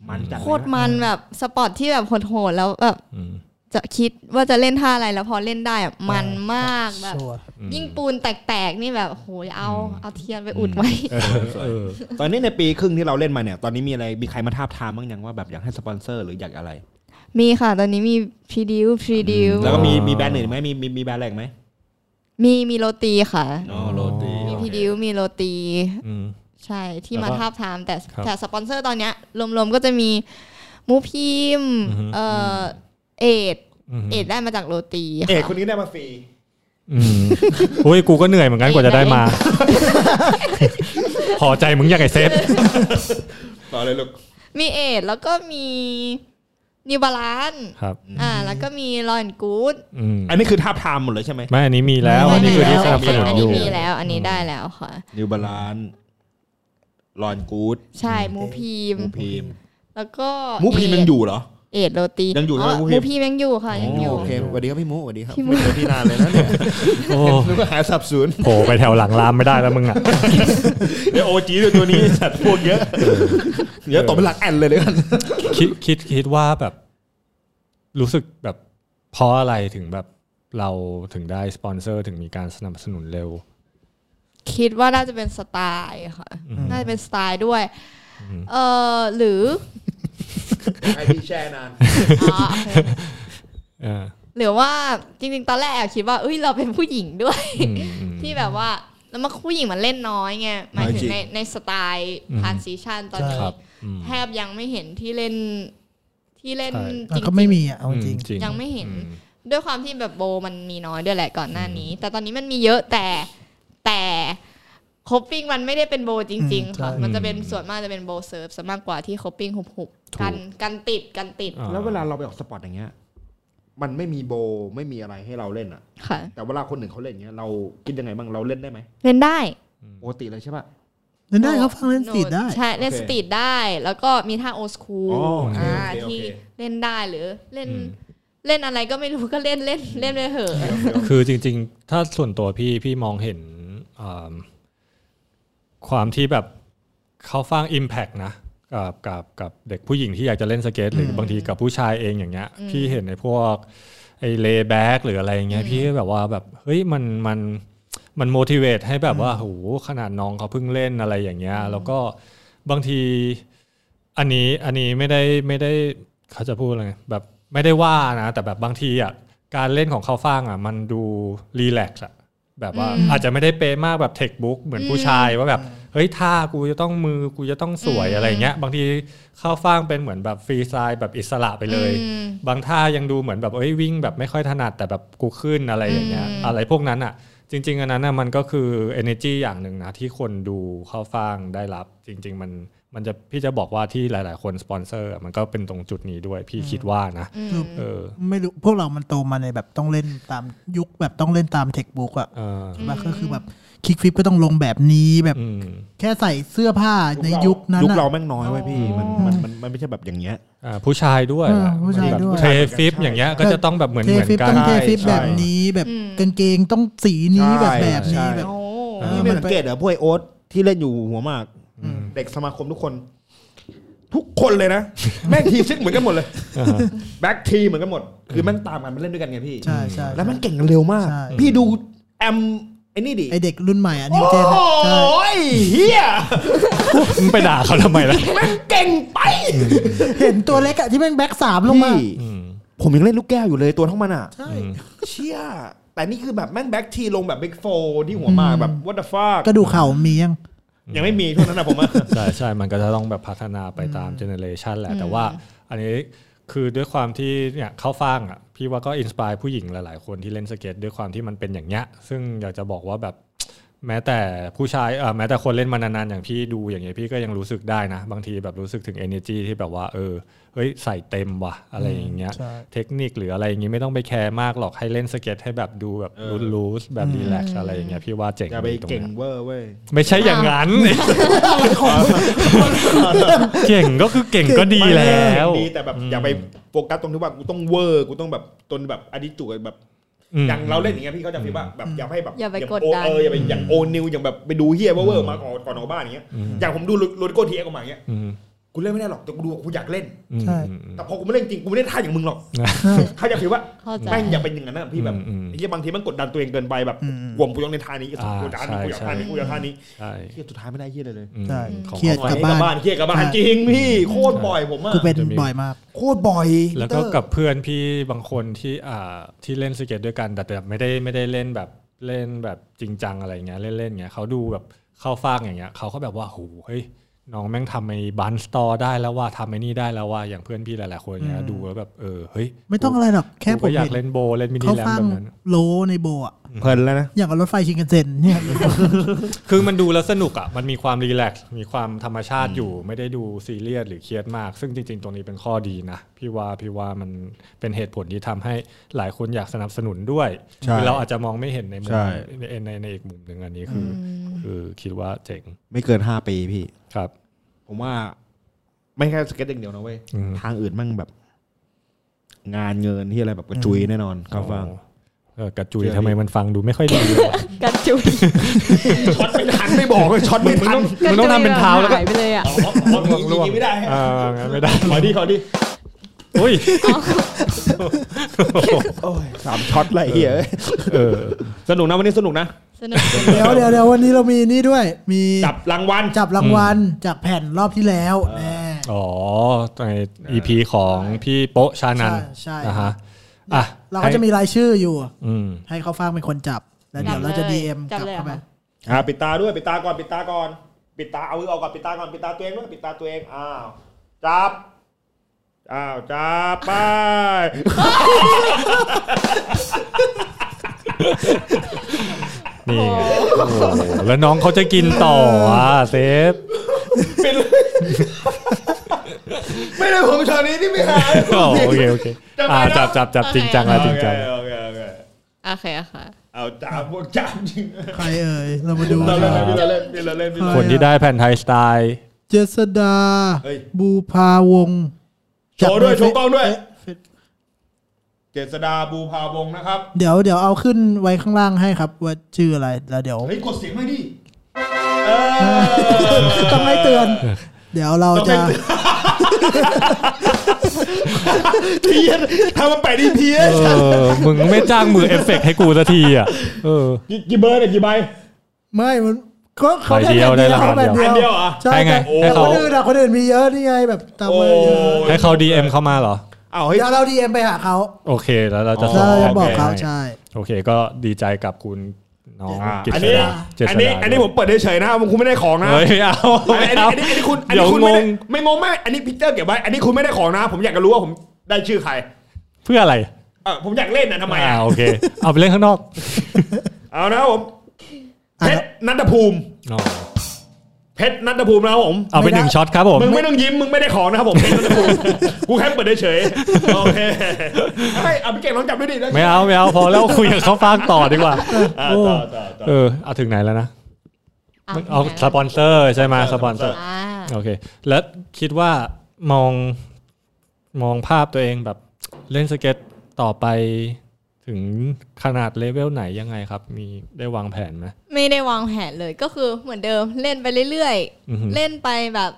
Speaker 3: มันจัด
Speaker 5: โคตรมันแบบสปอร์ตที่แบบโหดๆแล้วแบบ
Speaker 4: อืม
Speaker 5: จะคิดว่าจะเล่นท่าอะไรแล้วพอเล่นได้อะมันมากแบ
Speaker 6: ๆ
Speaker 5: บ
Speaker 6: ชัวร์
Speaker 4: อืม
Speaker 5: ยิ่งปูนแตกๆนี่แบบโหยเอา
Speaker 4: อืม
Speaker 5: เอาเทียนไปอุดไว้
Speaker 4: เออเออ
Speaker 3: ตอนนี้ในปีครึ่งที่เราเล่นมาเนี่ยตอนนี้มีอะไรมีใครมาทาบทามบ้างยังว่าแบบอยากให้สปอนเซอร์หรืออยากอะไร
Speaker 5: มีค่ะ ตอนนี้มีพรีดิวพรีดิว
Speaker 3: แล้วก็มีมีแบรนด์อื่นไหมมีมีมีแบรนด์อะไรอีกไหม
Speaker 5: มีมีโรตีค่ะ
Speaker 3: อ๋อโรตี
Speaker 5: มีพรีดิวมีโรตี
Speaker 4: อืม
Speaker 5: ใช่ที่มา
Speaker 4: แล้วก็
Speaker 5: ทาบทามแต่
Speaker 4: ครับ
Speaker 5: แต่สปอนเซอร์ตอนเนี้ยรวมๆก็จะมีหมูพิมพ์
Speaker 4: อือฮึ
Speaker 5: เอ่อเอด
Speaker 4: อืม
Speaker 5: เอดได้มาจากโรตี
Speaker 3: เอก
Speaker 5: ค่ะ
Speaker 3: คนนี้ได้มาฟรี
Speaker 4: อืมโอ้ยกูก็เหนื่อยเหมือนกันกว่าจะได้มา พอใจมึงยังไงเซฟ
Speaker 3: ต่อเลยลูก
Speaker 5: มีเอดแล้วก็มีนิวบาลาน
Speaker 4: ครับ
Speaker 5: อ่าแล้วก็มีลอนกูด
Speaker 4: อืม
Speaker 3: อันนี้คือทาบทามหมดเลยใช่ไหม
Speaker 4: ไม่อันนี้มีแล้ว อันนี้คือที่สนับสนุน
Speaker 5: อัน
Speaker 4: อ
Speaker 5: นี้
Speaker 4: ยู่
Speaker 5: มีแล้วอันนี้ได้แล้วค่ะ
Speaker 3: นิวบาลานลอนกูด
Speaker 5: ใช่หมูพิม
Speaker 3: มู
Speaker 5: พ์
Speaker 3: พีม
Speaker 5: แล้วก็
Speaker 3: มูพีมยังอยู่เหรอ
Speaker 5: เอดโรตี
Speaker 3: ยังอยู่ใช่ไหม
Speaker 5: ห
Speaker 3: หมู
Speaker 5: มู
Speaker 3: พิมพ์
Speaker 5: พิมพ์ยังอยู่ค่ะยังอยู่
Speaker 3: โอเคสวัสดีครับพี่มูสวัสดีครับ
Speaker 5: พี่มู
Speaker 3: ไม่เจอพี่นานเลยนะเนี่ย
Speaker 4: โอ้
Speaker 3: นึกว่าหายสับสน
Speaker 4: โผล่ไปแถวหลังรามไม่ได้แล้วมึงอ่ะ
Speaker 3: เดี๋ยวโอจีตัวนี้ สัตว์พวกเยอะเดี๋ยวตบเป็นหลักแอนเลยเลยกัน
Speaker 4: คิดคิดคิดว่าแบบ รู้สึกแบบเพราะอะไรถึงแบบเราถึงได้สปอนเซอร์ถึงมีการสนับสนุนเร็ว
Speaker 5: คิดว่าน่าจะเป็นสไตล์ค่ะ น่าจะเป็นสไตล์ด้วย เออหรือ
Speaker 3: ไอพี่แช่นาน
Speaker 5: อ๋อโอเค
Speaker 4: เออ
Speaker 5: หรือว่าจริงๆ ตอนแรกแอบคิดว่าเอ้ยเราเป็นผู้หญิงด้วย
Speaker 4: อืมอืม
Speaker 5: ที่แบบว่าแล้วมาผู้หญิงมันเล่นน้อยไงหมายถึงในในสไตล์
Speaker 4: อืม
Speaker 5: ทานซีชันตอนนี้
Speaker 4: ครับอืม
Speaker 5: แทบยังไม่เห็นที่เล่นที่เล่น
Speaker 4: ใช่
Speaker 5: จ
Speaker 6: แต่
Speaker 5: ริง
Speaker 6: ก็
Speaker 5: ๆ
Speaker 6: ไม่มีอ่ะเอาจริง
Speaker 4: อื
Speaker 5: ยังไม่เห็น
Speaker 4: อืม
Speaker 5: ด้วยความที่แบบโบมันมีน้อยด้วยแหละก่อนหน้านี้ แต่ตอนนี้มันมีเยอะแต่แต่คบปิ้งมันไม่ได้เป็นโบจริง
Speaker 6: อืม
Speaker 5: ๆ ค่ะ
Speaker 6: ใช่
Speaker 5: มันจะเป็นส่วนมากจะเป็นโบเซิร์ฟซะมากกว่าที่คบปิ้งหุบ
Speaker 4: ถู
Speaker 5: ๆ
Speaker 4: ก
Speaker 5: กันกันติดกันติด
Speaker 4: อ่
Speaker 3: แล้วเวลาเราไปออกสปอร์ตอย่างเงี้ย มันไม่มีโบว์ไม่มีอะไรให้เราเล่นอะ
Speaker 5: ค่ะ
Speaker 3: แต่เวลาคนหนึ่งเขาเล่นอย่างเงี้ยเราคิดยังไงบ้างเราเล่นได้ไหม
Speaker 5: เล่นได้
Speaker 3: ปกติเลยใช่ปะ
Speaker 6: ๆนั่นได้เขาฟังเล่นสีดได้
Speaker 5: ใช่เล่น
Speaker 3: โอเค
Speaker 5: สตรีทได้ แล้วก็มีท่าโอสคูล
Speaker 3: อ๋อโอเค
Speaker 5: อ่า
Speaker 3: โอเคโอเค
Speaker 5: ที่เล่นได้หรือเล่น
Speaker 4: อืม
Speaker 5: เล่นอะไรก็ไม่รู้ก็เล่นเล่นเล่นไปเถอะ
Speaker 4: คือจริง ๆ ถ้าส่วนตัวพี่พี่มองเห็นอ่าความที่แบบเขาฟัง Impact นะกับกับกับเด็กผู้หญิงที่อยากจะเล่นสเก็ตหรืออบางทีกับผู้ชายเองอย่างเงี้ย พี่เห็นในพวกไอ้เลแบ็กหรืออะไรอย่างเงี้ยพี่แบบว่าแบบเฮ้ยมันมันมัน motivate ให้แบบว่าโหขนาดน้องเขาเพิ่งเล่นอะไรอย่างเงี้ย แล้วก็บางที อันนี้อันนี้ไม่ได้ไม่ได้เขาจะพูดอะไรไงแบบไม่ได้ว่านะ แต่แบบบางทีอ่ะการเล่นของเขาฟังอ่ะ มันดูรีแลกซ์อ่ะแบบว่าอาจจะไม่ได้เป๊ะมากแบบเทคบุ๊กเหมือนผู้ชายว่าแบบเฮ้ยท่ากูจะต้องมือกูจะต้องสวยอะไรเงี้ย บางทีเข้าฟังเป็นเหมือนแบบฟรีสไตล์แบบอิสระไปเลย
Speaker 5: อืม
Speaker 4: บางท่ายังดูเหมือนแบบเอ้ยวิ่งแบบไม่ค่อยถนัดแต่แบบกูขึ้นอะไรอย่างเงี้ย
Speaker 5: อืม
Speaker 4: อะไรพวกนั้นอ่ะ จริง ๆ อันนั้นน่ะมันก็คือ energy อย่างหนึ่งนะ ที่คนดูเข้าฟังได้รับ จริง ๆ มันมันจะพี่จะบอกว่าที่หลาย ๆ คนสปอนเซอร์มันก็เป็นตรงจุดนี้ด้วยพี่คิดว่านะ
Speaker 5: อืม
Speaker 4: เออ
Speaker 6: ไม่รู้พวกเรามันโตมาในแบบต้องเล่นตามยุคแบบต้องเล่นตามเทคบุ๊กอ่ะ
Speaker 4: เออ
Speaker 6: มันก็คือแบบคลิกฟลิปก็ต้องลงแบบนี้แบบ
Speaker 4: อืม
Speaker 6: แค่ใส่เสื้อผ้าในยุคนั้น
Speaker 3: ยุค
Speaker 6: อะ
Speaker 3: เราแม่งน้อยไว้ยพี่มันมันมันมันไม่ใช่แบบอย่างเงี้ย
Speaker 4: อ่าผู้ชายด้วย
Speaker 6: เออ
Speaker 4: อะ
Speaker 6: ผู้ชาย
Speaker 4: แบบ
Speaker 6: ด้วย
Speaker 4: เทฟิปอย่างเงี้ยก็จะต้องแบบเหมือน
Speaker 6: เท
Speaker 4: เหมือน
Speaker 6: ฟิป
Speaker 4: กั
Speaker 6: ต้
Speaker 4: น
Speaker 6: องเทฟิป
Speaker 3: ใช่
Speaker 6: แบบนี้แบบ
Speaker 5: อืม
Speaker 6: กางเกงต้องสีนี้
Speaker 3: ใช่
Speaker 6: แบบแบบ
Speaker 3: ใช่
Speaker 6: นี้แบบ
Speaker 5: โอ้
Speaker 4: เออ
Speaker 3: นี่ไม่สังเกตเหรอพวกไอโอ๊ตที่เล่นอยู่หัวหมาก เด็กสมาคมทุกคน ทุกคนเลยนะ แม่งทีมซิกเหมือนกันหมดเลย แบ็กทีมเหมือนกันหมด คือแม่งตามกันมันเล่นด้วยกันไงพี่
Speaker 6: ใช่ใช่
Speaker 3: แล้วแมันเก่งกันเร็วมาก
Speaker 6: ใช่
Speaker 3: พี่ดูแอมไอ้นี่ดิ
Speaker 6: ไอเด็กรุ่นใหม่อ่ะนิว
Speaker 3: โอ้
Speaker 6: เจนอะใช่
Speaker 3: ยเฮีย
Speaker 4: มึงไปด่าเขาทำไมล่ะ
Speaker 3: แม่งเก่งไป
Speaker 6: เห็นตัวเล็กอะที่แม่งแบ็คสามลงมา
Speaker 3: พี่
Speaker 4: อืม
Speaker 3: ผมยังเล่นลูกแก้วอยู่เลยตัวเท่ามันอ่ะ
Speaker 6: ใช่
Speaker 3: เชี่ยแต่นี่คือแบบแม่งแบ็กทีลงแบบเบ g กโฟที่หัวหมากแบบวัตฟาก
Speaker 6: กระดูกเข่ามียัง
Speaker 3: ยังไม่มีช่วงนั้นนะผมอะ
Speaker 4: ใช่ใช่มันก็จะต้องแบบพัฒนาไปตามเจเนอเรชันแหละ แต่ว่าอันนี้คือด้วยความที่เนี่ยเข้าฟางอ่ะพี่ว่าก็อินสปายผู้หญิงหลาย ๆ คนที่เล่นสเก็ตด้วยความที่มันเป็นอย่างเงี้ยซึ่งอยากจะบอกว่าแบบ แม้แต่ผู้ชายเอ่อแม้แต่คนเล่นมานานๆอย่างพี่ดูอย่างเงี้ยพี่ก็ยังรู้สึกได้นะ บางทีแบบรู้สึกถึง energy ที่แบบว่าเออเฮ้ยใส่เต็มว่ะอะไรอย่างเงี้ย
Speaker 6: ใช่
Speaker 4: เทคนิคหรืออะไรอย่างงี้ไม่ต้องไปแคร์มากหรอกให้เล่นสเก็ตให้แบบดูแบบลูสๆแบบรีแลกซ์อะไรอย่างเงี้ยพี่ว่าเจ๋ง
Speaker 3: อย่าไป
Speaker 4: ตร
Speaker 3: เก่ง
Speaker 4: นั้น
Speaker 3: เวอร์เว้ย
Speaker 4: ไม่ใช่อย่างนั้น เก่งก็คือเก่งก็ดีแล้ว
Speaker 3: ดีแต่แบบอย่าไปโฟกัสตรงที่ว่ากูต้องเวอร์กูต้องแบบจนแบบอดิจูแบบ
Speaker 4: อืม
Speaker 3: อย่างเราเล่นอย่างเงี้ยพี่เขาจะคิดว่าแบบอย่าให้แบบ
Speaker 9: อย่าไป
Speaker 3: ง
Speaker 9: กด
Speaker 3: โอ
Speaker 9: ดัน
Speaker 3: เอออย่าไปอย่างโอนิวอย่างแบบไปดูเฮียเวอร์เวอร์มาก่อนก่อนออกบ้านอย่างเงี้ยอย่างผมดูโรดโก้ทีเอ็กออกมาอย่างเงี้ย
Speaker 4: อืม
Speaker 3: กูเล่นไม่ได้หรอกแต่กูดูกูอยากเล่น
Speaker 6: ใช่
Speaker 4: อืมอืม
Speaker 3: แต่พอกูไม่เล่นจริงกูไม่ได้ท่าอย่างมึ งหรอกเขาจะคิดว่า
Speaker 9: เข้าใจ
Speaker 3: แม่งอย่าเป็นอย่างนั้นนะพี่แบบ
Speaker 4: อืมอืม
Speaker 3: ไอ้เหี้ยบางทีมันกดดันตัวเองเกินไปแบบ
Speaker 6: อืม
Speaker 3: กลมกูต้องในท่านี้
Speaker 4: อ่า
Speaker 3: กูจะท่านี้กูอยาก
Speaker 4: ใช่
Speaker 3: ท่านี้กูอยากท่านี้
Speaker 4: ใช่
Speaker 3: เฮียสุดท้ายไม่ได้เฮียเลยเลย
Speaker 4: อืม
Speaker 6: ใช่
Speaker 4: ของ
Speaker 6: เครียด
Speaker 4: ของ
Speaker 6: กลับ
Speaker 3: กลับ
Speaker 6: บ้า
Speaker 3: บ้าน
Speaker 6: น
Speaker 3: เฮียกลับบ้าน
Speaker 6: ใช่
Speaker 3: จริงพี่โคตรบ่อยผมอะ
Speaker 6: กูเป็นบ่อยมาก
Speaker 3: โคตรบ่อย
Speaker 4: แล้วก็
Speaker 3: พี่เตอร์
Speaker 4: กับเพื่อนพี่บางคนที่อ่าที่เล่นสเก็ตด้วยกันแต่แบบไม่ได้ไม่ได้เล่นแบบเล่นแบบจริงจังอะไรเงี้ยเล่นเล่นเงี้ยเขาดูแบบเข้าฟากอย่างเงี้ยเขาก็แบบว่าโหเฮ้ยน้องแม่งทำไอ้บันสตอร์ได้แล้วว่าทำไอ้นี่ได้แล้วว่าอย่างเพื่อนพี่หลายๆคนเงี้ยดูแล้วแบบเออเฮ้ย
Speaker 6: ไม่ต้องอะไรหรอกแค่
Speaker 4: กู
Speaker 6: ผ
Speaker 4: ก็
Speaker 6: ม
Speaker 4: อยาก
Speaker 6: เห็
Speaker 4: เล่
Speaker 6: น
Speaker 4: นโบว์เล่นมินิ
Speaker 6: เขา
Speaker 4: แรม
Speaker 6: ฟัง
Speaker 4: แบบนั้น
Speaker 6: โลในโบอะ
Speaker 3: เพลินแล้วนะ
Speaker 6: อย่างกับรถไฟชิงกันเซ็นเนี่ย
Speaker 4: คือมันดูแล้วสนุกอ่ะ มันมีความรีแลกซ์มีความธรรมชาติอยู่ ไม่ได้ดูซีเรียสหรือเครียดมาก ซึ่งจริง ๆ ตรงนี้เป็นข้อดีนะ พี่ว่าพี่ว่ามันเป็นเหตุผลที่ทำให้หลายคนอยากสนับสนุนด้วย
Speaker 3: ใช่
Speaker 4: คือเราอาจจะมองไม่เห็นในมุม
Speaker 3: ใช่
Speaker 4: ในในในอีกมุมหนึ่งอันนี้คืออคือคิดว่าเจ๋ง
Speaker 3: ไม่เกินห้าปีพี่
Speaker 4: ครับ
Speaker 3: ผมว่า ไม่แค่สเก็ตอย่างเดียวนะเว้ย
Speaker 4: อืม
Speaker 3: ทางอื่นมั่งแบบ งานเงินที่อะไรแบบกระจุยแน่นอนครับฟัง
Speaker 4: เออกระจุย
Speaker 3: เจ๋ง
Speaker 4: ทำไมมันฟังดูไม่ค่อยดีเลยวะ
Speaker 9: กันจุย
Speaker 3: ช็อตไม่ทันไม่บอกเลย ช็อตไม่ทัน
Speaker 4: มันต้องทำเป็นเท้าแล้วก็
Speaker 9: หายไปเลยอ่ะ
Speaker 3: อ๋ออ๋ออย่างนี้ไม่ได้
Speaker 4: อ่างั้นไม่ได้
Speaker 3: ขอดีขอดี
Speaker 4: อุ้ย
Speaker 3: โอ้ยสามช็อตเลยเฮียเอ้ย
Speaker 4: เออ
Speaker 3: สนุกนะวันนี้สนุกนะ
Speaker 9: สนุก
Speaker 6: เดี๋ยวเดี๋ยวเดี๋ยววันนี้เรามีนี่ด้วย มี
Speaker 3: จับรางวัล
Speaker 6: จับรางวัลจากแผ่นรอบที่แล้วแน่
Speaker 4: อ๋อใน EP ของพี่โป๊ะชานัน
Speaker 6: ใช่ใช่
Speaker 4: นะฮะอ่ะ
Speaker 6: เราก็จะมีรายชื่ออยู่
Speaker 4: อืม
Speaker 6: ให้เขาฟังเป็นคนจับ แล้วเดี๋ยวเราจะ DM กลับเข้าไป
Speaker 3: อ่าปิดตาด้วยปิดตาก่อนปิดตาก่อนปิดตาเอามือออกก่อนปิดตาก่อนปิดตาตัวเองด้วยปิดตาตัวเองอ้าวจับอ้าวจับไป
Speaker 4: นี่ไงโอ้โหแล้วน้องเขาจะกินต่ออ่ะเซฟ
Speaker 3: ไม่ได้ผมเท่านี้ที่ไม่หาย
Speaker 4: โอเคโอเคอ่าจับจับจับจริงจังอ่ะจริงจัง
Speaker 3: โอเคโอเค
Speaker 9: โอเคค่ะ
Speaker 3: เอาจับพวกจับจริง
Speaker 6: ใครเอ่ย เรามาดู
Speaker 3: เราเล่น
Speaker 4: อ่า
Speaker 3: พี่เราเล่นพี่เราเล่นพี่เรา
Speaker 4: ค
Speaker 3: เล่น
Speaker 4: นที่ได้แผ่นไทยสไตล์
Speaker 6: เจษดา
Speaker 3: เฮ้ย
Speaker 6: บูพาวงศ์
Speaker 3: โชว์ด้วย
Speaker 6: จาก
Speaker 3: โชว์กล้องด้วย
Speaker 6: เฟซ
Speaker 3: เจษดาบูพาวงศ์นะครับ
Speaker 6: เดี๋ยวเดี๋ยวเอาขึ้นไว้ข้างล่างให้ครับ ว่าชื่ออะไร แล้วเดี๋ยว
Speaker 3: เฮ้ยกดเสียงหน่อยดิ
Speaker 6: ต้องให้เตือน เดี๋ยวเราจะ
Speaker 3: เพี้ยนทำมาแปดดีเพี้ยน
Speaker 4: เออ มึงไม่จ้างมือเอฟเฟกต์ให้กูสักทีอ่ะ เออ
Speaker 3: กี่กี่เบอร์เนี่ยกี่ใบ
Speaker 6: ไม่มันเขาเขา
Speaker 4: ใบเดียวได้รางวัล
Speaker 6: แผ่น
Speaker 3: เดียวอันเดียวเหรอ
Speaker 6: ใช่
Speaker 4: ให้ไง
Speaker 6: ไง
Speaker 4: ให้เขา
Speaker 6: คนอื่นอะคนอื่นมีเยอะนี่ไงแบบตามมาเยอะ
Speaker 4: ให้เขา DM เข้ามาเหรอ
Speaker 3: เอาเฮ้ย
Speaker 6: เดี๋ยวเราดีเอ็มไปหาเขา
Speaker 4: โอเคแล้วเราจะ
Speaker 6: แล้วเราจะบอก
Speaker 4: ให้
Speaker 6: เขาใช่
Speaker 4: โอเคก็ดีใจกับคุณน้องกิต
Speaker 3: อัน
Speaker 4: ติ
Speaker 3: นี้
Speaker 4: ดาเจษ
Speaker 3: อันนี้
Speaker 4: ดา
Speaker 3: อันนี้ผมเปิดเฉยๆนะผมคุณไม่ได้ของนะ
Speaker 4: เฮ้ยไม่เอา
Speaker 3: อันนี้
Speaker 4: ไม่เอา
Speaker 3: อันนี้อันนี้คุณอัน
Speaker 4: เดี๋ย
Speaker 3: นี้
Speaker 4: ว
Speaker 3: คุณ
Speaker 4: ง
Speaker 3: ไม่ได้
Speaker 4: ง
Speaker 3: ไม่งงไม่อันนี้พิกเตอร์เก็บไว้อันนี้คุณไม่ได้ของนะ ผมอยากจะรู้ว่าผมได้ชื่อใคร
Speaker 4: เพื่ออะไร
Speaker 3: เออผมอยากเล่นนะทำไม
Speaker 4: อ่า
Speaker 3: อ่ะ
Speaker 4: โอเค เอาไปเล่นข้างนอก
Speaker 3: เอานะครับผมเพ
Speaker 6: อ่ะ
Speaker 3: ชรนันทภูมิ
Speaker 4: อ๋อ
Speaker 3: เพชรนันทภูมินะครับผม
Speaker 4: เอาไปหนึ่งช็อตครับผม
Speaker 3: มึงไม่ต้องยิ้มมึงไม่ได้ของ นะครับผมเพชรนันทภูมิกูแค่เปิดเฉยๆโอเคให้เอาพี่เก่งลองจับด้วยดิแล้ว
Speaker 4: ไม่เอาไม่เอาพอแล้วคุยกับเขาฟังต่อดีกว่า
Speaker 3: อ่ะ
Speaker 4: โอ้
Speaker 3: ต่อต่อต่อ
Speaker 4: เออเอาถึงไหนแล้วนะ
Speaker 9: อ่ะ
Speaker 4: เอาสปอนเซอร์ใช่ไหมสปอนเซอร์
Speaker 9: อ่า
Speaker 4: โอเค แล้วคิดว่ามองมองภาพตัวเองแบบเล่นสเก็ตต่อไปถึงขนาดเลเวลไหนยังไงครับ มีได้วางแผนไหม
Speaker 9: ไม่ได้วางแผนเลยก็คือเหมือนเดิมเล่นไปเรื่อย
Speaker 4: อือหือ
Speaker 9: ๆ เล่นไปแบบ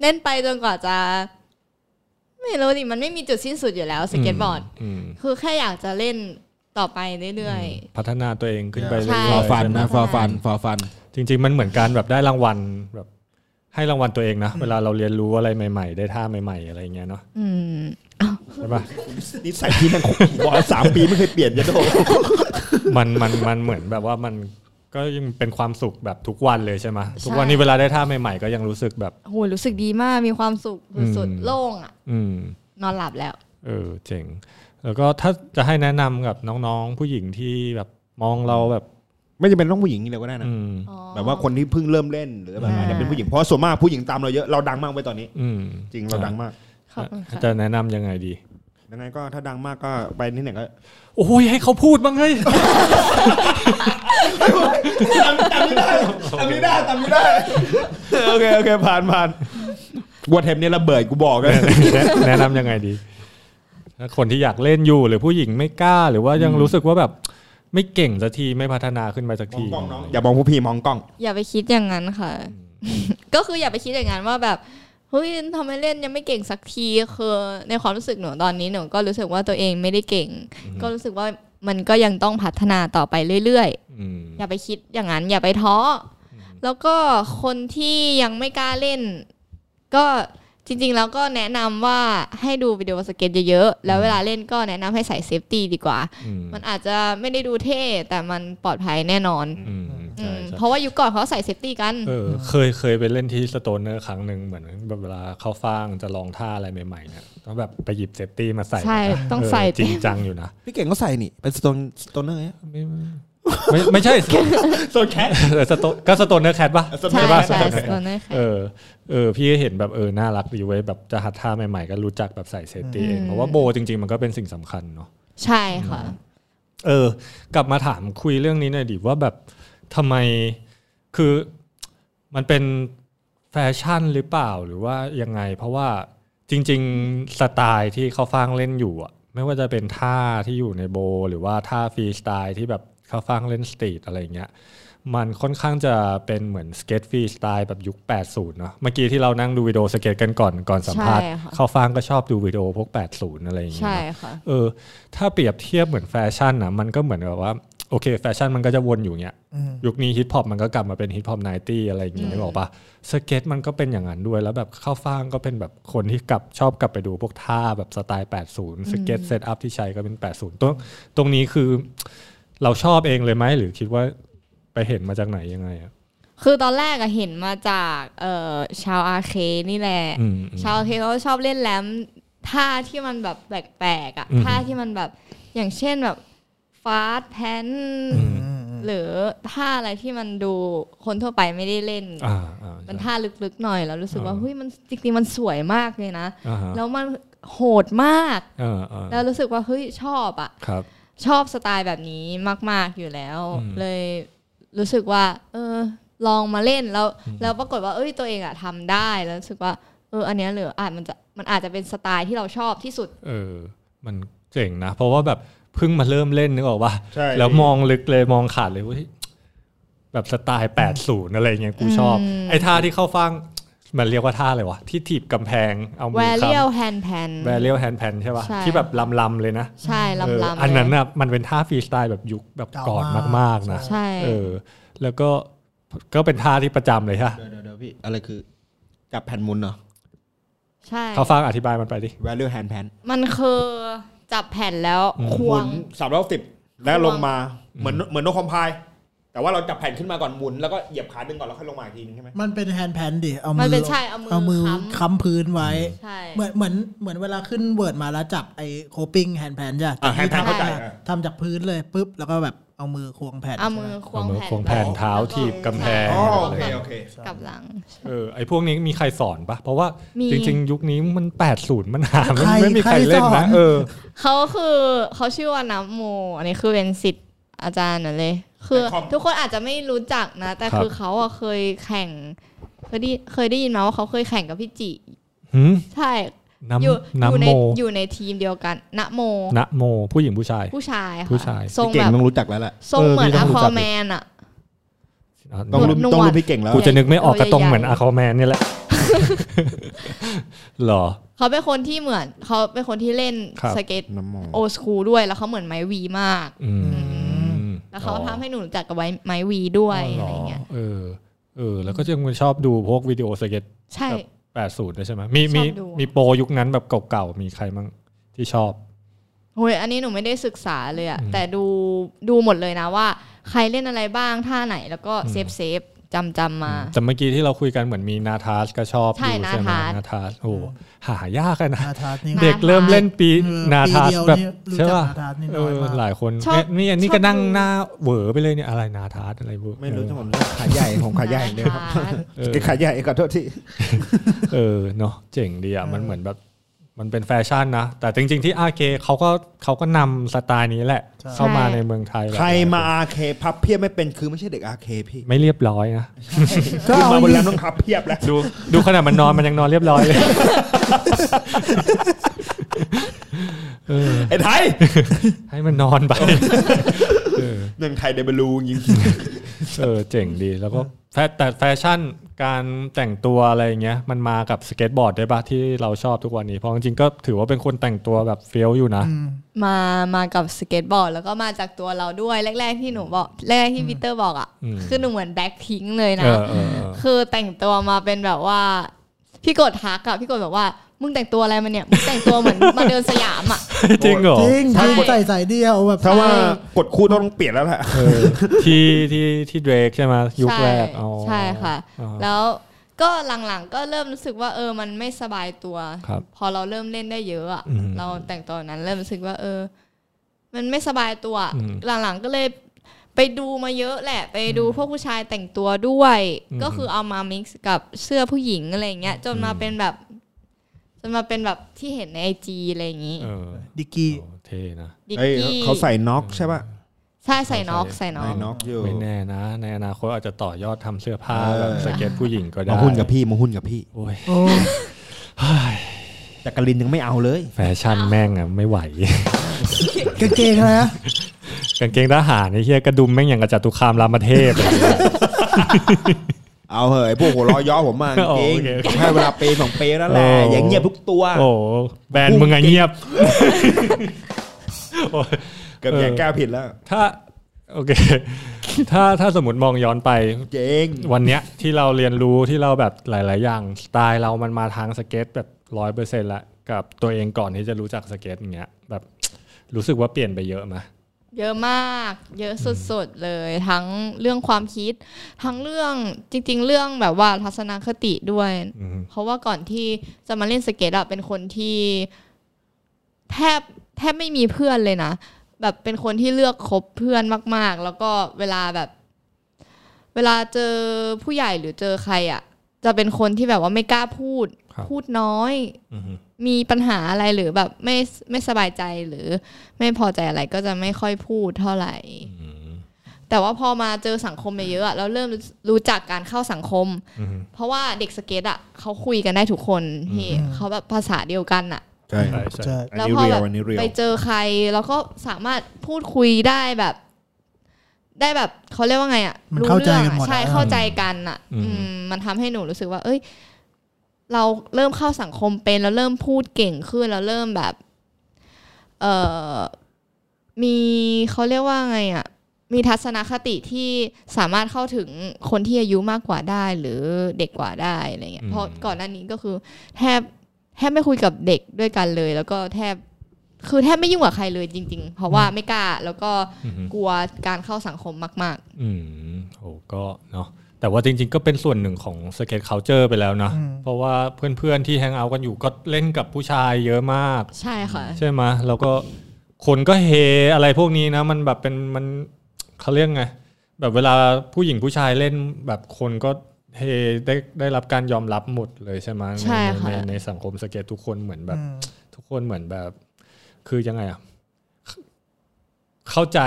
Speaker 9: เล่นไปจนกว่าจะ ไม่รู้ดิมันไม่มีจุดสิ้นสุดอยู่แล้วสเก็ตบอร์ด
Speaker 4: มม
Speaker 9: คือแค่อยากจะเล่นต่อไปเรื่อย
Speaker 4: พัฒนาตัวเองขึ้นไป
Speaker 9: ใช่
Speaker 4: เรื่อย
Speaker 10: ฟอ
Speaker 4: ๆ
Speaker 10: ฟัน
Speaker 4: ใช่ไหม
Speaker 10: นะฟอฟันฟอฟัน
Speaker 4: จริง ๆ มันเหมือนการแบบได้รางวัลแบบให้รางวัลตัวเองนะ เวลาเราเรียนรู้อะไรใหม่ ๆ ได้ท่าใหม่ ๆ อะไรอย่างเงี้ยเนาะ
Speaker 9: ๆ อืม
Speaker 4: ใช่ปะ
Speaker 3: นิสัยที่แมันบอกสามปีไม่เคยเปลี่ยนจะโดน
Speaker 4: มันมันมันเหมือนแบบว่ามันก็ยังเป็นความสุขแบบทุกวันเลยใช่ไหมทุกวันนี้เวลาได้ท่าใหม่ๆ ก็ยังรู้สึกแบบ
Speaker 9: โหรู้สึกดีมากมีความสุขสุด
Speaker 4: อืม
Speaker 9: ๆโล่งอ่ะ
Speaker 4: อืม
Speaker 9: นอนหลับแล้ว
Speaker 4: เออเจ๋ง แล้วก็ถ้าจะให้แนะนำกับน้องๆผู้หญิงที่แบบมองเราแบบ
Speaker 3: ไม่จำเป็นต้องผู้หญิงอย่างเดียวก็ได้นะ
Speaker 4: อืม
Speaker 9: อ๋อ
Speaker 3: แบบว่าคนที่เพิ่งเริ่มเล่นหรือแบบ
Speaker 5: อ่า
Speaker 3: อาจจะเป็นผู้หญิงเพราะส่วนมากผู้หญิงตามเราเยอะเราดังมากไปตอนนี้
Speaker 4: อืม
Speaker 3: จริงเราดังมาก
Speaker 9: ขอบคุณค่ะ
Speaker 4: จะแนะนำยังไงดี
Speaker 3: ดังนั้นก็ถ้าดังมากก็ไปนี่ไหนก็
Speaker 4: โอ้ยให้เขาพูดบ้างเฮ้ย
Speaker 3: ทำไม่ได้ทำไม่ได้โอเคโอเคผ่านผ่านวัวเทมเนี่ยระเบิดกูบอกเลย
Speaker 4: แนะแนะนำยังไงดีถ้าคนที่อยากเล่นอยู่หรือผู้หญิงไม่กล้า หรือว่ายังรู้สึกว่าแบบไม่เก่งสักทีไม่พัฒนาขึ้นไปสักที
Speaker 3: อย่ามองผู้พี่มองกล้อง
Speaker 5: อย่าไปคิดอย่างนั้นค่ะ ก็คืออย่าไปคิดอย่างนั้นว่าแบบเฮ้ยทำไมเล่นยังไม่เก่งสักทีคือในความรู้สึกหนูตอนนี้หนูก็รู้สึกว่าตัวเองไม่ได้เก่ง ก็รู้สึกว่ามันก็ยังต้องพัฒนาต่อไปเรื่อยๆ
Speaker 4: อืม
Speaker 5: อย่าไปคิดอย่างนั้น อย่าไปท้ออแล้วก็คนที่ยังไม่กล้าเล่น ก็จริงๆ แล้วก็แนะนำว่าให้ดูวิดีโอสเก็ตเยอะๆ แล้วเวลาเล่นก็แนะนำให้ใส่เซฟตี้ดีกว่า
Speaker 4: อืม
Speaker 5: มันอาจจะไม่ได้ดูเท่แต่มันปลอดภัยแน่นอน
Speaker 4: อืม
Speaker 5: อื
Speaker 4: ใช่
Speaker 5: ม
Speaker 4: ใช่
Speaker 5: เพราะว่ายุคก่อนเขาใส่เซฟตี้กัน
Speaker 4: เออเคยเคยไปเล่นที่สโตนเนอร์ครั้งหนึ่งเหมือนแบบเวลาเข้าฟางจะลองท่าอะไรใหม่ๆเนี่ยต้องแบบไปหยิบเซฟตี้มาใส่
Speaker 5: ใช่ต้องใส่
Speaker 4: เจริงจังอยู่นะ
Speaker 3: พี่เก่งก็ใส่นี่ เป็นสโตนสโตนเนอร์
Speaker 4: ไม่ไม่ไม่ ใช่
Speaker 3: โซนแคท
Speaker 4: เออสโตนก็สโตนเนอร์แคทปะ
Speaker 5: ใช่
Speaker 4: ใช่ปะ
Speaker 5: ใช่
Speaker 4: สมัยก่อน
Speaker 5: ตอนนั้นค่ะ
Speaker 4: เออ เออ พี่เห็นแบบเออ น่ารักดีเว้ยแบบจะหัดท่าใหม่ๆ ก็รู้จักแบบใส่เซฟตี้เอง
Speaker 5: อืม
Speaker 4: เพราะว่าโบจริงๆ มันก็เป็นสิ่งสำคัญเนาะ
Speaker 5: ใช่ค่ะ
Speaker 4: เออ กลับมาถามคุยเรื่องนี้หน่อยดิว่าแบบทำไม คือ มันเป็นแฟชั่นหรือเปล่าหรือว่ายังไง เพราะว่าจริง ๆ สไตล์ที่เขาฟางเล่นอยู่อะไม่ว่าจะเป็นท่าที่อยู่ในโบว์หรือว่าท่าฟรีสไตล์ที่แบบเขาฟางเล่นสตรีทอะไรอย่างเงี้ย มันค่อนข้างจะเป็นเหมือนสเก็ตฟรีสไตล์แบบยุค 80 เนาะเมื่อกี้ที่เรานั่งดูวิดีโอสเก็ตกันก่อนก่อนสัมภาษณ์
Speaker 5: ใช่ค่ะ
Speaker 4: เขาฟางก็ชอบดูวิดีโอพวก 80 อะไรอย่างเงี้ย
Speaker 5: ใช่
Speaker 4: เนาะ
Speaker 5: ค่ะ
Speaker 4: เออถ้าเปรียบเทียบเหมือนแฟชั่นนะมันก็เหมือนแบบว่าโอเคแฟชั่นมันก็จะวนอยู่เงี้ยยุคนี้ฮิปฮอปมันก็กลับมาเป็นฮิปฮอปไนตี้อะไรอย่างงี้นึกออกปะสเก็ตมันก็เป็นอย่างนั้นด้วยแล้วแบบข้าวฟ่างก็เป็นแบบคนที่กลับชอบกลับไปดูพวกท่าแบบสไตล์ 80 สเก็ตเซตอัพที่ใช้ก็เป็น 80 ตรงตรงนี้คือเราชอบเองเลยไหมหรือคิดว่าไปเห็นมาจากไหนยังไงอ่ะ
Speaker 5: คือตอนแรกอะเห็นมาจากเอ่อชาวอาเคนี่แหละ
Speaker 4: อืมอืม
Speaker 5: ชาวอาเคเขาชอบเล่นแรมท่าที่มันแบบแปลกๆอะ
Speaker 4: อืม
Speaker 5: ท่าที่มันแบบอย่างเช่นแบบฟาสแพนหรือท่าอะไรที่มันดูคนทั่วไปไม่ได้เล่น
Speaker 4: อ่าอ่า
Speaker 5: มัน
Speaker 4: ใช่
Speaker 5: ท่าลึกๆหน่อยแล้วรู้สึกว่า
Speaker 4: อ่า
Speaker 5: เฮ้ยมันจริงๆมันสวยมากเลยนะ
Speaker 4: อ่าฮะ
Speaker 5: แล้วมันโหดมาก
Speaker 4: อ่าอ่า
Speaker 5: แล้วรู้สึกว่าเฮ้ยชอบอะ
Speaker 4: ครับ
Speaker 5: ชอบสไตล์แบบนี้มาก ๆ อยู่แล้ว
Speaker 4: อืม
Speaker 5: เลยรู้สึกว่า เออ ลองมาเล่นแล้ว แล้วปรากฏว่าเอ้ยตัวเองอะทำได้แล้วรู้สึกว่า เออ อันเนี้ยเหลืออาจมันจะมันอาจจะเป็นสไตล์ที่เราชอบที่สุด
Speaker 4: เออ มันเจ๋งนะ เพราะว่าแบบเพิ่งมาเริ่มเล่นนึกออกว่า
Speaker 3: ใช่
Speaker 4: แล้วมองลึกเลยมองขาดเลยเว้ยแบบสไตล์ 80 อะไรเงี้ยกูชอบ
Speaker 5: อืม
Speaker 4: ไอ้ท่าที่เข้าฟัง มันเรียกว่าท่าอะไรวะ ที่ถีบกำแพงเอามื
Speaker 5: แว
Speaker 4: อ
Speaker 5: เรียล
Speaker 4: ค้ำ
Speaker 5: แฮนด์แพน
Speaker 4: แวเรียลแฮนด์แพนใช่ป่ะ
Speaker 5: ใช่
Speaker 4: ที่แบบลำลำๆเลยนะ
Speaker 5: ใช่ลำลำ
Speaker 4: เอออันนั้นน่ะมันเป็นท่าฟรีสไตล์แบบยุคแบบก่อนมากๆนะ
Speaker 5: ใช่
Speaker 4: เออ แล้วก็ก็เป็นท่าที่ประจำเลยฮะ
Speaker 3: เดี๋ยวเดี๋ยวเดี๋ยวพี่ อะไรคือ จับแผ่นหมุนเหรอ
Speaker 5: ใช่
Speaker 4: เขาฟังอธิบายมันไปดิ
Speaker 3: value hand pan
Speaker 5: มันคือจับแผ่นแล้วควง
Speaker 3: สามร้อยสิบแล้วลงมา
Speaker 4: ควง
Speaker 3: เหมือนเหมือนนกคอมพาย แต่ว่าเราจับแผ่นขึ้นมาก่อนหมุน แล้วก็เหยียบขาดึงก่อนแล้วค่อยลงมาอีกทีนึงใช่ไหม
Speaker 6: มันเป็นแฮนด์แพนดิเอามื
Speaker 5: มัน
Speaker 6: อ
Speaker 5: เป็นใช่เอามือค้ำ
Speaker 6: ค้ำพื้นไว้
Speaker 5: ใช่
Speaker 6: เหมือนเหมือนเหมือนเวลาขึ้นเวิร์ดมาแล้วจับไอ้โคปิ้งแฮนด์แพนจ้ะ
Speaker 3: อ่ะแฮนด์แพน
Speaker 5: ใช่
Speaker 3: เข้าใจ
Speaker 6: ทำจากทำจากพื้นเลยปุ๊บ แล้วก็แบบเอามือควงแผ่น
Speaker 5: เอามือคว
Speaker 4: เอา
Speaker 5: ง
Speaker 4: มือ
Speaker 5: แผ่น
Speaker 4: ควงแผ่นเท้า
Speaker 5: แล้วก็
Speaker 4: ถีบกำแพง
Speaker 3: อ๋อ
Speaker 5: ใช่
Speaker 3: โอเคโอเค
Speaker 5: กลับหลัง
Speaker 4: เออไอพวกนี้มีใครสอนปะเพราะว่า
Speaker 5: มี
Speaker 4: จริง ๆ ยุคนี้มัน 80 มันหามันไม่มีใครเล่นนะเออ
Speaker 5: เขาคือเขาชื่อว่าน้ำโม อันนี้คือเป็นสิทธิ์อาจารย์นั่นเลย คือ
Speaker 3: แต่คอม
Speaker 5: ทุกคนอาจจะไม่รู้จักนะ แต่
Speaker 4: ครับ
Speaker 5: คือเขาอะเคยแข่ง เคยได้เคยได้ยินมาว่าเขาเคยแข่งกับพี่จิ
Speaker 4: หืม
Speaker 5: ใช่อยู่
Speaker 4: น้ำ
Speaker 5: อ
Speaker 4: น้ำ
Speaker 5: ยู่ใน
Speaker 4: โม
Speaker 5: อยู่ในทีมเดียวกันนะโม
Speaker 4: นะโมผู้หญิงผู้ชาย
Speaker 5: ผู้ชายค่ะ
Speaker 4: ผู้ชาย
Speaker 5: ทรง
Speaker 3: พี่เก่
Speaker 5: แบ
Speaker 3: ง
Speaker 5: บ
Speaker 3: ต้องรู้จักแล้วแหละ
Speaker 5: ทรงเหมือน
Speaker 4: เออพี่ต้อง
Speaker 5: อะ
Speaker 4: รู้
Speaker 5: คอ
Speaker 4: จักดิ
Speaker 5: แมนอะ
Speaker 3: ต้องรู้
Speaker 5: หนวด
Speaker 3: ต้องรู้พี่เก่งแล้ว
Speaker 4: กูจะนึกไม่ออกกระตรง
Speaker 5: ใหญ่ๆ
Speaker 4: เหมือนอาคอแมนนี่แหละ หรอ
Speaker 5: เขาเป็นคนที่เหมือนเขาเป็นคนที่เล่น
Speaker 4: ครับ
Speaker 5: สเก็ต
Speaker 3: น้ำโม
Speaker 5: โอสคูลด้วยแล้วเขาเหมือนไม้วีมาก
Speaker 4: อืม
Speaker 5: แล้วเขา
Speaker 4: อ๋อ
Speaker 5: ทำให้หนูรู้จักกับไว้ไม้วีด้วยอะไรเงี้ย
Speaker 4: เออ เออ แล้วก็ยังชอบดูพวกวิดีโอสเก็ต
Speaker 5: ใช่
Speaker 4: ครับ 80ด้วยใช่ไหมมีมี
Speaker 5: ชอบดู
Speaker 4: มีโปรยุคนั้นแบบเก่าๆ มีใครมั่งที่ชอบ
Speaker 5: โอ้ยอันนี้หนูไม่ได้ศึกษาเลยอะ
Speaker 4: อืม
Speaker 5: แต่ดูดูหมดเลยนะว่า ใครเล่นอะไรบ้างท่าไหนแล้วก็
Speaker 4: อืม
Speaker 5: เซฟเซฟ จำจำมา
Speaker 4: แต่เมื่อกี้ที่เราคุยกันเหมือนมีนาทาสก็ชอบ
Speaker 5: ใช่
Speaker 4: อยู่ใช่ไหม
Speaker 5: นาทาส
Speaker 4: นาทาสโอ้หายากอะนะ
Speaker 6: นาทาสนี่
Speaker 4: เด็กเริ่มเล่นปี
Speaker 6: เออ
Speaker 4: นาทาส
Speaker 6: ปีเดียว
Speaker 4: แบบ
Speaker 6: นี่รู้จัก
Speaker 4: ใช่ป่ะ
Speaker 6: นาทาสนี่
Speaker 4: เอ
Speaker 6: น้อย
Speaker 4: อ
Speaker 6: มาก
Speaker 4: หลายคน
Speaker 5: ชอบ
Speaker 4: เนี่ยนี่อันนี้
Speaker 5: ชอบ
Speaker 4: ก็นั่ง
Speaker 5: ดู
Speaker 4: หน้าเหวอไปเลยเนี่ยอะไรนาทาสอะไรเวอ
Speaker 3: ไม่รู้ทั้งหม
Speaker 4: เออ
Speaker 3: ดขาใหญ่ผมขาใหญ่อย่างเลยครับ
Speaker 5: นาทาส
Speaker 4: เออ
Speaker 3: ขาใหญ่ขอโทษที่
Speaker 4: เออเนาะเจ๋งดีอ่ะมันเหมือนแบบมันเป็นแฟชั่นนะ แต่จริง ๆ ที่อาเคเขาก็เขาก็นำสไตล์นี้แหละ
Speaker 6: ใช่
Speaker 4: เข้ามาในเมืองไทย
Speaker 3: ใครมาอาเคพับเพียบไม่เป็นคือไม่ใช่เด็กอาเคพี่
Speaker 4: ไม่เรียบร้อยนะ
Speaker 3: ก็มาบนแล้วต้องพับเพียบแล้ว
Speaker 4: ดูดูขนาดมันนอนมันยังนอนเรียบร้อยเลย เออ
Speaker 3: ไอ้ไท ย
Speaker 4: ให้มันนอนไป เออ
Speaker 3: หนึ่งไทยเดบิวต์ยิง
Speaker 4: เออเจ๋งดีแล้วก็แฟแต่แฟชั่นการแต่งตัวอะไรอย่างเงี้ย มันมากับสเก็ตบอร์ดด้วยปะที่เราชอบทุกวันนี้เพราะจริงๆก็ถือว่าเป็นคนแต่งตัวแบบเฟี้ยวอยู่นะ
Speaker 5: มามากับสเก็ตบอร์ดแล้วก็มาจากตัวเราด้วยแรก ๆ ที่หนูบอกแรกๆที่พีเตอร์บอกอ่ะ
Speaker 4: อืม
Speaker 5: คือหนูเหมือนแบล็คพิงค์เลย
Speaker 4: เอ
Speaker 5: นะ
Speaker 4: อเออเออ
Speaker 5: คือแต่งตัวมาเป็นแบบว่า พี่กดทักอะพี่กดแบบว่า มึงแต่งตัวอะไรมาเนี่ยมึงแต่งตัว เหมือน มาเดินสยามอะ
Speaker 4: จริงเหรอ
Speaker 6: จริง
Speaker 5: ใช่
Speaker 6: จริงใส่ใส่เดียวแบบ
Speaker 3: ถ้าว่ากดคู่ต้องเปลี่ยนแล้วแหละ
Speaker 4: เออที่ที่ที่เดรกใช่ไหมยุคแรกอ๋อ
Speaker 5: ใช่ค่ะ
Speaker 4: อ๋อ
Speaker 5: แล้วก็หลังๆก็เริ่มรู้สึกว่าเออมันไม่สบายตัว
Speaker 4: ครับ
Speaker 5: พอเราเริ่มเล่นได้เยอะอะ
Speaker 4: อืม
Speaker 5: เราแต่งตัวแบบนั้นเริ่มรู้สึกว่า เออ มันไม่สบายตัว
Speaker 4: อืม
Speaker 5: หลังๆก็เลยไปดูมาเยอะแหละ ไปดูพวกผู้ชายแต่งตัวด้วย
Speaker 4: อืม
Speaker 5: ก็คือเอามา mix กับเสื้อผู้หญิงอะไรอย่างเงี้ยจนมาเป็นแบบจนมาเป็นแบบที่เห็นในไอจีอะไรอย่างงี้
Speaker 4: เออ
Speaker 6: ดิกกี้
Speaker 4: โอ้เท่นะ
Speaker 5: ดิก
Speaker 3: เอ้ย
Speaker 5: กี้
Speaker 3: เขาใส่น็อกใช่ป่ะ
Speaker 5: ใช่ใส่น็อกใส่น็อ
Speaker 3: ใส่
Speaker 5: ก
Speaker 3: น็อกอยู่
Speaker 4: ไม่แน่นะ ในอนาคตอาจจะต่อยอดทำเสื้อผ้าแบบสเก็ตผู้หญิงก็ได้
Speaker 3: มาหุ้นกับพี่มาหุ้นกับพี่
Speaker 4: โอ้ย
Speaker 3: แต่กลินยังไม่เอาเลย
Speaker 4: แฟชั่นแม่งอะไม่ไหว
Speaker 6: กางเกงอะไรนะ
Speaker 4: กางเกงทหารไอ้เฮียกระดุมแม่งอย่างกับจตุคามรามเทพเลย
Speaker 3: เอาเหอะไอ้พวกหัวเร้อยย้อผมมาจ
Speaker 4: โอ
Speaker 3: ริง
Speaker 4: เค
Speaker 3: ๆให้เวลาปีสองปีแล้วแหละ
Speaker 4: โอ้
Speaker 3: อย่างเงียบทุกตัว
Speaker 4: โอ้โหแบรนด์มึงอะเงียบ
Speaker 3: เกือบแย่งแก้วผิดแล้ว
Speaker 4: ถ้าโอเค ถ้าถ้าสมมติมองย้อนไป
Speaker 3: เจ๊ง
Speaker 4: วันเนี้ยที่เราเรียนรู้ที่เราแบบหลาย ๆ อย่างสไตล์เรามันมาทางสเก็ตแบบร้อยเปอร์เซ็นต์ละกับตัวเองก่อนที่จะรู้จักสเก็ตอย่างเงี้ยแบบ รู้สึกว่าเปลี่ยนไปเยอะไหม
Speaker 5: เยอะมาก เยอะสุดๆเลย ทั้งเรื่องความคิด ทั้งเรื่องจริง ๆ เรื่องแบบว่าทัศนคติด้วย
Speaker 4: อืม
Speaker 5: เพราะว่าก่อนที่จะมาเล่นสเก็ตอะเป็นคนที่แทบแทบไม่มีเพื่อนเลยนะ แบบเป็นคนที่เลือกคบเพื่อนมาก ๆ แล้วก็เวลาแบบ เวลาเจอผู้ใหญ่หรือเจอใครอะจะเป็นคนที่แบบว่าไม่กล้าพูด
Speaker 4: ครับ
Speaker 5: พูดน้อย
Speaker 4: อืม
Speaker 5: มีปัญหาอะไรหรือแบบไม่ไม่สบายใจหรือไม่พอใจอะไรก็จะไม่ค่อยพูดเท่าไหร่
Speaker 4: อืม
Speaker 5: แต่ว่าพอมาเจอสังคมเยอะๆอะเราเริ่มรู้จักการเข้าสังคม
Speaker 4: อืม
Speaker 5: เพราะว่าเด็กสเก็ตอ่ะเขาคุยกันได้ทุกคนที่เขาแบบภาษาเดียวกันอ่ะ
Speaker 3: ใช่
Speaker 4: ใช่ใช่
Speaker 6: ใช่
Speaker 5: แล้วพอแบบไปเจอใครแล้วก็สามารถพูดคุยได้แบบ ได้แบบเขาเรียกว่าไงอ่ะ
Speaker 6: มัน
Speaker 5: รู้
Speaker 6: เข้าใจ
Speaker 5: รื่อง
Speaker 6: กัน
Speaker 5: อะ
Speaker 6: หมดอะ
Speaker 5: ใช่เข้าใจกันอ่ะ อืมมันทำให้หนูรู้สึกว่า เอ้ย เราเริ่มเข้าสังคมเป็นแล้วเริ่มพูดเก่งขึ้นแล้วเริ่มแบบ เอ่อมีเขาเรียกว่าไงอ่ะ มีทัศนคติที่สามารถเข้าถึงคนที่อายุมากกว่าได้ หรือเด็กกว่าได้อะไรเงี้ยเพราะก่อนหน้านี้ก็คือแทบแทบไม่คุยกับเด็กด้วยกันเลย แล้วก็แทบคือแทบไม่ยุ่งกับใครเลยจริง ๆ เพราะว่าไม่กล้าแล้วก็กลัวการเข้าสังคมมาก
Speaker 4: อืมโอ้ก็เนาะแต่ว่าจริง ๆ ก็เป็นส่วนหนึ่งของสเก็ตเคาเจอร์ไปแล้วนะ
Speaker 6: อืม
Speaker 4: เพราะว่าเพื่อน ๆ ที่แฮงเอาท์กันอยู่ก็เล่นกับผู้ชายเยอะมาก
Speaker 5: ๆ ใช่ค่ะ
Speaker 4: ใช่ไหมยแล้วก็คนก็เฮอะไรพวกนี้นะ มันแบบเป็นมันเขาเรียกไง แบบเวลาผู้หญิงผู้ชายเล่นแบบคนก็เฮได้ได้รับการยอมรับหมดเลยใช่ไหมย
Speaker 5: ใช่ค่ะ
Speaker 4: ในในสังคมสเก็ตทุกคนเหมือนแบบ
Speaker 6: อืม
Speaker 4: ทุกคนเหมือนแบบ คือยังไงอ่ะ เข้าใจ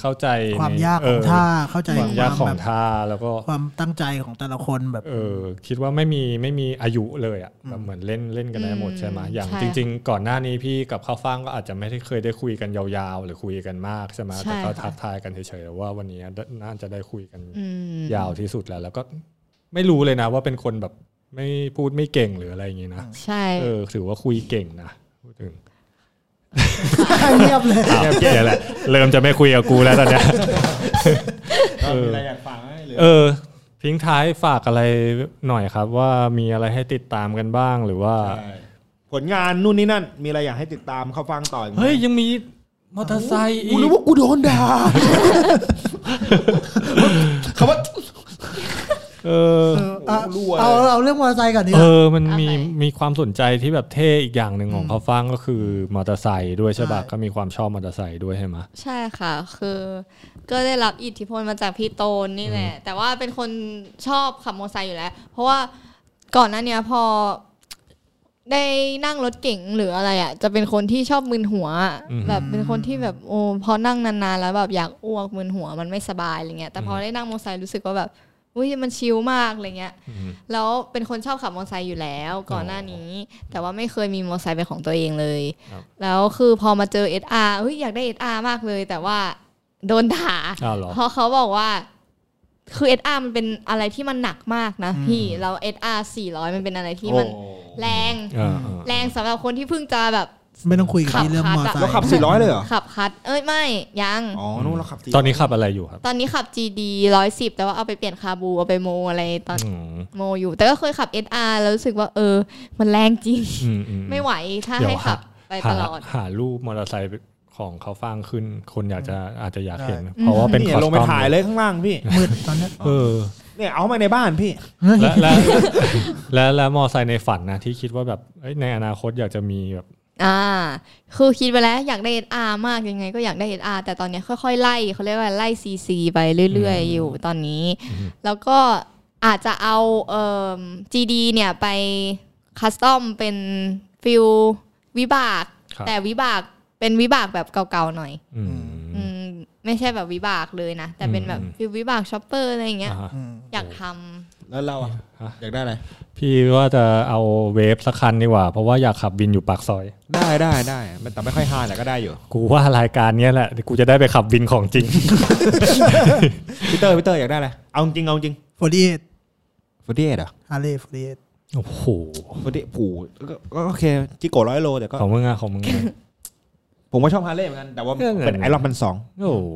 Speaker 4: เข้าใจใน
Speaker 6: ความยาก
Speaker 4: เ
Speaker 6: ของท่าเข้าใจ
Speaker 4: ความยากของ
Speaker 6: แบบ
Speaker 4: ท่าแล้วก็
Speaker 6: ความตั้งใจของแต่ละคนแบบ
Speaker 4: เออคิดว่าไม่มีไม่มีอายุเลยอะ่ะแบบเหมือนเล่นเล่นกันได้หมด
Speaker 5: อืม
Speaker 4: ใช่ไหม
Speaker 5: ใช่
Speaker 4: อย่างจริง ๆ ก่อนหน้านี้พี่กับข้าวฟ่างก็อาจจะไม่ได้เคยได้คุยกันยาวๆ หรือคุยกันมากใช่ไหมแต่ก็ทักทายกันเฉยๆแต่ว่าวันนี้น่าจะได้คุยกัน
Speaker 5: อืม
Speaker 4: ยาวที่สุดแล้ว แล้วก็ไม่รู้เลยนะ ว่าเป็นคนแบบไม่พูดไม่เก่งหรืออะไรอย่างงี้นะ
Speaker 5: ใช่
Speaker 4: เออถือว่าคุยเก่งนะพูดถึง
Speaker 6: เงียบเลย
Speaker 4: อ้าวเก่งแหละเริ่มจะไม่คุยกับกูแล้วตอนเนี้ย
Speaker 3: มีอะไรอยากฟังไหมหรือ
Speaker 4: เออทิ้งท้ายฝากอะไรหน่อยครับ ว่ามีอะไรให้ติดตามกันบ้างหรือว่า
Speaker 3: ผลงานนู่นนี่นั่น มีอะไรอยากให้ติดตามเขาฟังต่ออีกไหม
Speaker 4: เฮ้ย ยังมีมอเตอร์ไซค์อี
Speaker 3: กู
Speaker 4: ก
Speaker 3: รู้ว่ากูโดนด่าคำว่า
Speaker 4: เออ
Speaker 6: เออเอา
Speaker 3: รั่วเลย
Speaker 6: เอาเอาเรื่องมอเตอร์ไซค์ก่อนดีก
Speaker 4: เอ
Speaker 6: ว่า
Speaker 4: อ มันมี
Speaker 5: อะไร
Speaker 4: มีความสนใจที่แบบเท่อีกอย่างหนึ่งของ
Speaker 6: อืม
Speaker 4: เขาฟังก็คือมอเตอร์ไซค์ด้วยใช่ปะ
Speaker 6: ใช่
Speaker 4: ก็มีความชอบมอเตอร์ไซค์ด้วยใช่ไหมะ
Speaker 5: ใช่ค่ะ คือก็ได้รับอิทธิพลมาจากพี่โตนนี่แหละ แต่ว่าเป็นคนชอบขับมอเตอร์ไซค์อยู่แล้ว เพราะว่าก่อนหน้าเนี้ยพอได้นั่งรถเก๋งหรืออะไรอ่ะ จะเป็นคนที่ชอบมึนหัวอะ
Speaker 4: อืม
Speaker 5: แบบเป็นคนที่แบบโอ้พอนั่งนานๆแล้วแบบอยากอ้วกมึนหัวมันไม่สบายอะไรเงี้ย แต่พอได้นั่งมอเตอร์ไซค์รู้สึกว่าแบบอุ้ยมันชิลมากอะไรเงี้ย
Speaker 4: อืม
Speaker 5: แล้วเป็นคนชอบขับมอเตอร์ไซค์อยู่แล้วก่อนหน้านี้ แต่ว่าไม่เคยมีมอเตอร์ไซค์เป็นของตัวเองเลย
Speaker 4: ครับ
Speaker 5: แล้วคือพอมาเจอ SR เฮ้ยอยากได้ SR มากเลย แต่ว่าโดนด่า
Speaker 4: อ้าวเหรอ
Speaker 5: เพราะเขาบอกว่าคือ SR มันเป็นอะไรที่มันหนักมากนะพี่แล้ว SR 400 มันเป็นอะไรที่มันแรง
Speaker 4: เออเออ
Speaker 5: แรงสำหรับคนที่เพิ่งจะแบบ
Speaker 6: ไม่ต้องคุยกับ
Speaker 5: ขับ
Speaker 6: พี่เรื่อง
Speaker 5: ขับ
Speaker 6: มอเตอร์ไซ
Speaker 3: เรา
Speaker 6: ค์
Speaker 3: ขับ 400 เลยเหรอ
Speaker 5: ขับคัด เอ้ยไม่ยัง
Speaker 3: อ๋อนู้นเราขับ400
Speaker 4: ตอนนี้ขับอะไรอยู่ครับ
Speaker 5: ตอนนี้ขับ GD 110 แต่ว่าเอาไปเปลี่ยนคาบูเอาไปโมอะไรตอน
Speaker 4: อืม
Speaker 5: โมอยู่ แต่ก็เคยขับ SR แล้วรู้สึกว่าเออ มันแรงจริง
Speaker 4: อืมอืม
Speaker 5: ไม่ไหวถ้า
Speaker 4: เดี๋ยว
Speaker 5: ให้ขับไป
Speaker 4: หา
Speaker 5: ตลอด
Speaker 4: หารูปมอเตอร์ไซค์ของเขาฟังขึ้น คนอยากจะอาจจะอยากเห็น
Speaker 5: อืม
Speaker 4: เพราะว่าเป็น
Speaker 3: นี่
Speaker 4: คอส
Speaker 3: ลงไป
Speaker 4: ตอม
Speaker 3: ถ่ายเลยข้างล่างพี่
Speaker 6: มืดตอนเนี้ย
Speaker 4: เออ
Speaker 3: เนี่ยเอามาในบ้านพี่
Speaker 4: และและและและมอไซค์ในฝันนะที่คิดว่าแบบเอ้ยในอนาคตอยากจะมีแบบ
Speaker 5: อ่า คือคิดไปแล้วอยากได้ SR มากยังไงก็อยากได้ SR แต่ตอนเนี้ยค่อยๆ ไล่เขาเรียกว่าไล่ CC ไปเรื่อยๆ อยู่ตอนนี้
Speaker 4: อืม
Speaker 5: แล้วก็อาจจะเอาเอ่อ GD เนี่ยไปคัสตอมเป็นฟิลวิบาก
Speaker 4: ครับ
Speaker 5: แต่วิบากเป็นวิบากแบบเก่าๆหน่อย
Speaker 4: อืม
Speaker 5: อืมไม่ใช่แบบวิบากเลยนะ แต่เป็นแบบ
Speaker 4: อืม
Speaker 5: ฟิลวิบากช็อปเปอร์อะไรอย่างเงี้ย
Speaker 4: อ่าฮะ
Speaker 6: อืม
Speaker 5: อยากท
Speaker 3: แล้วเราอะ
Speaker 4: ฮะ
Speaker 3: อยากได้อะไร
Speaker 4: พี่ว่าจะเอาเวฟสักคันดีกว่า เพราะว่าอยากขับวินอยู่ปากซอย
Speaker 3: ได้ได้ได้แต่ไม่ค่อยฮาแต่ก็ได้อยู่
Speaker 4: กูว่ารายการเนี้ยแหละ กูจะได้ไปขับวินของจริ ง
Speaker 3: พีเตอร์พีเตอร์อยากได้อะไร เอาจริงเอาจริง
Speaker 6: โฟร์ดีเอ็ด
Speaker 3: ฟอร์ดี้เหรอ
Speaker 6: ฮาร์เลย์โฟร์ดีเอ็ด
Speaker 4: โอ้โห
Speaker 3: ฟอร์ดี้ผูก็ก็โอเคจิโก้ร้อยโลแต่ก็
Speaker 4: ของมึงอะของมึงอะ
Speaker 3: ผมก็ชอบฮาร์เลย์เหมือนกัน แต่ว่า
Speaker 4: เออ
Speaker 3: เป็นไอรอนพันสอง
Speaker 4: โอ้โห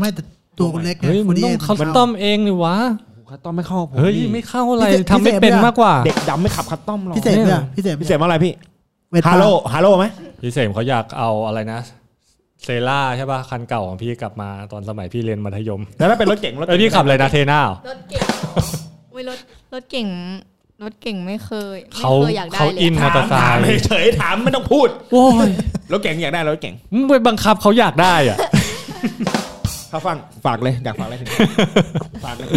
Speaker 6: ไม่แต่ตัวคนเล็กไง
Speaker 4: เฮ้ยมึงต้อง
Speaker 6: 48
Speaker 4: คัสตอมเองเลยวะ
Speaker 3: คัตตอมไม่เข้าผม
Speaker 4: เฮ้ย
Speaker 3: นี่
Speaker 4: ไม่เข้าอะไร
Speaker 6: พี่เสพ
Speaker 4: ทำไม่เป็น
Speaker 6: พี่เสพ
Speaker 4: มากกว่า
Speaker 3: เด็กดำไม่ขับคัตตอมหรอก
Speaker 6: พิเศษเนี่ยพิเศษ
Speaker 3: พิเศษว่าอะไรพี่
Speaker 6: เวท
Speaker 3: ฮาโลฮาโลไหม
Speaker 4: พี่เสมเขาอยากเอาอะไรนะ เซล่าใช่ป่ะ คันเก่าของพี่กลับมาตอนสมัยพี่เรียนมัธยม
Speaker 3: แล้วถ้าเป็นรถเก่งรถ
Speaker 4: ไอยพี่ขับอะไรนะเทน่าเหรอ
Speaker 5: ำรถเก่งอุ้ยรถรถเก่งรถเก่งไม่เคยไม่
Speaker 4: เขา
Speaker 5: เคยอยากได้
Speaker 4: เขา
Speaker 5: เลย
Speaker 4: อินมอ
Speaker 3: ถาม
Speaker 4: เตอร์ไซ
Speaker 3: ถาม
Speaker 4: ค์
Speaker 3: เฉยๆถามไม่ต้องพูด
Speaker 4: โอ้ย
Speaker 3: รถเก่งอยากได้รถเก่ง
Speaker 4: มึงไปบังคับเขาอยากได้อ่ะ
Speaker 3: ถ้าฟังฝากเลยอยากฝาก อะไรถึง ฝากเลย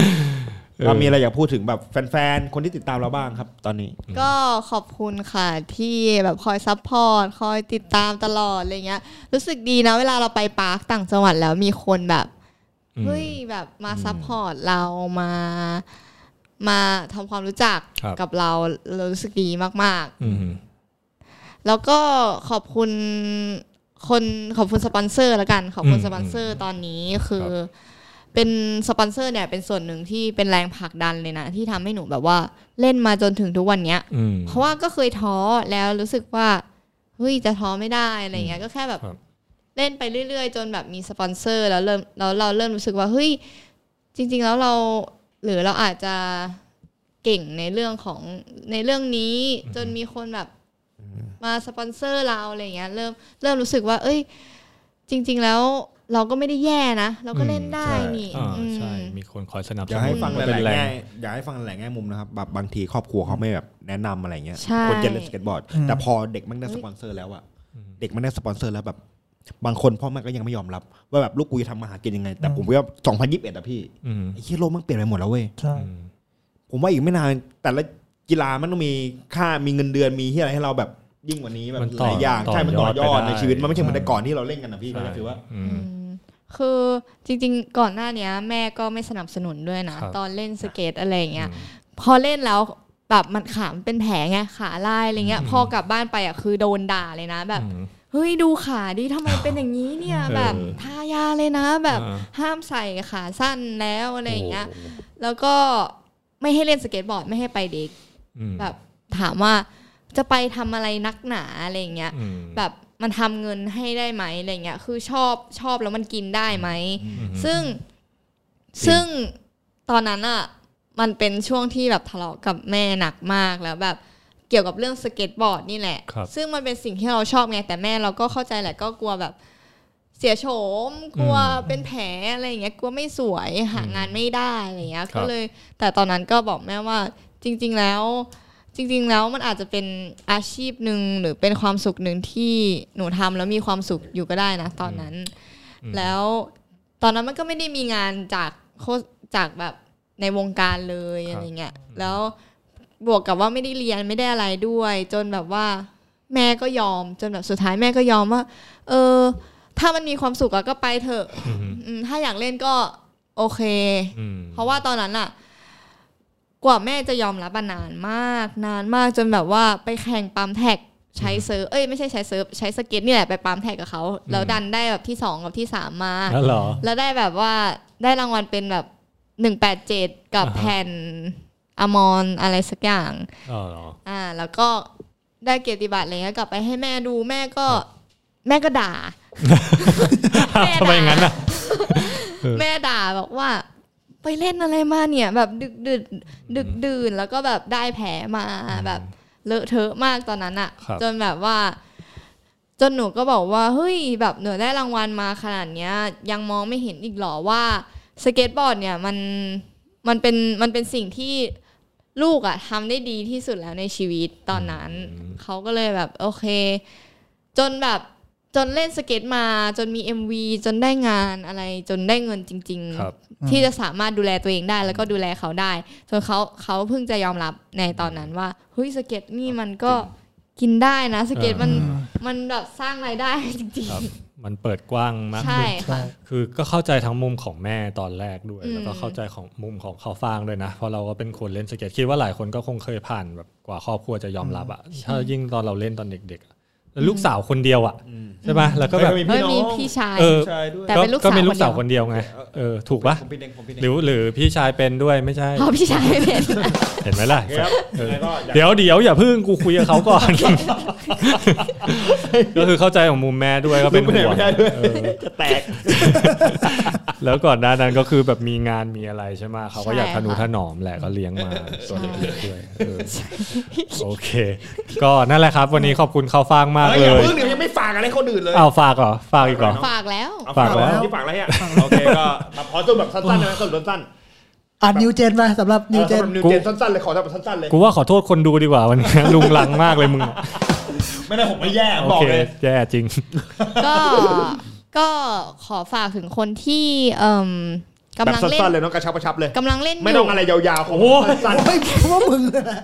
Speaker 3: เรามีอะไรอยากพูดถึงแบบแฟนๆคนที่ติดตามเราบ้างครับ ตอนนี้
Speaker 5: ก็ขอบคุณค่ะที่แบบคอยซัพพอร์ตคอยติดตามตลอดอะไรเงี้ย รู้สึกดีนะเวลาเราไปปาร์คต่างจังหวัดแล้วมีคนแบบเฮ้ยแบบมาซัพพอร์ตเรามามาทำความรู้จัก
Speaker 4: ครับ
Speaker 5: กับเราเรารู้สึกดีมาก
Speaker 4: อืม
Speaker 5: ๆ แล้วก็ขอบคุณคนขอบคุณสปอนเซอร์ละกัน ขอบคุณ
Speaker 4: อืม
Speaker 5: สปอนเซอร์ตอนนี้คื
Speaker 4: ค
Speaker 5: อ
Speaker 4: รับ
Speaker 5: เป็นสปอนเซอร์เนี่ยเป็นส่วนหนึ่งที่เป็นแรงผลักดันเลยนะ ที่ทำให้หนูแบบว่าเล่นมาจนถึงทุกวันเนี้ย
Speaker 4: อืม
Speaker 5: เพราะว่าก็เคยท้อแล้วรู้สึกว่าเฮ้ยจะท้อไม่ได้อะไรเงี้ยก็แค่แบบ
Speaker 4: ครับ
Speaker 5: เล่นไปเรื่อยๆ จนแบบมีสปอนเซอร์แล้วเริ่มแล้วเราเริ่มรู้สึกว่าเฮ้ยจริง ๆ แล้วเราหรือเราอาจจะเก่งในเรื่องของในเรื่องนี้ จนมีคนแบบมาสปอนเซอร์เราอะไรเงี้ยเริ่มเริ่มรู้สึกว่า เอ้ย จริง ๆ แล้วเราก็ไม่ได้แย่นะเราก็เล่นได้นี่
Speaker 4: ใช่อ่า
Speaker 5: อืม
Speaker 4: ใช่ มีคนคอยสนับส
Speaker 3: อยาก
Speaker 4: นุน
Speaker 3: ให้ฟังห
Speaker 4: เป็น
Speaker 3: ลาย
Speaker 4: แร
Speaker 3: ๆแง่อยากให้ฟังหลายๆแง่มุมนะครับแบบบางทีครอบครัวเขาไม่แบบแนะนำอะไรเงี้ย
Speaker 5: ใช่
Speaker 3: คนจะเล่นสเก็ตบอร์ด แต่พอเด็กมันได้สปอนเซอร์แล้วอะเด็กมันได้สปอนเซอร์แล้วแบบ บางคนพ่อแม่ก็ยังไม่ยอมรับ ว่าแบบลูกกูจะทำมาหากินยังไง แต่ผมว่าสองพันยี่สิบเอ็ดอะพี่
Speaker 4: อืม
Speaker 3: ไอ้ที่โลกมันเปลี่ยนไปหมดแล้วเว้ย
Speaker 6: ใช่
Speaker 4: อืม
Speaker 3: ผมว่าอีกไม่นานแต่ละกีฬามันต้องมีค่ามีเงินเดือนมีที่อะไรให้เราแบบยิ่งกว่านี้แบบหลายอย่างใช่มันต่อยอดในชีวิตมันไม่ใช่เหมือนแต่ก่อนที่เราเล่นกันนะพี่ก็คือว่า
Speaker 4: อืม
Speaker 5: คือจริงๆ ก่อนหน้าเนี้ย แม่ก็ไม่สนับสนุนด้วยนะ
Speaker 4: ครับ
Speaker 5: ตอนเล่นสเกตอะไรอย่างเงี้ยพอเล่นแล้วแบบมันขามันเป็นแผลไงขาลายอะไรเงี้ย พอกลับบ้านไปอ่ะคือโดนด่าเลยนะแบบ
Speaker 4: อืม
Speaker 5: เฮ้ยดูขาดิทำไมเป็นอย่างนี้เนี่ย
Speaker 4: เออ
Speaker 5: แบบทายาเลยนะแบบ
Speaker 4: อ่า
Speaker 5: ห้ามใส่ขาสั้นแล้วอะไรอย่างเงี้ยแล้วก็ไม่ให้เล่นสเก็ตบอร์ดไม่ให้ไปเด็ก
Speaker 4: อืม
Speaker 5: แบบถามว่าจะไปทำอะไรนักหนาอะไรอย่างเงี้ย
Speaker 4: อืม
Speaker 5: แบบมันทำเงินให้ได้ไหมอะไรเงี้ย คือชอบชอบแล้วมันกินได้ไหม ซึ่งซึ่งตอนนั้นอ่ะมันเป็นช่วงที่แบบทะเลาะกับแม่หนักมากแล้วแบบเกี่ยวกับเรื่องสเก็ตบอร์ดนี่แหละ
Speaker 4: ครับ
Speaker 5: ซึ่งมันเป็นสิ่งที่เราชอบไงแต่แม่เราก็เข้าใจแหละก็กลัวแบบ เสียโฉมกลัวเป็นแผลอะไรอย่างเงี้ยกลัวไม่สวยหางานไม่ได้อะไรอย่างเงี้ย
Speaker 4: ครับ
Speaker 5: ก็เลย แต่ตอนนั้นก็บอกแม่ว่าจริง ๆแล้ว จริง ๆ แล้วมันอาจจะเป็นอาชีพหนึ่งหรือเป็นความสุขหนึ่งที่หนูทำแล้วมีความสุขอยู่ก็ได้นะ ตอนนั้น แล้วตอนนั้นมันก็ไม่ได้มีงานจากโคจากแบบในวงการเลย
Speaker 4: ครับ
Speaker 5: อะไรเงี้ยแล้วบวกกับว่าไม่ได้เรียนไม่ได้อะไรด้วย จนแบบว่าแม่ก็ยอม จนแบบสุดท้ายแม่ก็ยอมว่า เออ ถ้ามันมีความสุขอะก็ไปเถอะ
Speaker 4: อืม
Speaker 5: อืมถ้าอยากเล่นก็โอเค
Speaker 4: อืม
Speaker 5: เพราะว่าตอนนั้นอะกว่าแม่จะยอมรับอะนานมาก นานมากจนแบบว่าไปแข่งปั๊มแท็กใช้เซิร์ฟเอ้ยไม่ใช่ใช้เซิร์ฟใช้สเก็ตนี่แหละไปปั๊มแท็กกับเขาแล้ว
Speaker 4: อืม
Speaker 5: ดันได้แบบที่สองกับที่สามมา
Speaker 4: แล้วเหรอ
Speaker 5: แล้วได้แบบว่าได้รางวัลเป็นแบบหนึ่งแปดเจ็ดกับ
Speaker 4: อ่าฮะ
Speaker 5: แผ่นอมรอะไรสักอย่าง
Speaker 4: อ๋อเหรอ
Speaker 5: อ่า แล้วก็ได้เกียรติบัตรอะไรเงี้ยกลับไปให้แม่ดูแม่ก็แม่ก็ด่า แม่ด่า
Speaker 4: ทำไมอย่างนั้นอ่ะ เออ
Speaker 5: แม่ด่าบอกว่า ไปเล่นอะไรมาเนี่ย แบบดึกดึกดึกดื่นแล้วก็แบบได้แผลมาแบบ เลอะเทอะมากตอนนั้นอะ
Speaker 4: ครับ
Speaker 5: จนแบบว่า จนหนูก็บอกว่าเฮ้ยแบบหนูได้รางวัลมาขนาดเนี้ย ยังมองไม่เห็นอีกเหรอว่าสเก็ตบอร์ดเนี่ยมันมันเป็นมันเป็นสิ่งที่ลูกอะทำได้ดีที่สุดแล้วในชีวิตตอนนั้น เขาก็เลยแบบโอเค จนแบบจนเล่นสเก็ตมา จนมี MV จนได้งานอะไร จนได้เงินจริง
Speaker 4: ครับ
Speaker 5: ๆ ที่จะสามารถดูแลตัวเองได้แล้วก็ดูแลเขาได้จนเขาเขาเพิ่งจะยอมรับในตอนนั้นว่าเฮ้ยสเก็ตนี่มันก็กินได้นะสเก็ตมันมันแบบสร้างรายได้จริง
Speaker 4: ครับ มันเปิดกว้างมาก
Speaker 5: ๆ ใช่
Speaker 4: ขึ้น
Speaker 5: ค่ะ
Speaker 4: คือก็เข้าใจทั้งมุมของแม่ตอนแรกด้วย
Speaker 5: อืม
Speaker 4: แล้วก็เข้าใจของมุมของข้าวฟ่างด้วยนะ เพราะเราก็เป็นคนเล่นสเก็ตคิดว่าหลายคนก็คงเคยผ่านแบบกว่าครอบครัวจะยอมรับอะถ้ายิ่งตอนเราเล่นตอนเด็กๆอะแล้วลูกสาวคนเดียวอะใช่ปะแล้วก็แบบ
Speaker 3: มี
Speaker 5: เฮ้ย
Speaker 3: น้อง
Speaker 5: มีพี่ชาย
Speaker 4: เออ
Speaker 3: ชายด้วย
Speaker 5: แต่เป็นลูก
Speaker 4: ก็
Speaker 5: สาว
Speaker 4: เป็นลูกสาว
Speaker 5: ค
Speaker 4: คน น
Speaker 5: เดี
Speaker 4: เดี
Speaker 5: ย
Speaker 4: ยว วไงเออถูกปะ
Speaker 3: ผมเป็นเองผมเป็นเอ
Speaker 4: หรื
Speaker 3: ง
Speaker 4: อหรือพี่ชายเป็นด้วยไม่ใช่
Speaker 5: เพราะพี่ชายไม่เป็น
Speaker 4: เห็นไหม ล่ะ
Speaker 3: ครับแล้วก็อยาก
Speaker 4: เดี๋ยวเดี๋ยวอย่าพึ่งกูคุยกับเขาก่อน ก็คือเข้าใจของมุมแม่ด้วยก็เป็น
Speaker 3: รู้ไไห
Speaker 4: ห่วง
Speaker 3: ไม่ได้ด้วย
Speaker 4: เออ
Speaker 3: จะแตก
Speaker 4: แล้วก่อนหน้านั้นก็คือแบบมีงานมีอะไรใช่ไหมเขาก็
Speaker 5: ใช่
Speaker 4: อยากทนุ
Speaker 5: ค่ะ
Speaker 4: ถนอมแหละก็เลี้ยงมาตัวเล็กๆด้วยเออโอเค ก็นั่นแหละครับ วันนี้ขอบคุณเขาวฟางมาก
Speaker 3: เฮ้ย
Speaker 4: เล
Speaker 3: อย่าย พึ่งเดี๋ยวยังไม่ฝากอะไรคนอื่นเลย
Speaker 4: อ้าวฝากเหรอฝากอีกเหรอ
Speaker 5: ฝากแล้ว
Speaker 3: เอ
Speaker 4: ฝากแล้ว
Speaker 3: ที่ฝากแล้วเนี่ยโอเคก็มาขอสรุปแบบสั้นๆนะสรุปสั้น
Speaker 6: อ่านนิวเจนไปสำหรับ
Speaker 3: ๆ
Speaker 6: นิวเจน
Speaker 3: สำหรับนิวเจนสั้นๆเลยขอสรุปสั้นๆเลย
Speaker 4: กูว่าขอโทษคนดูดีกว่าวันนี้ ลุงลังมากเลยมึงอะ
Speaker 3: ไม่ได้ผมไม่แย่
Speaker 4: โอบ
Speaker 3: อ
Speaker 4: เค
Speaker 3: กเลย
Speaker 4: แย่จริง
Speaker 5: ก็ก็ขอฝากถึงคนที่เอ่ม
Speaker 3: แบ
Speaker 5: กำ
Speaker 3: บ
Speaker 5: ลังเล่น
Speaker 3: สั้นๆเลยน้องกระชับกระชับเลย
Speaker 5: กำลังเล่นอ
Speaker 3: ไม่ต้อยู่ งอะไรยาวๆของสั้น
Speaker 6: เฮ้ยเพราะว่ามึงเลยนะ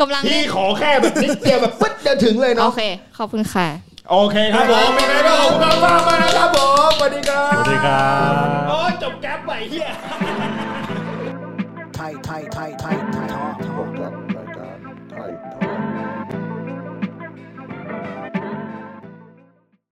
Speaker 5: กำลัง
Speaker 3: ๆพี่
Speaker 5: เล่น
Speaker 3: ขอแค่แบบนิดเดียวแบบปึ๊ดเดียวถึงเลย
Speaker 5: โอ
Speaker 3: เนาะ
Speaker 5: เค ขอบคุณค่ะ
Speaker 3: โอเคครับผมเป็นไงก็ขอบคุณมากๆมากนะครับผมสวัสดีครับ
Speaker 4: สวัสดีครับ
Speaker 3: โอ้ยจบแก๊ปไปเฮีย
Speaker 11: tight tight tight tight tight
Speaker 1: พบกับรายการไทยทอด